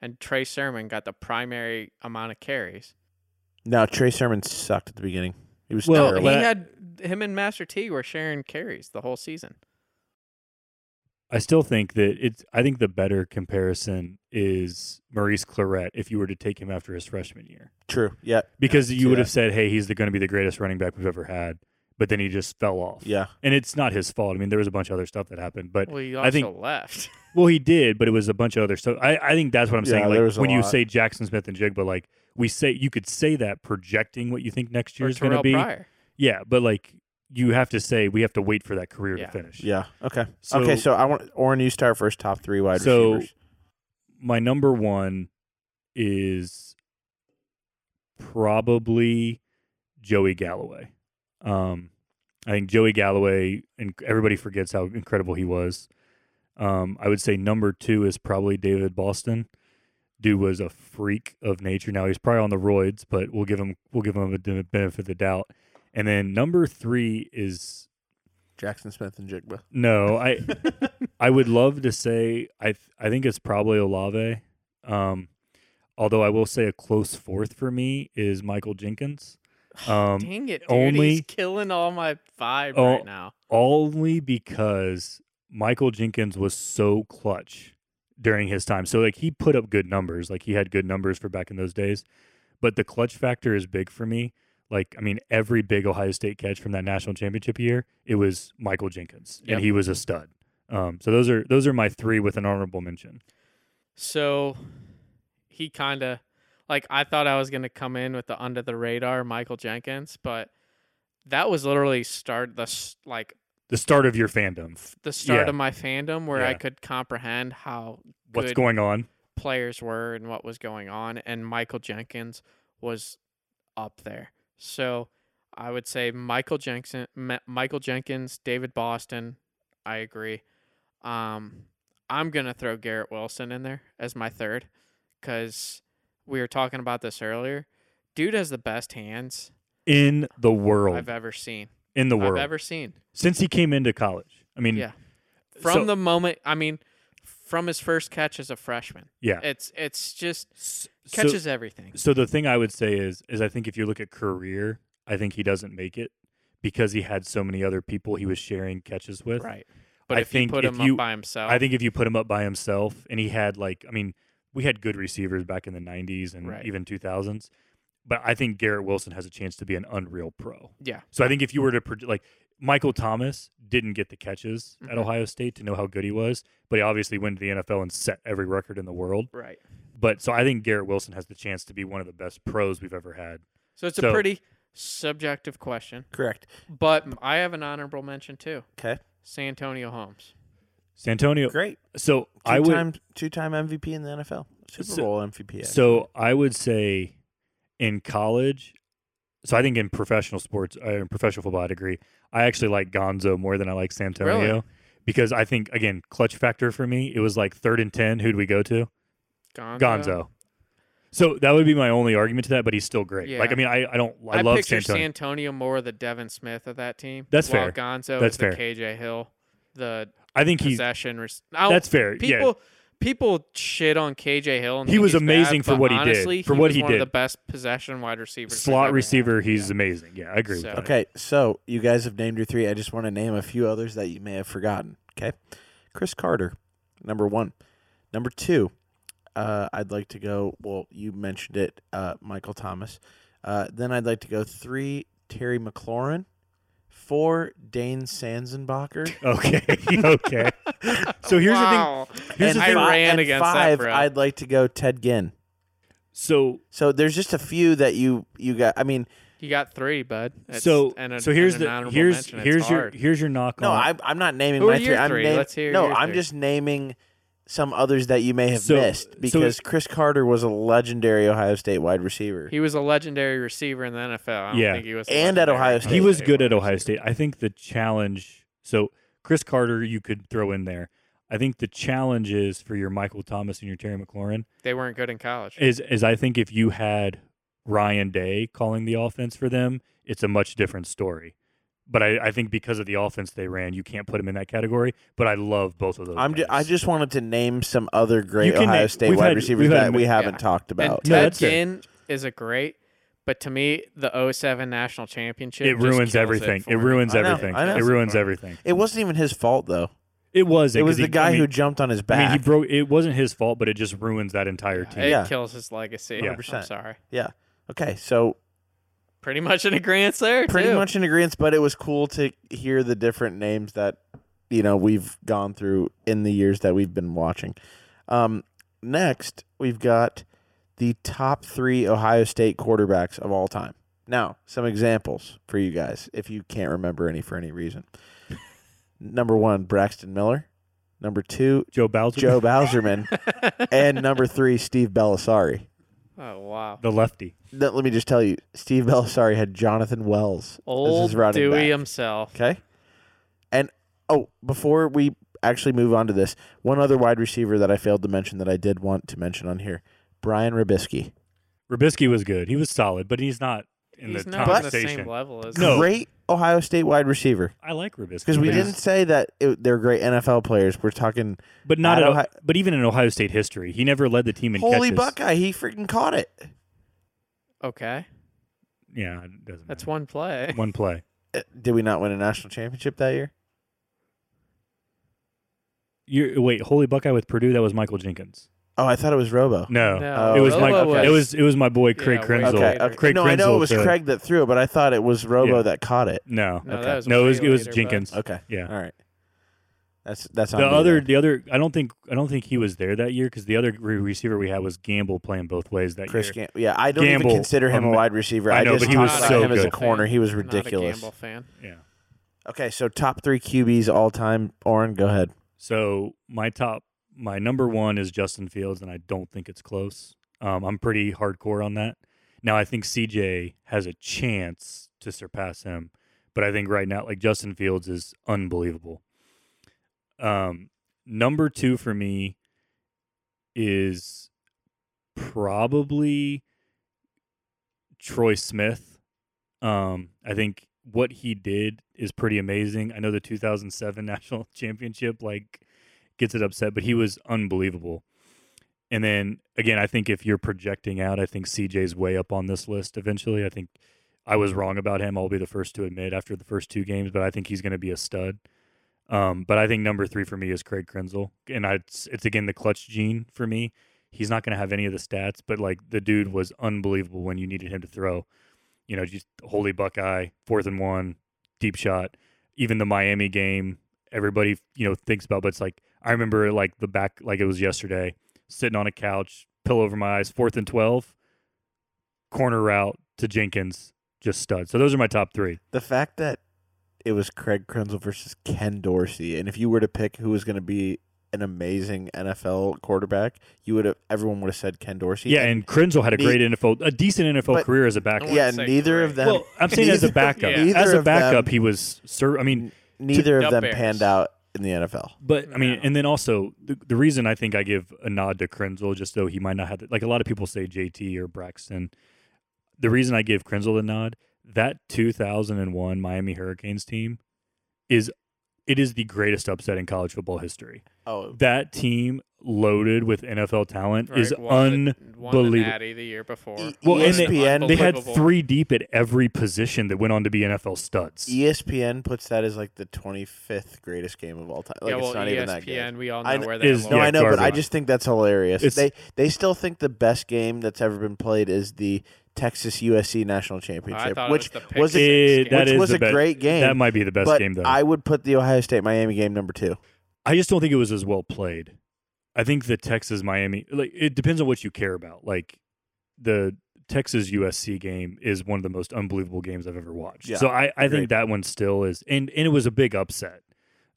and Trey Sermon got the primary amount of carries. No, Trey Sermon sucked at the beginning. He was Well, terrible. he but I- had him and Master T were sharing carries the whole season. I still think that it's. I think the better comparison is Maurice Claret if you were to take him after his freshman year, True. Yeah. because see you would have that. said, "Hey, he's going to be the greatest running back we've ever had," but then he just fell off. Yeah. and it's not his fault. I mean, there was a bunch of other stuff that happened, but Well, he also I think- left. well, he did, but it was a bunch of other stuff. I, I think that's what I'm Yeah, saying. there Like was a when you lot. say Jackson Smith and Jigba, like we say, you could say that projecting what you think next or year's going to Terrell be. Pryor. Yeah, but like you have to say we have to wait for that career Yeah. to finish. Yeah. Okay. So- okay. So I want Oren. You start first. Top three wide So- receivers. my number one is probably Joey Galloway. Um, I think Joey Galloway, and everybody forgets how incredible he was. Um, I would say number two is probably David Boston. Dude was a freak of nature. Now he's probably on the roids, but we'll give him we'll give him the benefit of the doubt. And then number three is Jackson Smith and Jigba. no, I I would love to say I th- I think it's probably Olave. Um, although I will say a close fourth for me is Michael Jenkins. Um, Dang it, dude. He's only- killing all my vibe Oh, right now. only because Michael Jenkins was so clutch during his time. So like he put up good numbers, like he had good numbers for back in those days. But the clutch factor is big for me. Like I mean, every big Ohio State catch from that national championship year, it was Michael Jenkins, Yep. and he was a stud. Um, so those are those are my three with an honorable mention. So he kind of like I thought I was going to come in with the under the radar Michael Jenkins, but that was literally start the s- like the start of your fandom. the start Yeah. of my fandom where I Yeah. could comprehend how What's good going on? players were and what was going on and Michael Jenkins was up there. So I would say Michael Jenkins, Michael Jenkins, David Boston. I agree. Um, I'm gonna throw Garrett Wilson in there as my third because we were talking about this earlier. Dude has the best hands In the world. I've ever seen. in the I've world. ever seen. Since he came into college. I mean, Yeah. yeah. From So- the moment, I mean, from his first catch as a freshman, it's it's just S- so- catches everything. So the thing I would say is is I think if you look at career, I think he doesn't make it because he had so many other people he was sharing catches with. Right. Oh. But I if think you put if him you- up by himself, I think if you put him up by himself and he had like I mean, we had good receivers back in the 90s and Right. even 2000s, but I think Garrett Wilson has a chance to be an unreal pro. yeah, So I think if you were to proj- like Michael Mm-hmm. Thomas didn't get the catches at Mhm. Ohio State to know how good he was, but he obviously went to the NFL and set every record in the world. right. But so I think Garrett Wilson has the chance to be one of the best pros we've ever had. So it's a So- pretty subjective question, Correct. but m- I have an honorable mention too. Okay. Santonio Holmes. Santonio. Great. So Two I would time two time MVP in the NFL. Super So- Bowl MVP. so I would say in college so I think in professional sports uh, in professional football I'd agree. I actually like Gonzo more than I like Santonio Really? because I think again clutch factor for me it was like 3rd and 10 who'd we go to? Gonzo. Gonzo. So that would be my only argument to that, but he's still great. Like Yeah. I mean, I, I don't I, I love picture Santonio. Santonio more the Devin Smith of that team. That's while fair. Gonzo That's is the fair. KJ Hill, the I think he's possession. Res- I don't- that's fair. people. yeah, People shit on KJ Hill. And He think was he's amazing bad, for but what he did, honestly, for what was he one Of did. the best possession wide receiver. slot receiver. He's amazing. Yeah, I agree So- with that. Okay, so you guys have named your three. I just want to name a few others that you may have forgotten. Okay, Chris Carter, number one. Number two, uh, I'd like to go. Well, you mentioned it, uh, Michael Thomas. Uh, then I'd like to go three, Terry McLaurin. Four, Dane Sanzenbacher. Okay. okay. So here's the thing. wow. Here's and the I thing. fi- ran and against five, that, bro. I'd like to go Ted Ginn. So So there's just a few that you you got. I mean, You got three, bud. It's- so and a- so here's and an the honorable here's mention. It's here's your hard. here's your knock No, on. I, I'm not naming Who are my your three. I'm three? nam- Let's hear no, your I'm three. just naming some others that you may have So- so- missed because Chris Carter was a legendary Ohio State wide receiver. He was a legendary receiver in the NFL. I don't Yeah. think he was. a And at legendary Ohio State. he was good at wide Ohio receiver. State. I think the challenge. So Chris Carter, you could throw in there. I think the challenge is for your Michael Thomas and your Terry McLaurin They weren't good in college. is is I think if you had Ryan Day calling the offense for them, it's a much different story. But I, I think because of the offense they ran, you can't put them in that category. But I love both of those. I'm ju- I guys. just wanted to name some other great can Ohio name- State we've wide had- receivers we've had that we ma- haven't yeah. talked And about. No, Ted that's fair. Ginn is a great, but to me, the 07 national championship it just kills ruins it everything. for It me. ruins I know, everything. I know. It ruins everything. It wasn't even his fault though. It was. It was 'cause the he- guy I mean, who jumped on his back. I mean, he broke. It wasn't his fault, but it just ruins that entire team. It Yeah. kills his legacy. Yeah. I'm 100%. sorry. yeah. Okay, so Pretty much in agreement there. pretty too. much in agreement, but it was cool to hear the different names that you know we've gone through in the years that we've been watching. Um, next, we've got the top three Ohio State quarterbacks of all time. Now, some examples for you guys if you can't remember any for any reason. Number one, Braxton Miller. Number two, Joe Bowser, Joe Bowserman. and number three, Steve Belisari. Oh wow. the lefty. Let let me just tell you, Steve Belisari had Jonathan Wells as Old his running Dewey back. himself. Okay. And oh, before we actually move on to this, one other wide receiver that I failed to mention that I did want to mention on here, Brian Rubisky. Rubisky was good. He was solid, but he's not in He's the not on the conversation. same level as No. Great Ohio State wide receiver. I like Rubisky Because we but didn't he's- say that it, they're great NFL players. We're talking but not at at Ohio- Ohio, but even in Ohio State history, he never led the team in holy catches. Buckeye. He freaking caught it. Okay. Yeah, it doesn't. That's matter. one play. one play. Uh, Did we not win a national championship that year? You wait, Holy Buckeye with Purdue. That was Michael Jenkins. Oh, I thought it was Robo. No, No, Oh. it was Mike. Robo was- It was it was my boy Craig Yeah, way Krenzel. Okay. later. okay. Craig no, I know it Krenzel was to- Craig that threw it, but I thought it was Robo Yeah. that caught it. No, No, Okay. that was no, it was way it was later, bud. Jenkins. Okay. Yeah. All right. That's that's on The me other, then. the other, I don't think, I don't think he was there that year because the other re- receiver we had was Gamble playing both ways that Chris year. Gamble. Yeah, I don't Gamble, even consider him a um, wide receiver. I, I know, just but he was talked about so him as a good. corner. He was Not a ridiculous. Gamble fan. yeah. Okay, so top three QBs all time. Oren, go ahead. So my top, my number one is Justin Fields, and I don't think it's close. Um, I'm pretty hardcore on that. Now I think CJ has a chance to surpass him, but I think right now, like Justin Fields is unbelievable. Um, number two for me is probably Troy Smith. Um, I think what he did is pretty amazing. I know the 2007 national championship like gets it upset, but he was unbelievable. And then again, I think if you're projecting out, I think CJ's way up on this list eventually. I think I was wrong about him. I'll be the first to admit after the first two games, but I think he's going to be a stud. Um, but I think number three for me is Craig Krenzel, and I, it's it's again the clutch gene for me. He's not going to have any of the stats, but like the dude was unbelievable when you needed him to throw. You know, just holy Buckeye, fourth and one, deep shot. Even the Miami game, everybody you know thinks about, but it's like I remember like the back, like it was yesterday, sitting on a couch, pillow over my eyes, fourth and twelve, corner route to Jenkins, just stud. So those are my top three. The fact that it was Craig Krenzel versus Ken Dorsey, and if you were to pick who was going to be an amazing NFL quarterback, you would have everyone would have said Ken Dorsey. Yeah, and Krenzel had a the- great NFL, a decent NFL But- career as a backup. wouldn't yeah, say neither of Craig. them. Well, I'm saying as a neither- backup, Yeah. as neither a of them- backup, he was. Sir, I mean, neither of the them Bears. panned out in the NFL. But I mean, No. and then also the, the reason I think I give a nod to Krenzel, just though he might not have the, like a lot of people say JT or Braxton. The reason I give Krenzel the nod that 2001 Miami Hurricanes team is it is the greatest upset in college football history. Oh, That team loaded with NFL talent Right, is won the- Won the unbelievable. Natty the year before. E- Well, and they- ESPN they had Unbelievable. three deep at every position that went on to be NFL studs. E ESPN puts that as like the 25th greatest game of all time. Like yeah, well, E it's not ESPN, even that good. we all know I kn- where that is- No, Yeah, Oh, I know, but I garbage. just think that's hilarious. It's- they they still think the best game that's ever been played is the Texas USC national I championship, thought which it was the was a- Pick Six It- that game. which is was the a best- great game. That might be the best but game though. I would put the Ohio State Miami game number two. I just don't think it was as well played. I think the Texas Miami like it depends on what you care about. Like the Texas USC game is one of the most unbelievable games I've ever watched. Yeah, so I, I agreed. think that one still is, and and it was a big upset.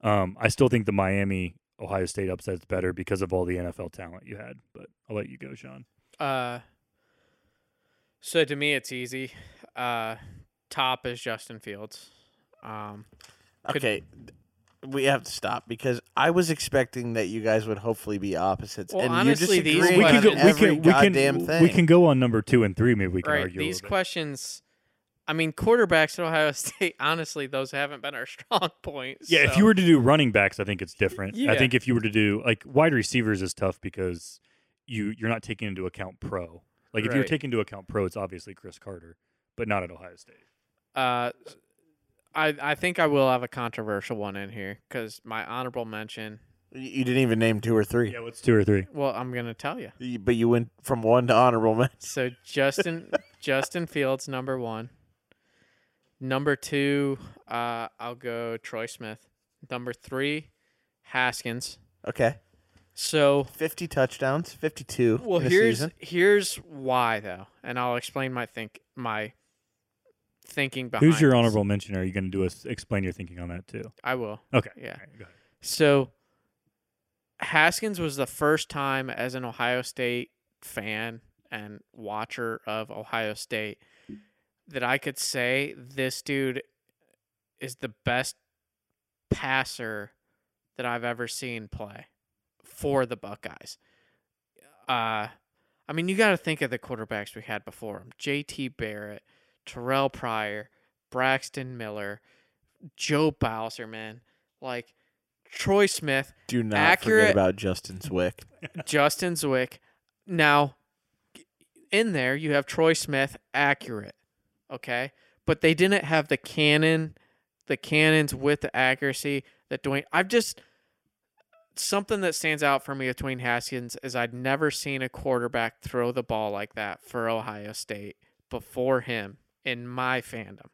Um, I still think the Miami Ohio State upset's better because of all the NFL talent you had. But I'll let you go, Sean. Uh, so to me, it's easy. Uh, top is Justin Fields. Um, Could- Okay, we have to stop because I was expecting that you guys would hopefully be opposites, Well, and honestly, you're these disagreeing We on can go- every goddamn we can, thing. we can go on number two and three. Maybe we can right. argue. a These little bit. questions. I mean, quarterbacks at Ohio State. Honestly, those haven't been our strong points. Yeah, if so- you were to do running backs, I think it's different. Yeah. I think if you were to do like wide receivers is tough because you you're not taking into account pro. Like if you're Right. taking into account pro, it's obviously Chris Carter, but not at Ohio State. Uh, I I think I will have a controversial one in here because my honorable mention. you didn't even name two or three, Yeah, what's two or three? Well, I'm gonna tell you. You- but you went from one to honorable mention. So Justin Justin Fields number one. Number two, uh, I'll go Troy Smith. Number three, Haskins. Okay, So fifty touchdowns, fifty-two. well, in a here's season. here's why though, and I'll explain my think my thinking behind. Who's your this. honorable mention? Are you going to do us explain your thinking on that too? I will. Okay. Yeah. All right, go ahead. So Haskins was the first time as an Ohio State fan and watcher of Ohio State that I could say this dude is the best passer that I've ever seen play for the Buckeyes. Uh I mean, you got to think of the quarterbacks we had before him. JT Barrett, Terrell Pryor, Braxton Miller, Joe Bowser, man. Like Troy Smith, Do not accurate- forget about Justin Zwick. Justin Zwick. Now, in there, you have Troy Smith, accurate. Okay. But they didn't have the cannon, the cannons with the accuracy that Dwayne. I've just. Something that stands out for me with Dwayne Haskins is I'd never seen a quarterback throw the ball like that for Ohio State before him in my fandom.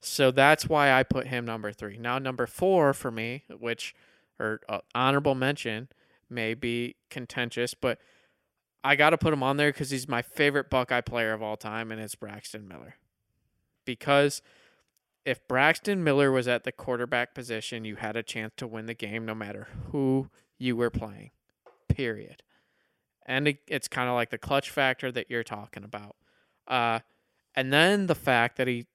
So that's why I put him number three. Now, number four for me, which, or uh, honorable mention, may be contentious, but I got to put him on there because he's my favorite Buckeye player of all time, and it's Braxton Miller. Because if Braxton Miller was at the quarterback position, you had a chance to win the game no matter who you were playing, period. And it, it's kind of like the clutch factor that you're talking about. Uh, and then the fact that he,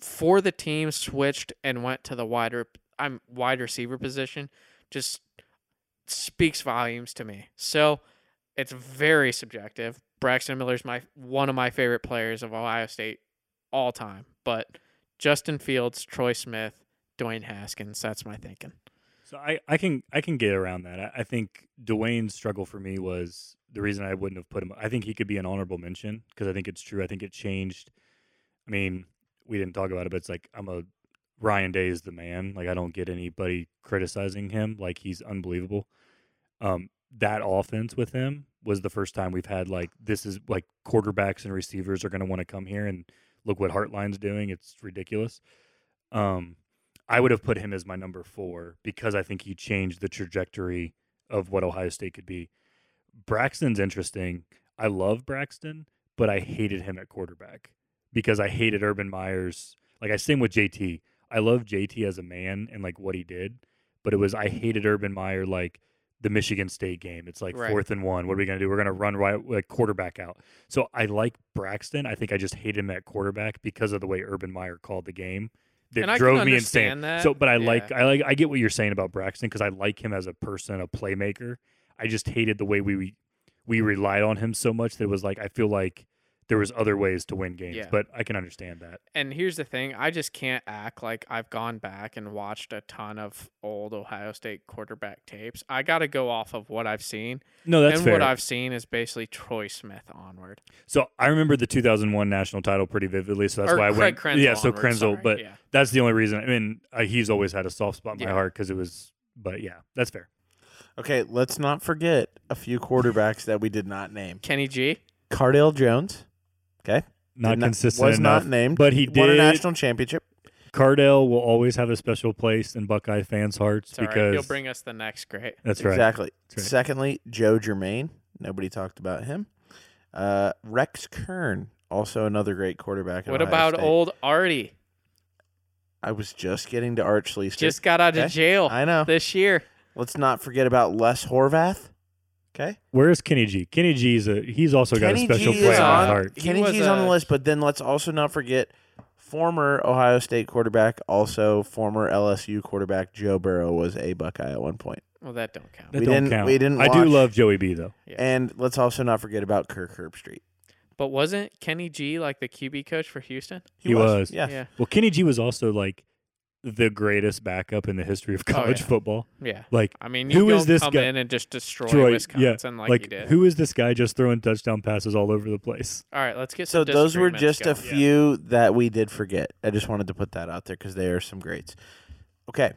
for the team, switched and went to the wider, I'm wide receiver position, just speaks volumes to me. So it's very subjective. Braxton Miller's my one of my favorite players of Ohio State all time, but Justin Fields, Troy Smith, Dwayne Haskins, that's my thinking. So I, I can I can get around that. I, I think Dwayne's struggle for me was the reason I wouldn't have put him. I think he could be an honorable mention because I think it's true. I think it changed. I mean, we didn't talk about it, but it's like I'm a Ryan Day is the man. Like I don't get anybody criticizing him. Like he's unbelievable. Um, that offense with him was the first time we've had like this is like quarterbacks and receivers are going to want to come here and look what Heartline's doing. It's ridiculous. Um, I would have put him as my number four because I think he changed the trajectory of what Ohio State could be. Braxton's interesting. I love Braxton, but I hated him at quarterback because I hated Urban Myers. Like I same with JT. I love JT as a man and like what he did, but it was I hated Urban Meyer like the Michigan State game. It's like Right. fourth and one. What are we gonna do? We're gonna run right like quarterback out. So I like Braxton. I think I just hate him at quarterback because of the way Urban Meyer called the game. That And I can drove me understand insane. that. So, but I like, Yeah. I like, I get what you're saying about Braxton because I like him as a person, a playmaker. I just hated the way we we relied on him so much that it was like I feel like there was other ways to win games. Yeah. But I can understand that. And here's the thing, I just can't act like I've gone back and watched a ton of old Ohio State quarterback tapes. I got to go off of what I've seen. No, that's and fair. what I've seen is basically Troy Smith onward. so I remember the 2001 national title pretty vividly. So that's Or why I Craig went. Krenzel yeah, so onward, Krenzel, sorry, but yeah. that's the only reason. I mean, uh, he's always had a soft spot in Yeah. my heart because it was. But yeah, that's fair. Okay, let's not forget a few quarterbacks that we did not name. Kenny G. Cardale Jones. Okay, Not Did consistent Was enough, not named, but he won a did- national championship. Cardell will always have a special place in Buckeye fans' hearts It's all right. because He'll bring us the next great. that's right. exactly. That's right. Secondly, Joe Germain. Nobody talked about him. Uh, Rex Kern, Also, another great quarterback. at What Ohio about State. old Artie? I was just getting to Arch Leister. Just got out of Okay. jail I know. this year. Let's not forget about Les Horvath. Okay. Where is Kenny G? Kenny G's a he's also Kenny got a special G place is in on- my heart. He Kenny was G's on the a- list, but then let's also not forget former Ohio State quarterback, also former LSU quarterback Joe Burrow was a Buckeye at one point. Well, that don't count. That we don't didn't- count. we didn't I watch- do love Joey B though. Yeah. And let's also not forget about Kirk Herbstreit. But wasn't Kenny G like the QB coach for Houston? He was. Yeah. Yeah. Well, Kenny G was also like the greatest backup in the history of Oh, college yeah. football. Yeah. Like I mean, you Who don't is this come guy? in and just destroy Troy, yeah, Wisconsin like, you did. who is this guy just throwing touchdown passes all over the place? All right, let's get So some those were disagreements just a going. Yeah. few that we did forget. I just wanted to put that out there because they are some greats. Okay.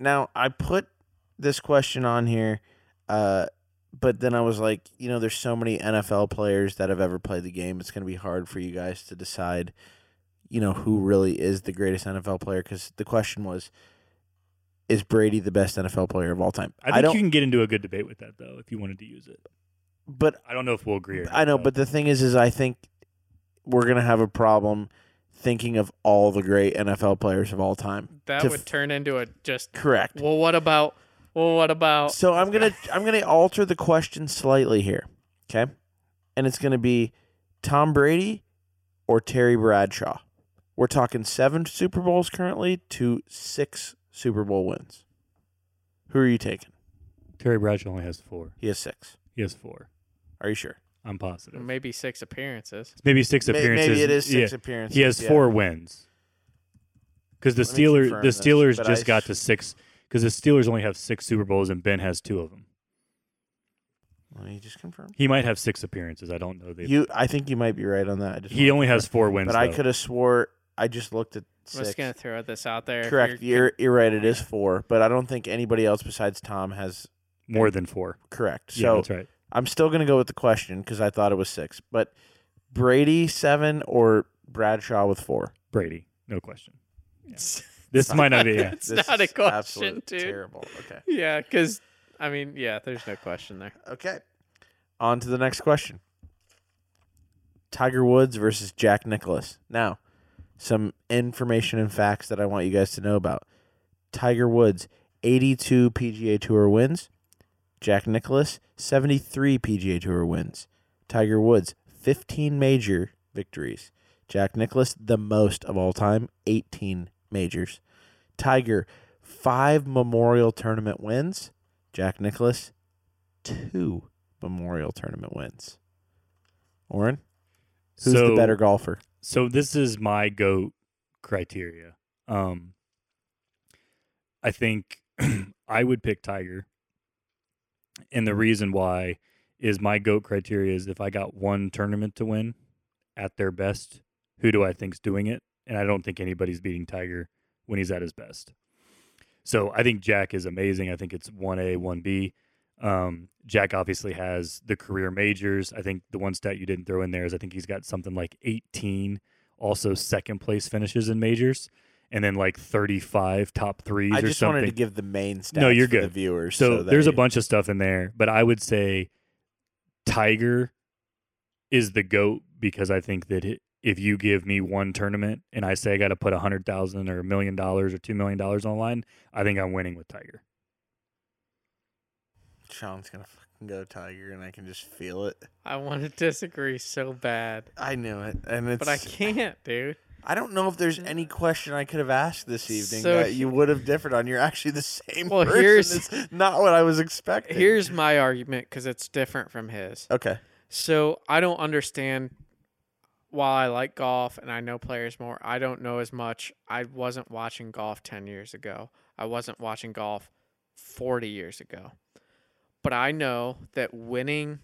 Now I put this question on here, uh, but then I was like, you know, there's so many NFL players that have ever played the game. It's going to be hard for you guys to decide, you know, who really is the greatest NFL player. Because the question was, is Brady the best NFL player of all time? I think you can get into a good debate with that though, if you wanted to use it. but I don't know if we'll agree. Or not, I know, but the thing is, is I think we're gonna have a problem thinking of all the great NFL players of all time. That to would f- turn into a just. Correct. Well, what about? Well, what about? So I'm gonna I'm gonna alter the question slightly here, okay? And it's gonna be Tom Brady or Terry Bradshaw. We're talking seven Super Bowls currently to six Super Bowl wins. Who are you taking? Terry Bradshaw only has four. He has six. He has four. Are you sure? I'm positive. Maybe, maybe six appearances. six May- appearances. Maybe it is six Yeah. appearances. He has yeah. four wins. Because the Let me Steelers, confirm the this, Steelers but I just got sh- to six. Because the Steelers only have six Super Bowls and Ben has two of them. Let me just confirm. He might have six appearances. I don't know. The, You, I think you might be right on that. I just he wanna only confirm. has four wins. But I though. could have swore I just looked at I'm just gonna six. throw this out there. If Correct. you're- You're you're right. It is four, but I don't think anybody else besides Tom has more than four. correct. Yeah, So that's right. I'm still gonna go with the question because I thought it was six, but Brady seven or Bradshaw with four. Brady, no question. This might not be. Yeah. It's not a is question, absolutely dude. Terrible. Okay. yeah, because I mean, yeah, there's no question there. Okay. On to the next question. Tiger Woods versus Jack Nicholas. Now, some information and facts that I want you guys to know about. Tiger Woods, 82 PGA Tour wins. Jack Nicholas, 73 PGA Tour wins. Tiger Woods, 15 major victories. Jack Nicholas, the most of all time, 18 majors. Tiger, five Memorial Tournament wins. Jack Nicholas, two Memorial Tournament wins. Oren, who's the So- better golfer? so this is my goat criteria. Um, I think I would pick Tiger, and the reason why is my goat criteria is if I got one tournament to win at their best, who do I think's doing it? And I don't think anybody's beating Tiger when he's at his best. So I think Jack is amazing. I think it's one A, one B. Um, Jack obviously has the career majors. I think the one stat you didn't throw in there is I think he's got something like 18 also second place finishes in majors and then like 35 top threes I or just something. wanted to give the main stats No, you're for the good. viewers. so, So, that there's a you- bunch of stuff in there, but I would say Tiger is the GOAT because I think that i- if you give me one tournament and I say I got to put a 100,000 or a million dollars or 2 million dollars on the line, I think I'm winning with Tiger. Sean's gonna fucking go Tiger, and I can just feel it. I want to disagree so bad, I knew it, and it's. but I can't, dude. I don't know if there's any question I could have asked this evening So that you would have differed on. You're actually the same Well, person. here's- It's not what I was expecting. Here's my argument because it's different from his. okay. So I don't understand. While I like golf and I know players more, I don't know as much. I wasn't watching golf 10 years ago. I wasn't watching golf 40 years ago. But I know that winning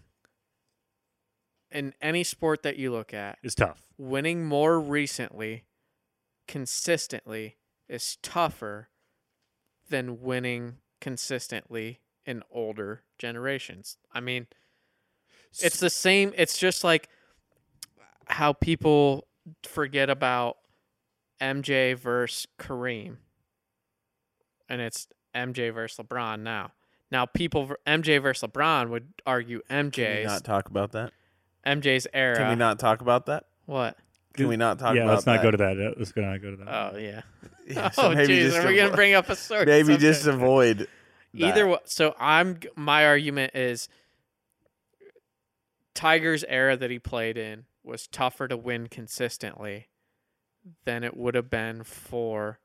in any sport that you look at, It's tough. winning more recently, consistently, is tougher than winning consistently in older generations. I mean, it's the same. It's just like how people forget about MJ versus Kareem, and it's MJ versus LeBron now. Now, people ver- MJ versus LeBron would argue Can we MJ's not talk about that? MJ's era. Can we not talk about that? What? Can we not talk yeah, about let's not that? go to that. Uh, Let's go not go to that. Oh yeah. Yeah, so oh maybe jeez, just are we gonna avo- bring up a source? maybe just someday? avoid either that. way. So I'm g- my argument is Tiger's era that he played in was tougher to win consistently than it would have been for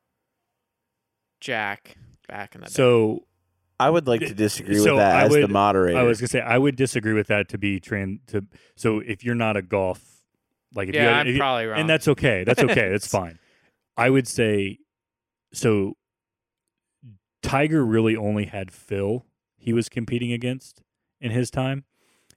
Jack back in the day. so I would like to disagree So with that I as the would- moderator. I was gonna say I would disagree with that to be trans. To so if you're not a golf, like if you yeah, had- I'm if you- probably wrong. and that's okay. That's okay. That's fine. I would say so. Tiger really only had Phil he was competing against in his time,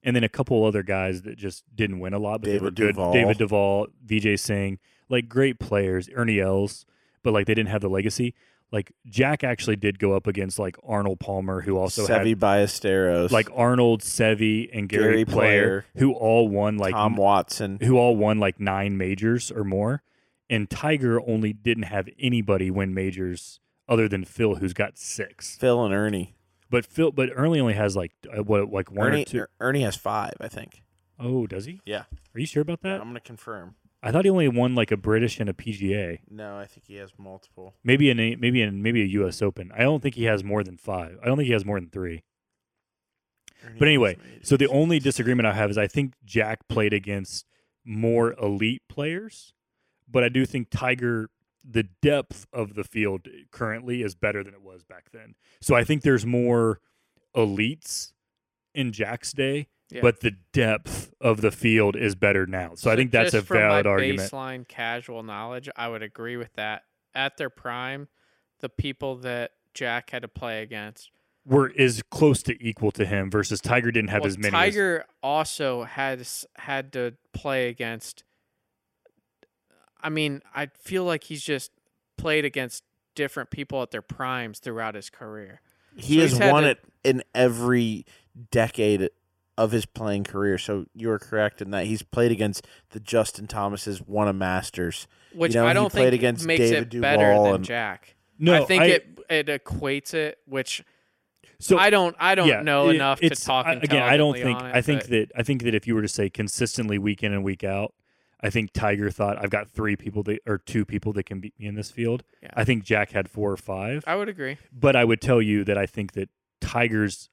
and then a couple other guys that just didn't win a lot. But they David were good. Duval. David Duvall, Vijay Singh, like great players. Ernie Els, but like they didn't have the legacy. Like Jack actually did go up against like Arnold Palmer, who also had Sevi Ballesteros, like Arnold, Sevi, and Gary, Gary Player, Player, who all won like Tom Watson. who all won like nine majors or more. And Tiger only didn't have anybody win majors other than Phil, who's got six. Phil and Ernie. But Phil, but Ernie only has like uh, what, like one or Ernie, two. Er- Ernie has five, I think. Oh, does he? Yeah. Are you sure about that? I'm gonna confirm. I thought he only won like a British and a PGA, No, I think he has multiple. maybe an A- maybe an maybe a U.S. Open. I don't think he has more than five. I don't think he has more than three. But Ernie has anyway, majors. So the only disagreement I have is I think Jack played against more elite players, but I do think Tiger the depth of the field currently is better than it was back then. So I think there's more elites in Jack's day, Yeah. but the depth of the field is better now. So, I think that's a just from my valid argument. Baseline casual knowledge, I would agree with that. At their prime, the people that Jack had to play against. Were is close to equal to him versus Tiger didn't have well, as many as- Tiger also has had to play against. I mean, I feel like he's just played against different people at their primes throughout his career. he so has he's had won to- it in every decade of his playing career. So you are correct in that he's played against the Justin Thomases, won a Masters. Which know, I he don't played think against makes it David better Duval than and- Jack. No, I think it it equates it, which so I don't I don't yeah, know it- enough to it's- talk I- again. I don't intelligently think on it, I think but- that I think that if you were to say consistently week in and week out, I think Tiger thought I've got three people that or two people that can beat me in this field. Yeah. I think Jack had four or five, I would agree. but I would tell you that I think that Tiger's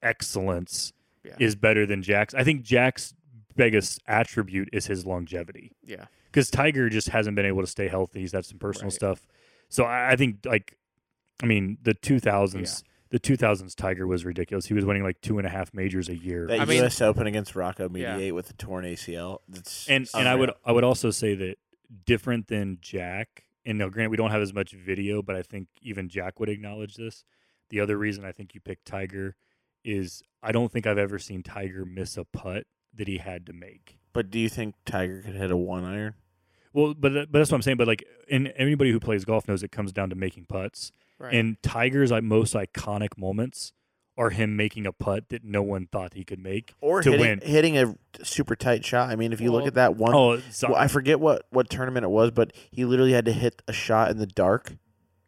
excellence Yeah. is better than Jack's. I think Jack's biggest attribute is his longevity Yeah. because Tiger just hasn't been able to stay healthy. He's had some personal Right. stuff. So I, I think like, I mean, the 2000s, the 2000s Tiger was ridiculous. He was winning like two and a half majors a year. That I mean- U.S. Open against Rocco Yeah. Mediate with a torn ACL. That's and and I unreal. would I would also say that different than Jack. And now, grant we don't have as much video, but I think even Jack would acknowledge this. The other reason I think you picked Tiger is I don't think I've ever seen Tiger miss a putt that he had to make. But do you think Tiger could hit a one iron? Well, but but that's what I'm saying. But like, and anybody who plays golf knows it comes down to making putts. Right. And Tiger's like most iconic moments are him making a putt that no one thought he could make Or to hitting, win. hitting a super tight shot. I mean, if you Well, look at that one, Oh, so, well, I forget what, what tournament it was, but he literally had to hit a shot in the dark,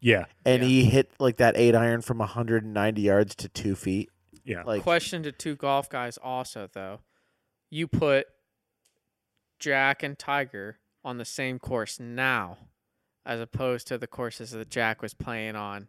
yeah, and Yeah. he hit like that eight iron from 190 yards to two feet. yeah. Like question to two golf guys also though you put jack and tiger on the same course now as opposed to the courses that jack was playing on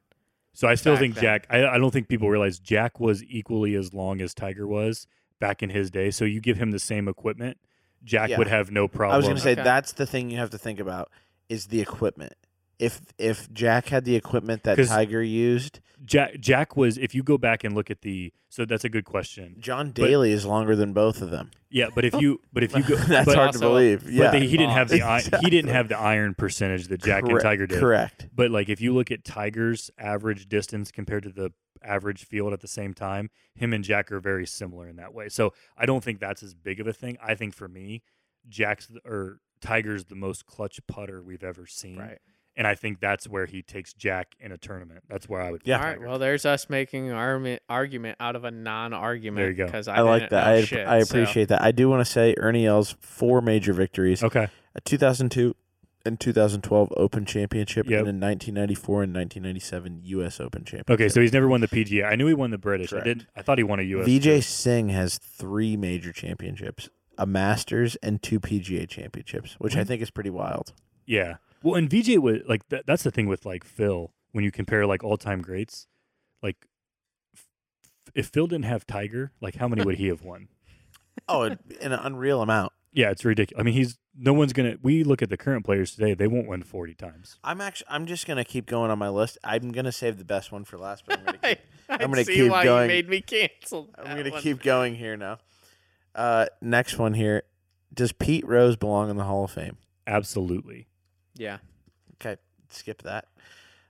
So I still back think then. Jack. I, I don't think people realize Jack was equally as long as Tiger was back in his day. So you give him the same equipment, Jack Yeah. would have no problem. I was going to say Okay. that's the thing you have to think about is the equipment. If if Jack had the equipment that 'Cause- Tiger used, Jack. Jack was. If you go back and look at the. So that's a good question. John Daly is longer than both of them. Yeah, but if you but if you go that's but, hard to also- believe. but Yeah, they- he didn't have the i he didn't Exactly. have the iron percentage that Jack and Correct- Tiger did. Correct. But like if you look at Tiger's average distance compared to the average field at the same time, him and Jack are very similar in that way. So I don't think that's as big of a thing. I think for me, Jack's the- or Tiger's the most clutch putter we've ever Mm-hmm. seen. And I think that's where he takes Jack in a tournament. That's where I would put Yeah. all right Tiger. well there's us making an argument argument out of a non-argument There you go. because i, I like didn't that. know I, shit, I so- appreciate that. I do want to say Ernie Els four major victories: okay. a 2002 and 2012 Open Championship, Yep. and a 1994 and 1997 U.S. Open Championship. Okay, so he's never won the PGA. I knew he won the British. I Correct. didn't I thought he won a US. VJ Singh has three major championships. a Masters, and two PGA championships, which Mm. I think is pretty wild. Yeah. Well, and VJ was like tha- that's the thing with like Phil when you compare like all time greats, like f- if Phil didn't have Tiger, like how many would he have won? Oh, in an unreal amount. Yeah, it's ridiculous. I mean, he's no one's gonna. We look at the current players today; they won't win forty times. I'm actually. I'm just gonna keep going on my list. I'm gonna save the best one for last, but I'm gonna keep. I gonna see keep why going. you made me cancel. I'm that gonna one. keep going here now. Uh, next one here. Does Pete Rose belong in the Hall of Fame? Absolutely. Yeah, Okay, skip that.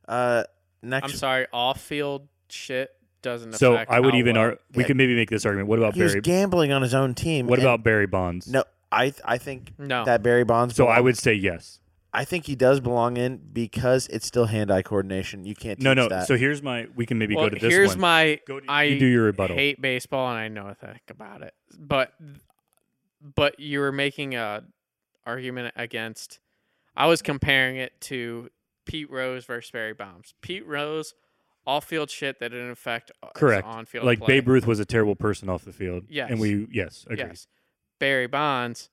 Uh, next. I'm sorry. Off field shit doesn't. So affect I would how even. well- Ar- we Yeah. could maybe make this argument. What about He was Barry? gambling on his own team. What and- about Barry Bonds? No, I th- I think no. that Barry Bonds. So I belong- would say yes. I think he does belong in because it's still hand-eye coordination. You can't. Teach No, no. That. So here's my. We can maybe well, go to this here's one. my. Go to- you I do your rebuttal. hate baseball and I know a thing about it, but but you were making a argument against. I was comparing it to Pete Rose versus Barry Bonds. Pete Rose, off field shit that didn't affect Correct. on field like play. Babe Ruth was a terrible person off the field. Yes. And we yes agree. Yes. Barry Bonds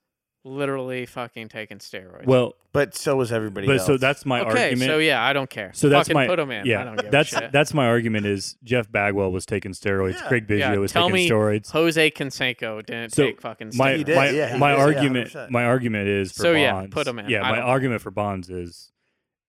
literally fucking taking steroids. Well, but so was everybody. but else. so that's my okay, argument. so yeah, I don't care. So that's Fucking my put him in. Yeah, I don't give that's a shit. that's my argument. Is Jeff Bagwell was taking steroids? Yeah. Craig Biggio Yeah, was tell taking me steroids. Jose Canseco didn't So take fucking steroids. my He did, my, yeah, he my did, yeah, argument 100%. my argument is for So, Bonds. yeah, put him in. Yeah, I my don't- argument for Bonds is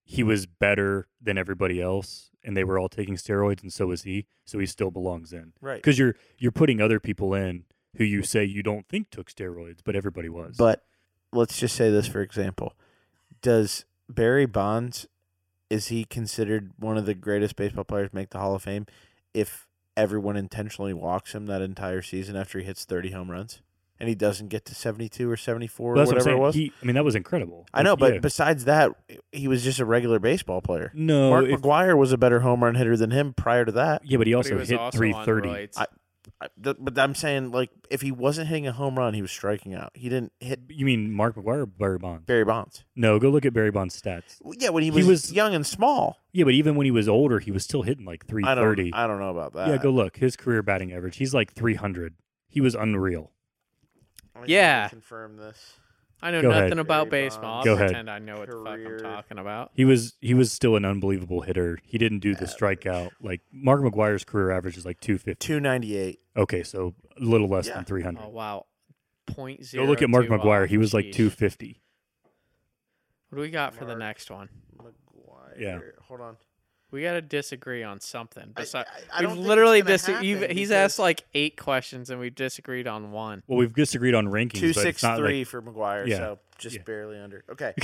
he was better than everybody else, and they were all taking steroids, and so was he. So he still belongs in right. because you're you're putting other people in who you say you don't think took steroids, but everybody was. But let's just say this for example: Does Barry Bonds is he considered one of the greatest baseball players to make the Hall of Fame if everyone intentionally walks him that entire season after he hits thirty home runs and he doesn't get to seventy two or seventy four But or that's what I'm whatever it saying. He, was? I mean, that was incredible. I know, Like, but yeah. besides that, he was just a regular baseball player. no, Mark if- McGuire was a better home run hitter than him prior to that. yeah, but he But he also was hit also on 330. roids. I- I- th- But I'm saying, like, if he wasn't hitting a home run, he was striking out. He didn't hit You mean Mark McGuire, or Barry Bonds? Barry Bonds. No, go look at Barry Bonds' stats. Well, Yeah, when he He was, was- young and small. Yeah, but even when he was older, he was still hitting like I don't. 330. I don't know about that. yeah, go look. His career batting average, he's like 300. He was unreal. I need Yeah. to Confirm this. I know Go nothing ahead. about Barry baseball. Bonds. Go I'll ahead. pretend I know what the fuck I'm Career. talking about. He was he was still an unbelievable hitter. He didn't do the strikeout. Like Mark McGuire's career average is like 250. Two ninety eight. Okay, so a little less Yeah. than 300. Oh wow. Point Go zero. look at Mark uh, two off. McGuire. He was like Jeez. 250. What do we got for the Mark. next one? McGuire. Yeah. Hold on. We got to disagree on something. I- Besides, I- I don't we've think it's literally gonna dis- happen you've, He's because asked like eight questions and we've disagreed on one. Well, we've disagreed on rankings. two but it's six not three like- for McGuire. Yeah. So just Yeah. barely under. Okay.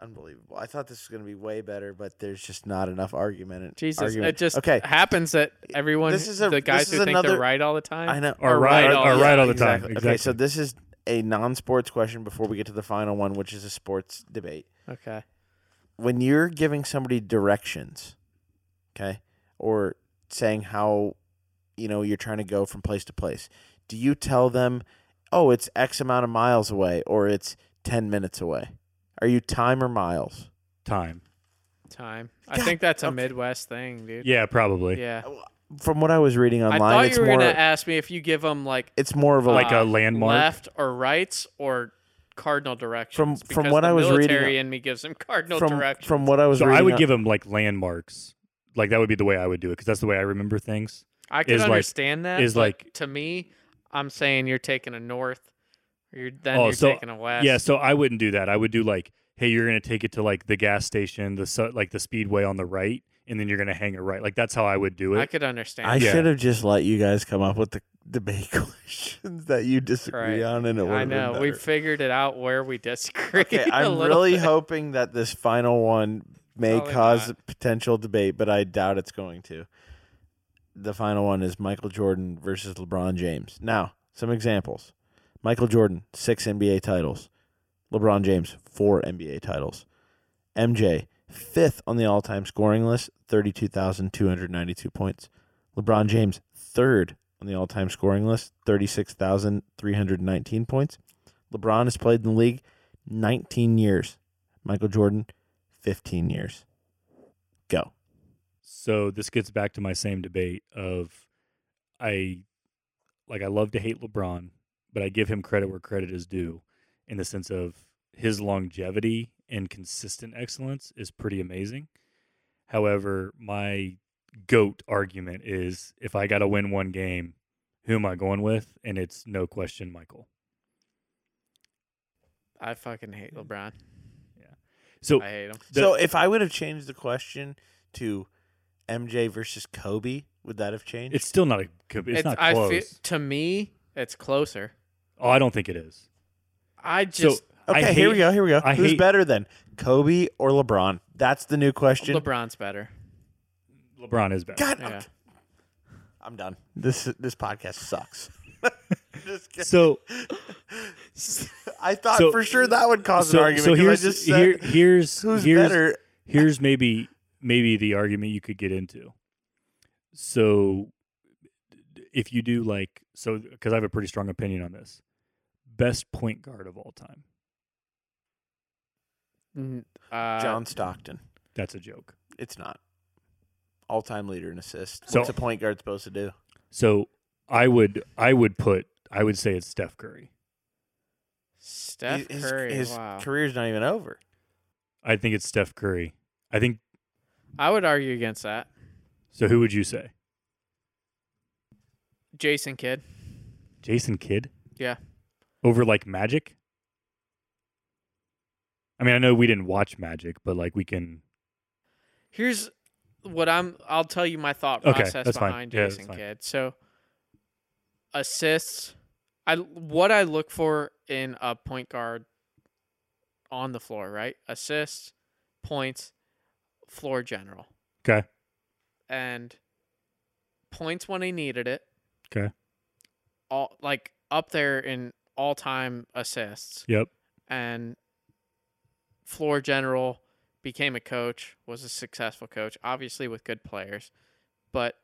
Unbelievable. I thought this was going to be way better, but there's just not enough argument. in- Jesus, argument. it just okay. happens that everyone, This is a- the guys this is who think another- they're right all the time. I know. Are Are right, right all- are yeah, right all the time. exactly. Okay, so Exactly. this is a non-sports question before we get to the final one, which is a sports debate. Okay. When you're giving somebody directions, okay, or saying how you know you're trying to go from place to place, do you tell them, "Oh, it's X amount of miles away," or "It's ten minutes away"? Are you time or miles? time. Time. I God, think that's a okay. Midwest thing, dude. Yeah, probably. Yeah. From what I was reading I online, thought it's you were more gonna ask me if you give them like it's more of a Like uh, a landmark. left or rights or cardinal directions. from because what the I was reading- military in me gives them cardinal from directions. from what I was So reading. I would on- give him like landmarks. Like that would be the way I would do it because that's the way I remember things. I can is like- understand that. is but like- to me, I'm saying you're taking a north. You're then Oh, you're so- taking a west. Yeah, so I wouldn't do that. I would do like, hey, you're gonna take it to like the gas station, the su- like the speedway on the right, and then you're gonna hang it right. Like that's how I would do I it. could understand. I Yeah. should have just let you guys come up with the debate questions that you disagree Right. on, and it would I have been know. We better. figured it out where we disagree. Okay, a I'm little really bit. hoping that this final one may Probably cause not. potential debate, but I doubt it's going to. The final one is Michael Jordan versus LeBron James. Now, some examples: Michael Jordan, six NBA titles; LeBron James, four NBA titles; MJ, fifth on the all-time scoring list, thirty-two thousand two hundred ninety-two points; LeBron James, third on the all-time scoring list, thirty-six thousand three hundred nineteen points. LeBron has played in the league 19 years. Michael Jordan, 15 years. Go. so this gets back to my same debate of I like I love to hate LeBron, but I give him credit where credit is due in the sense of his longevity and consistent excellence is pretty amazing. However, my goat argument is if I got to win one game, who am I going with? And it's no question Michael. I fucking hate LeBron. So I hate him. the- so if I would have changed the question to MJ versus Kobe, would that have changed? it's still not a it's, not I close. feel, to me, it's closer. oh, I don't think it is. I So just I okay, here we hate- go. Here we go. I Who's hate- better then, Kobe or LeBron? That's the new question. LeBron's better. LeBron is better. God, I'm- Yeah. I'm done. This this podcast sucks. Just kidding. So I thought so- for sure that would cause so, an argument. so 'cause here's I just said, here, here's who's here's better? here's maybe maybe the argument you could get into. So if you do like so because I have a pretty strong opinion on this. Best point guard of all time. N- Uh, John Stockton. That's a joke. It's not all time leader in assists. So- What's a point guard supposed to do? So I would I would put I would say it's Steph Curry. Steph His- Curry. His, wow. career's not even over. I think it's Steph Curry. I think I would argue against that. so who would you say? Jason Kidd. Jason Kidd? Yeah. Over like Magic? I mean, I know we didn't watch Magic, but like we can Here's what I'm. I'll tell you my thought Okay, process that's fine. behind Yeah, that's Jason fine. Kidd. So assists. I what I look for in a point guard on the floor, right? Assists, points, floor general. Okay. And points when he needed it. 'Kay. All like up there in all time assists Yep. and floor general became a coach was a successful coach obviously with good players but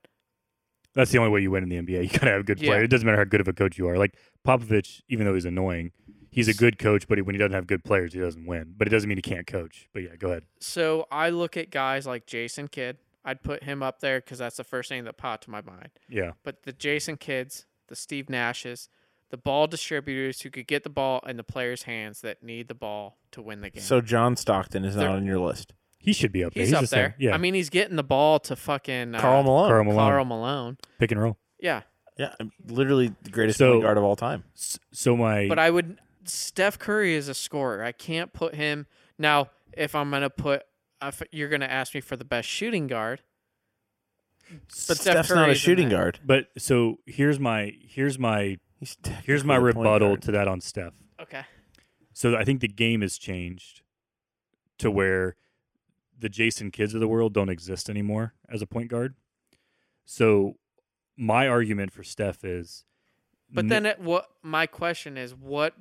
That's the only way you win in the NBA. You gotta have good Yeah. players. It doesn't matter how good of a coach you are. Like Popovich, even though he's annoying, he's a good coach, but he- when he doesn't have good players, he doesn't win. But it doesn't mean he can't coach. But yeah, go ahead. so i look at guys like jason kidd i'd put him up there because that's the first name that popped to my mind Yeah. but the jason kidds the steve nashes the ball distributors who could get the ball in the players hands that need the ball to win the game So John Stockton is They're- not on your list. He should be up there. he's, up the same. there Yeah. i mean he's getting the ball to fucking uh, Carl Malone. Karl Malone. Karl Malone. Pick and roll. yeah Yeah, I'm literally the greatest So- point guard of all time. S- So my But I would Steph Curry is a scorer. I can't put him now. If I'm gonna put, if you're gonna ask me for the best shooting guard, But Steph Steph's not a Curry's in shooting there. guard. but so here's my here's my He's here's my technically a point rebuttal guard. to that on Steph. okay, So I think the game has changed to where the Jason Kids of the world don't exist anymore as a point guard. So my argument for Steph is but n- then it, what? My question is, what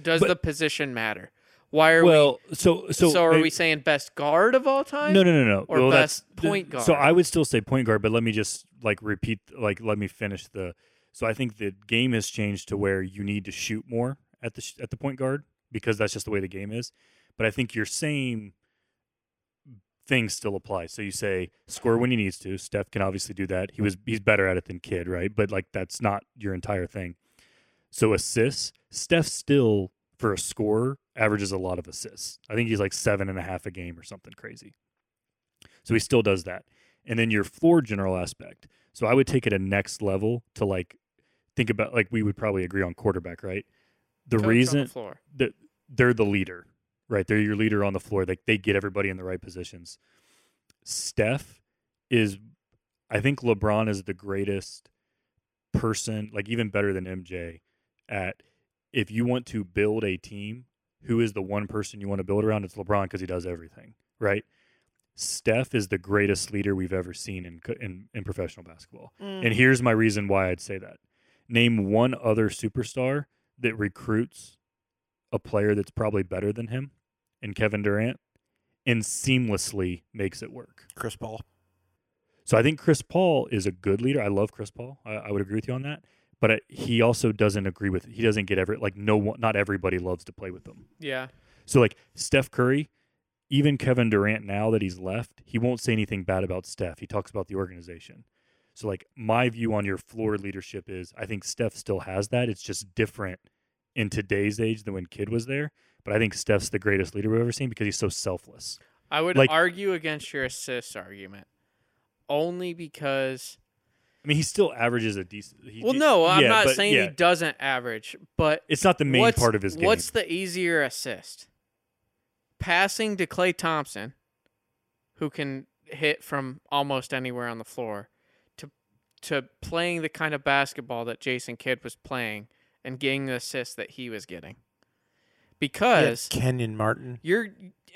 does But- the position matter? Why are well, so so we? So are maybe- we saying best guard of all time? No, no, no, no. or well, best that's, th- point So guard? I would still say point guard, but let me just like repeat, like let me finish the. So I think the game has changed to where you need to shoot more at the sh- at the point guard because that's just the way the game is. But I think your same thing still applies. So you say score when he needs to. Steph can obviously do that. He was he's better at it than Kid, right? But like that's not your entire thing. So assists, Steph still for a scorer averages a lot of assists. I think he's like seven and a half a game or something crazy. So he still does that. And then your floor general aspect. So I would take it a next level to like think about like we would probably agree on quarterback, right? The Coach on reason the floor. that they're the leader, right? They're your leader on the floor. Like they get everybody in the right positions. Steph is, I think LeBron is the greatest person, like even better than MJ, at if you want to build a team, who is the one person you want to build around? It's LeBron because he does everything, right? Steph is the greatest leader we've ever seen in co- in, in professional basketball. And here's my reason why I'd say that. Name one other superstar that recruits a player that's probably better than him and Kevin Durant and seamlessly makes it work. Chris Paul. So I think Chris Paul is a good leader. I love Chris Paul. I, I would agree with you on that. But I, he also doesn't agree with. He doesn't get every like no one. Not everybody loves to play with them. Yeah, So like Steph Curry, even Kevin Durant now that he's left, he won't say anything bad about Steph. He talks about the organization. So like my view on your floor leadership is I think Steph still has that. It's just different in today's age than when Kid was there. But I think Steph's the greatest leader we've ever seen because he's so selfless. I would Like- argue against your assists argument only because I mean, he still averages a decent. He, well no i'm yeah, not but saying yeah, he doesn't average but it's not the main what's, part of his game. what's the easier assist passing to clay thompson who can hit from almost anywhere on the floor to to playing the kind of basketball that jason kidd was playing and getting the assists that he was getting because Kenyon Martin, you're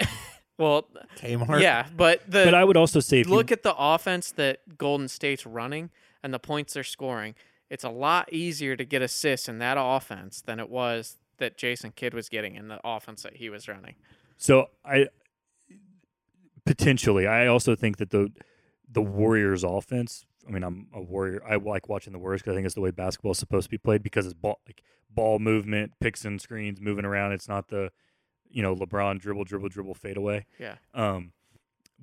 well Kmart. yeah but the but I would also say if you- look at the offense that Golden State's running and the points they're scoring, it's a lot easier to get assists in that offense than it was that Jason Kidd was getting in the offense that he was running. So I potentially, I also think that the the Warriors' offense. I mean, I'm a warrior. I like watching the Warriors because I think it's the way basketball is supposed to be played because it's ball like ball movement, picks and screens, moving around. It's not the you know LeBron dribble, dribble, dribble, fade away. Yeah. Um,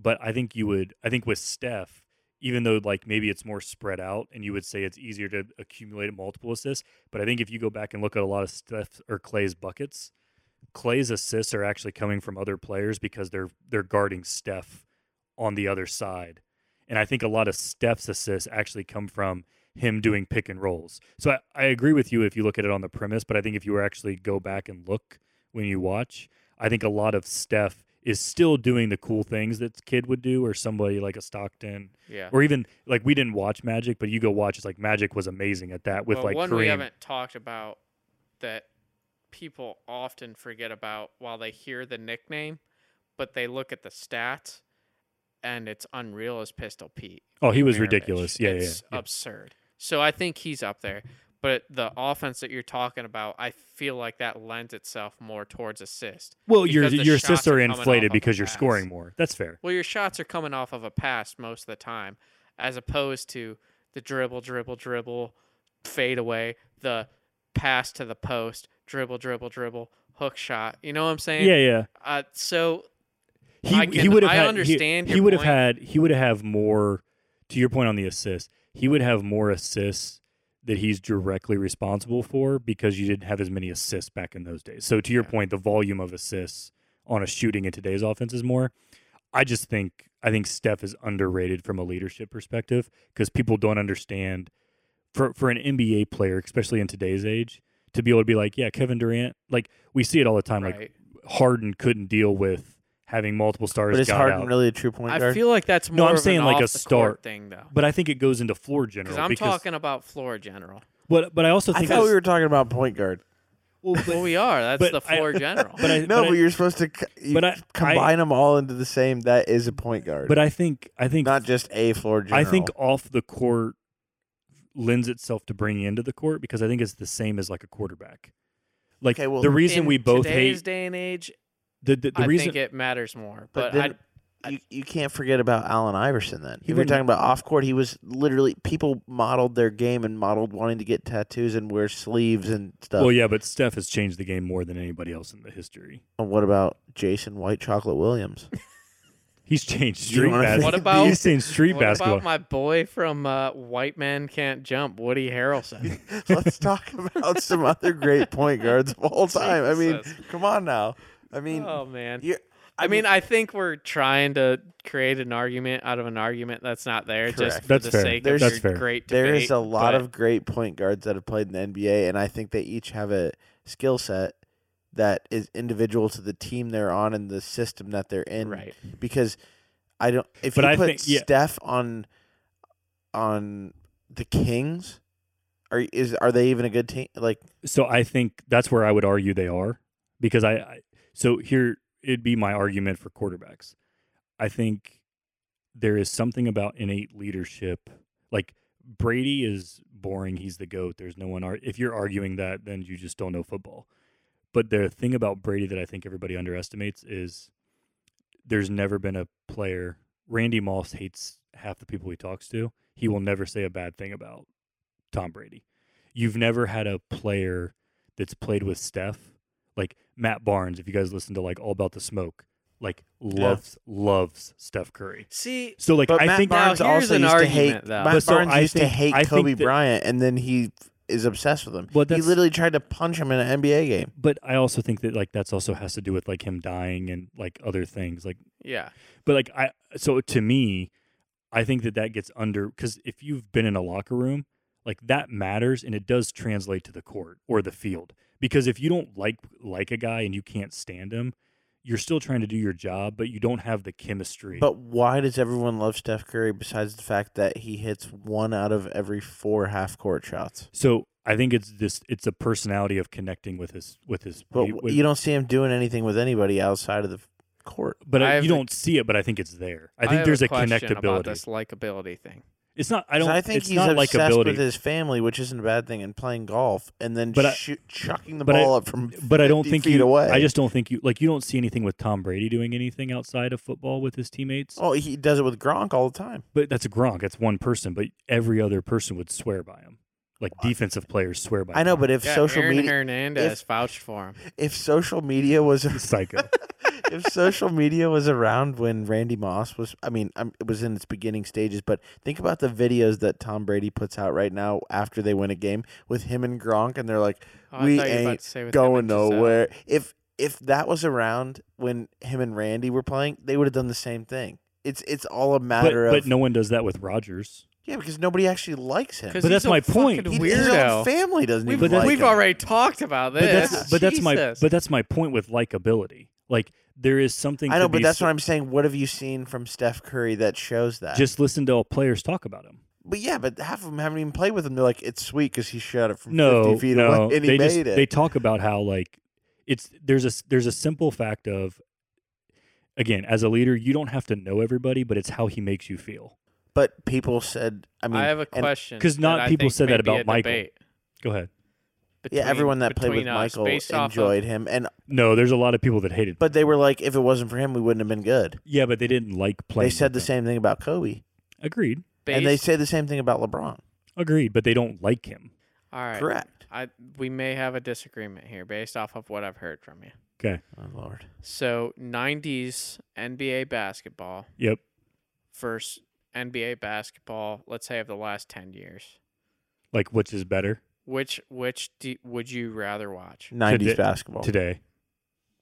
but I think you would. I think with Steph, even though like maybe it's more spread out, and you would say it's easier to accumulate multiple assists. But I think if you go back and look at a lot of Steph or Clay's buckets, Clay's assists are actually coming from other players because they're they're guarding Steph on the other side, and I think a lot of Steph's assists actually come from him doing pick and rolls. So I, I agree with you if you look at it on the premise, but I think if you were actually go back and look when you watch, I think a lot of Steph is still doing the cool things that kid would do or somebody like a Stockton Yeah. or even like we didn't watch Magic, but you go watch it's like Magic was amazing at that with Well, like one we Kareem. haven't talked about that people often forget about while they hear the nickname, but they look at the stats and it's unreal as Pistol Pete. oh, he was Mirovich. ridiculous. Yeah, yeah, it's yeah. absurd. So I think he's up there. But the offense that you're talking about, I feel like that lends itself more towards assist. Well, your because the your shots assists are are coming off of inflated a because you're pass. scoring more. That's fair. Well, your shots are coming off of a pass most of the time, as opposed to the dribble, dribble, dribble, fade away, the pass to the post, dribble, dribble, dribble, hook shot. You know what I'm saying? Yeah, yeah. Uh, so he, I he can- would have I had, understand he, your would have point. had he would have more to your point on the assist he would have more assists that he's directly responsible for because you didn't have as many assists back in those days so to your Yeah. point the volume of assists on a shooting in today's offense is more i just think i think steph is underrated from a leadership perspective because people don't understand for for an nba player especially in today's age to be able to be like yeah kevin durant like we see it all the time like right. Harden couldn't deal with having multiple stars. but is got Harden out. really a true point guard? I feel like that's more No, I'm of saying an like a off the court start. thing though. but I think it goes into floor Because general I'm because, talking about floor general. But but I also I think thought it's- we were talking about point guard. well, but, Well, we are. That's but the I- floor general. but I, no, but, but, I- you're supposed to c- you but I- combine them all into the same. That is a point guard, but I think I think not just a floor I general. think off the court lends itself to bringing into the court because I think it's the same as like a quarterback. Like Okay, well, the reason In we both today's hate day and age, the the, the I reason think it matters more. But But, then you, you can't forget about Allen Iverson. Then if you're wouldn't- talking about off court, he was literally people modeled their game and modeled wanting to get tattoos and wear sleeves and stuff. well yeah, but Steph has changed the game more than anybody else in the history. And what about Jason White Chocolate Williams? He's changed You street wanna- basketball. What about- he's changed I, street what basketball? about my boy from uh, White Man Can't Jump, Woody Harrelson? Let's talk about some other great point guards of all time. I mean, Jesus. come on now. I mean, oh man. you're- I mean, I think we're trying to create an argument out of an argument that's not there, just Correct. for That's the fair. sake There's- of That's your fair. great debate. there is a lot but of great point guards that have played in the NBA, and I think they each have a skill set that is individual to the team they're on and the system that they're in. right. Because I don't. If But you I put think- yeah. Steph on on the Kings, are is are they even a good team? Like so I think that's where I would argue they are because I, I so here it'd be my argument for quarterbacks. I think there is something about innate leadership. Like Brady is boring, he's the goat. There's no one ar- if you're arguing that then you just don't know football. But the thing about Brady that I think everybody underestimates is there's never been a player Randy Moss hates half the people he talks to. He will never say a bad thing about Tom Brady. You've never had a player that's played with Steph, like Matt Barnes, if you guys listen to like All About the Smoke, like loves loves Steph Curry. See, So like But I Matt think Bar- Barnes Now, here's also an used to argument, hate. though. Matt But so Barnes I used to think- hate I think Kobe that- Bryant, and then he is obsessed with him. Well, he that's- literally tried to punch him in an NBA game. but I also think that like that's also has to do with like him dying and like other things like yeah, but like I so to me I think that that gets under cuz if you've been in a locker room like that matters and it does translate to the court or the field because if you don't like like a guy and you can't stand him you're still trying to do your job but you don't have the chemistry But why does everyone love Steph Curry besides the fact that he hits one out of every four half court shots? so I think it's this it's a personality of connecting with his with his But with- you don't see him doing anything with anybody outside of the court. but I I, have you a- don't see it but I think it's there I think have there's a, question about connectability this likability thing. it's not I 'Cause don't I think it's he's not obsessed likability with his family, which isn't a bad thing, and playing golf, and then But I- shoot, chucking the but I- ball up from. but I don't 50 think feet you. away. I just don't think you like you don't see anything with Tom Brady doing anything outside of football with his teammates. Oh, he does it with Gronk all the time. But that's a Gronk. That's one person. But every other person would swear by him. Like defensive players swear by. I know, Gronk. but if Yeah, social Aaron media, Hernandez if- vouched for him. if social media was psycho. if social media was around when Randy Moss was, I mean, um, it was in its beginning stages, but think about the videos that Tom Brady puts out right now after they win a game with him and Gronk, and they're like, Oh, I we thought you were about ain't to say with him going and uh, Giselle. nowhere. If if that was around when him and Randy were playing, they would have done the same thing. It's it's all a but, matter but of no one does that with Rogers. yeah, because nobody actually likes him. 'Cause But that's he's a my point. fucking He- His own Weirdo. family doesn't We've, even that's- like we've him. already talked about But this. that's but that's my Jesus. but that's my point with likability. Like there is something. I to know, but be that's sa- what I'm saying. What have you seen from Steph Curry that shows that? Just listen to all players talk about him. But yeah, but half of them haven't even played with him. They're like, it's sweet because he shot it from no, 50 feet no, away and they he made just, it. They talk about how like it's there's a there's a simple fact of again as a leader you don't have to know everybody, but it's how he makes you feel. but people said, I mean, I have a and- question 'Cause that not I people think said that may be about a Michael. debate Go ahead. yeah, between- everyone that played between with us, Michael based off of- enjoyed him, and No, there's a lot of people that hated. but they were like, if it wasn't for him, we wouldn't have been good. yeah, but they didn't like playing. they said with the him. same thing about Kobe, Agreed. and they based- say the same thing about LeBron. Agreed, but they don't like him. all right. Correct. I we may have a disagreement here based off of what I've heard from you. Okay. Oh Lord, So, 90s NBA basketball Yep. versus NBA basketball, let's say of the last 10 years. Like which is better Which which do, would you rather watch nineties Today- basketball. today?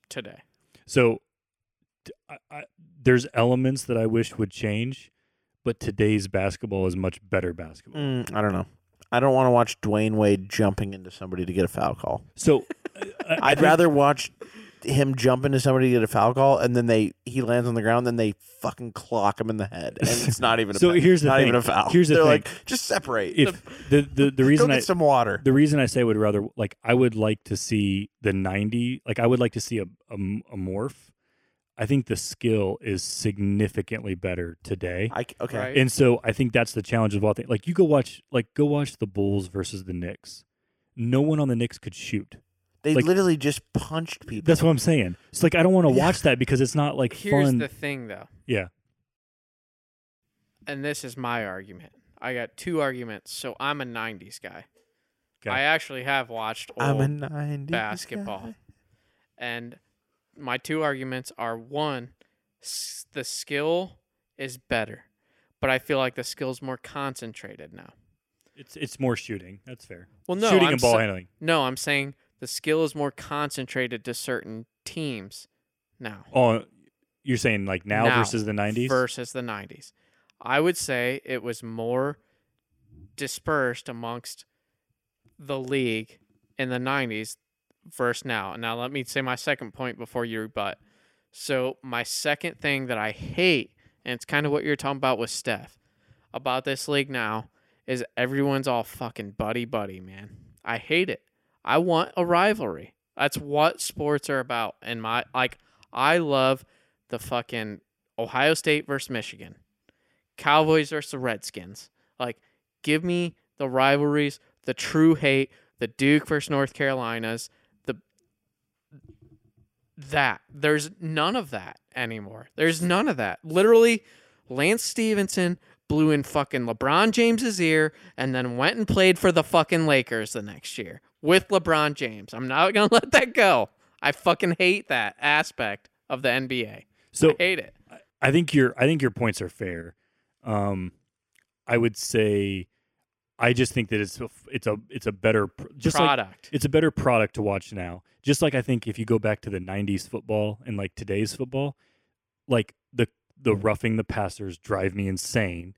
today? So t- I, I, there's elements that I wish would change, but today's basketball is much better basketball. Mm, I don't know. I don't want to watch Dwayne Wade jumping into somebody to get a foul call. So I, I I'd think- rather watch him jump into somebody to get a foul call, and then they he lands on the ground, then they fucking clock him in the head, and it's not even a So pe- here's the not thing. even a foul. Here's the They're thing. like just separate. if the the, the reason Go get I some water. the reason I say I would rather like I would like to see the 90 like I would like to see a, a m- a morph. I think the skill is significantly better today. I c okay. Right. And so I think that's the challenge of all things. Like you go watch like go watch the Bulls versus the Knicks. No one on the Knicks could shoot. They Like- literally just punched people. That's what I'm saying. It's like I don't want to Yeah. watch that because it's not like Here's fun. the thing though. yeah. and this is my argument. I got two arguments. So I'm a 90s guy. Okay. I actually have watched I'm old, a 90s basketball. guy. and my two arguments are one, s- the skill is better, but I feel like the skill's more concentrated now. It's it's more shooting. That's fair. Well, no, shooting I'm and ball sa- handling. No, I'm saying the skill is more concentrated to certain teams now. Oh, you're saying like now, Now versus the 90s? Versus the 90s. I would say it was more dispersed amongst the league in the 90s versus now. And Now, let me say my second point before you rebut. So, my second thing that I hate, and it's kind of what you're talking about with Steph, about this league now, is everyone's all fucking buddy buddy, man. I hate it. I want a rivalry. That's what sports are about. And my, like, I love the fucking Ohio State versus Michigan, Cowboys versus the Redskins. Like, give me the rivalries, the true hate, the Duke versus North Carolinas, the that. There's none of that anymore. There's none of that. Literally, Lance Stevenson blew in fucking LeBron James's ear and then went and played for the fucking Lakers the next year with LeBron James. I'm not gonna let that go. I fucking hate that aspect of the NBA. So I hate it. I think your I think your points are fair. Um, I would say, I just think that it's a, it's a it's a better pr- just like, Product. it's a better product to watch now. Just like I think if you go back to the '90s football and like today's football, like the the roughing the passers drive me insane,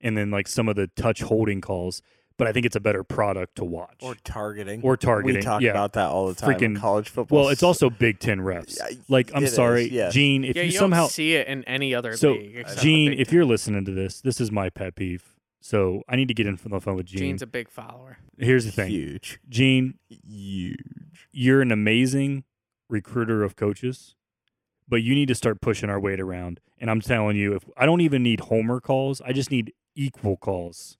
and then like some of the touch holding calls. But I think it's a better product to watch or targeting. or targeting. we talk yeah. about that all the time. in Freaking- college football. well, it's also Big Ten refs. Yeah, Like I'm it is, sorry, yeah. Gene, if yeah, you, you, somehow don't see it in any other so, league. except the Gene, Big if Ten. you're listening to this, this is my pet peeve. So I need to get in from the phone with Gene. Gene's a big follower. Here's the thing, huge, Gene, huge. you're an amazing recruiter of coaches, but you need to start pushing our weight around. And I'm telling you, if I don't even need homer calls, I just need equal calls.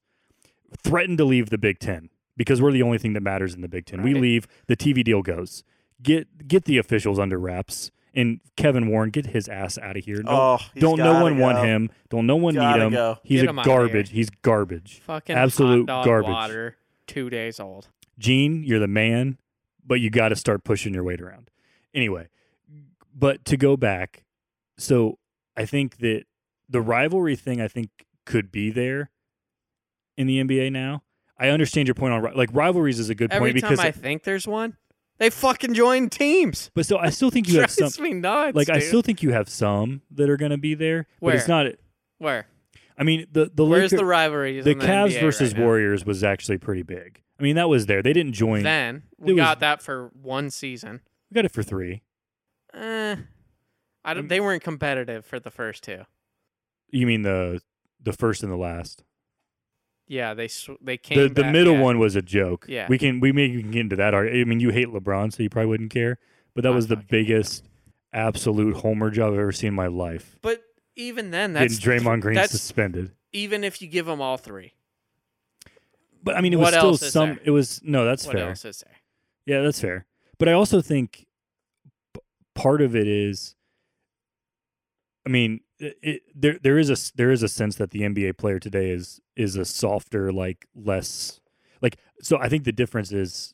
Threaten to leave the Big Ten because we're the only thing that matters in the Big Ten. We Right. leave, the TV deal goes. Get get the officials under wraps. And Kevin Warren, get his ass out of here. No- oh, he's don't no gotta one want go. him. Don't no one Gotta need him. go. He's Get a him outta here. garbage. He's garbage. Fucking Absolute hot dog garbage. Water, two days old. Gene, you're the man, but you got to start pushing your weight around. Anyway, but to go back, so I think that the rivalry thing I think could be there in the NBA now. I understand your point on ri- like rivalries is a good Every point time because, I think there's one, they fucking join teams. but still I still think you have Drives some. me nuts. Like I dude. still think you have some that are going to be there, but it's not. where I mean the the where's Laker- the rivalry? the in the Cavs NBA versus right now? Warriors was actually pretty big. I mean that was there. They didn't join. Then It we was- got that for one season. we got it for three. Eh, I Mm. don't, they weren't competitive for the first two. You mean the the first and the last? Yeah, they sw- they came. the, the back, middle yeah. one was a joke. Yeah. we can we maybe can get into that. arg- I mean, you hate LeBron, so you probably wouldn't care. But that I was the fucking hate him. biggest absolute homer job I've ever seen in my life. But even then, that's Getting Draymond Green that's- suspended. even if you give them all three. But I mean, it What was still else is some. there? It was no, that's what fair. else is there? Yeah, that's fair. But I also think p- part of it is, I mean, it, it, there there is a s- there is a sense that the NBA player today is is a softer, like less, like. So I think the difference is,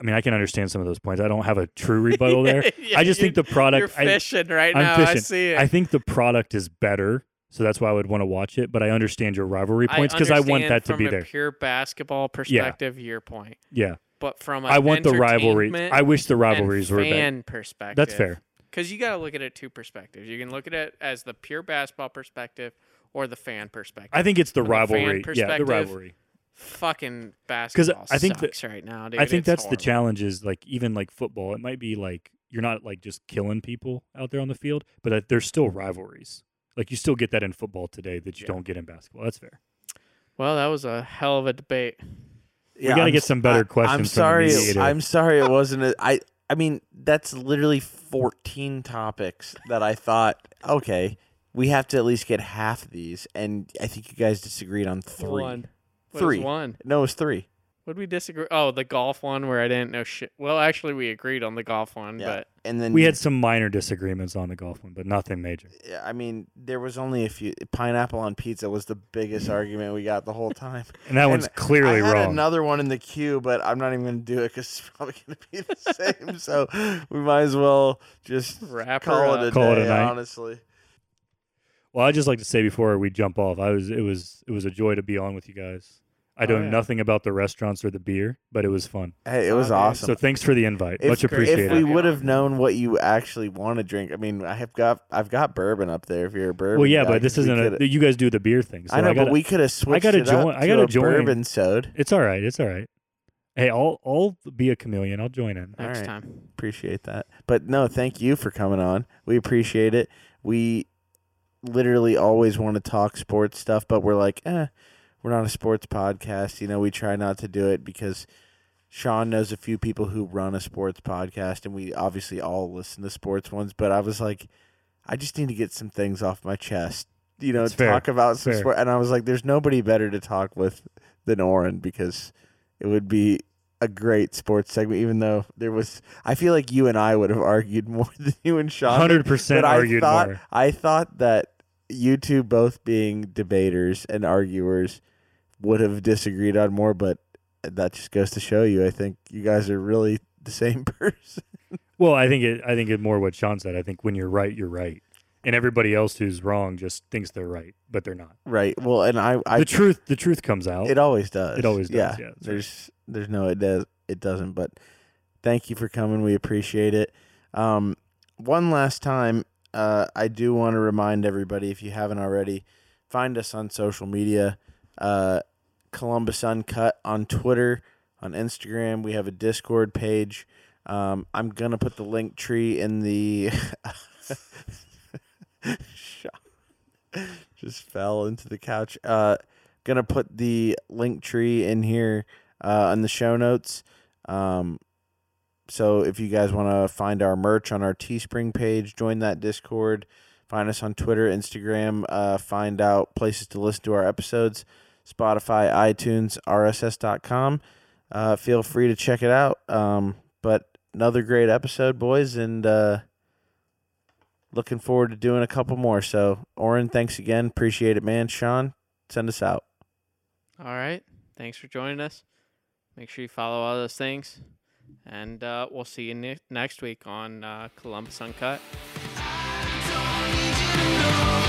I mean, I can understand some of those points. I don't have a true rebuttal there. Yeah, I just you- think the You're product. I, fishing right I'm now. I fishing. see it. I think the product is better, so that's why I would want to watch it. But I understand your rivalry points because I, want understand that to from be a there. Pure basketball perspective, your point, Yeah, but from an I want the rivalry. entertainment I wish the and rivalries were better. fan perspective. That's fair. because you got to look at it two perspectives. You can look at it as the pure basketball perspective or the fan perspective. I think it's the From a fan rivalry. Yeah, the perspective, rivalry. fucking basketball I think that- sucks right now, dude. I think It's that's horrible. the challenge is like even like football, it might be like you're not like just killing people out there on the field, but that there's still rivalries. Like you still get that in football today that you Yeah. don't get in basketball. That's fair. Well, that was a hell of a debate. Yeah, gotta I'm get s- some better I- questions from I'm the sorry. it- mediator. I'm sorry. It wasn't. A, I. I mean, that's literally 14 topics that I thought. Okay, we have to at least get half of these, and I think you guys disagreed on three. One. What is Three. one. No, it was three. Would we disagree? Oh, the golf one where I didn't know shit. Well, actually, we agreed on the golf one, Yeah. but And then We had some minor disagreements on the golf one, but nothing major. I mean, there was only a few. Pineapple on pizza was the biggest argument we got the whole time. And that one's And clearly I had wrong. another one in the queue, but I'm not even going to do it because it's probably going to be the same. so we might as well just Wrap her call it a up. Call it a day, night. honestly. Well, I'd just like to say before we jump off, I was it was it was a joy to be on with you guys. I Oh, know yeah. nothing about the restaurants or the beer, but it was fun. Hey, it was Oh, dude. awesome. So thanks for the invite. Much great. appreciated. If we Yeah. would have known what you actually want to drink, I mean, I have got I've got bourbon up there. If you're a bourbon, well, yeah, guy, but this 'cause we isn't coulda- a, you guys do the beer thing. So I know, gotta- but we could have switched. gotta it up join- I to gotta a join. Bourbon sod. It's all right. It's all right. Hey, I'll I'll be a chameleon. I'll join in. next right. time. Appreciate that. But no, thank you for coming on. We appreciate it. We literally always want to talk sports stuff, but we're like, eh, we're not a sports podcast. You know, we try not to do it because Sean knows a few people who run a sports podcast, and we obviously all listen to sports ones. But I was like, I just need to get some things off my chest. You know, It's fair. talk about It's some fair. sport. And I was like, there's nobody better to talk with than Oren because it would be a great sports segment. Even though there was, I feel like you and I would have argued more than you and Sean. did. Hundred percent But I argued thought more. I thought that you two both being debaters and arguers would have disagreed on more, but that just goes to show you. I think you guys are really the same person. Well, I think it. I think it more what Sean said. I think when you're right, you're right, and everybody else who's wrong just thinks they're right, but they're not. right. Well, and I, I the truth, the truth comes out. It always does. It always does, yeah, that's right. there's there's no it does it doesn't. But thank you for coming. We appreciate it. Um, one last time, uh, I do want to remind everybody if you haven't already, find us on social media. Uh, Columbus Uncut on Twitter, on Instagram. We have a Discord page. Um, I'm gonna put the link tree in the. just fell into the couch. Uh, gonna put the link tree in here uh, in the show notes. Um, so if you guys want to find our merch on our Teespring page, join that Discord. Find us on Twitter, Instagram. Uh, find out places to listen to our episodes, Spotify, iTunes, RSS.com. Uh, feel free to check it out. Um, but another great episode, boys, and uh, looking forward to doing a couple more. So, Oren, thanks again. Appreciate it, man. Sean, send us out. All right. Thanks for joining us. Make sure you follow all those things. And uh, we'll see you ne- next week on uh, Columbus Uncut. I don't need you to know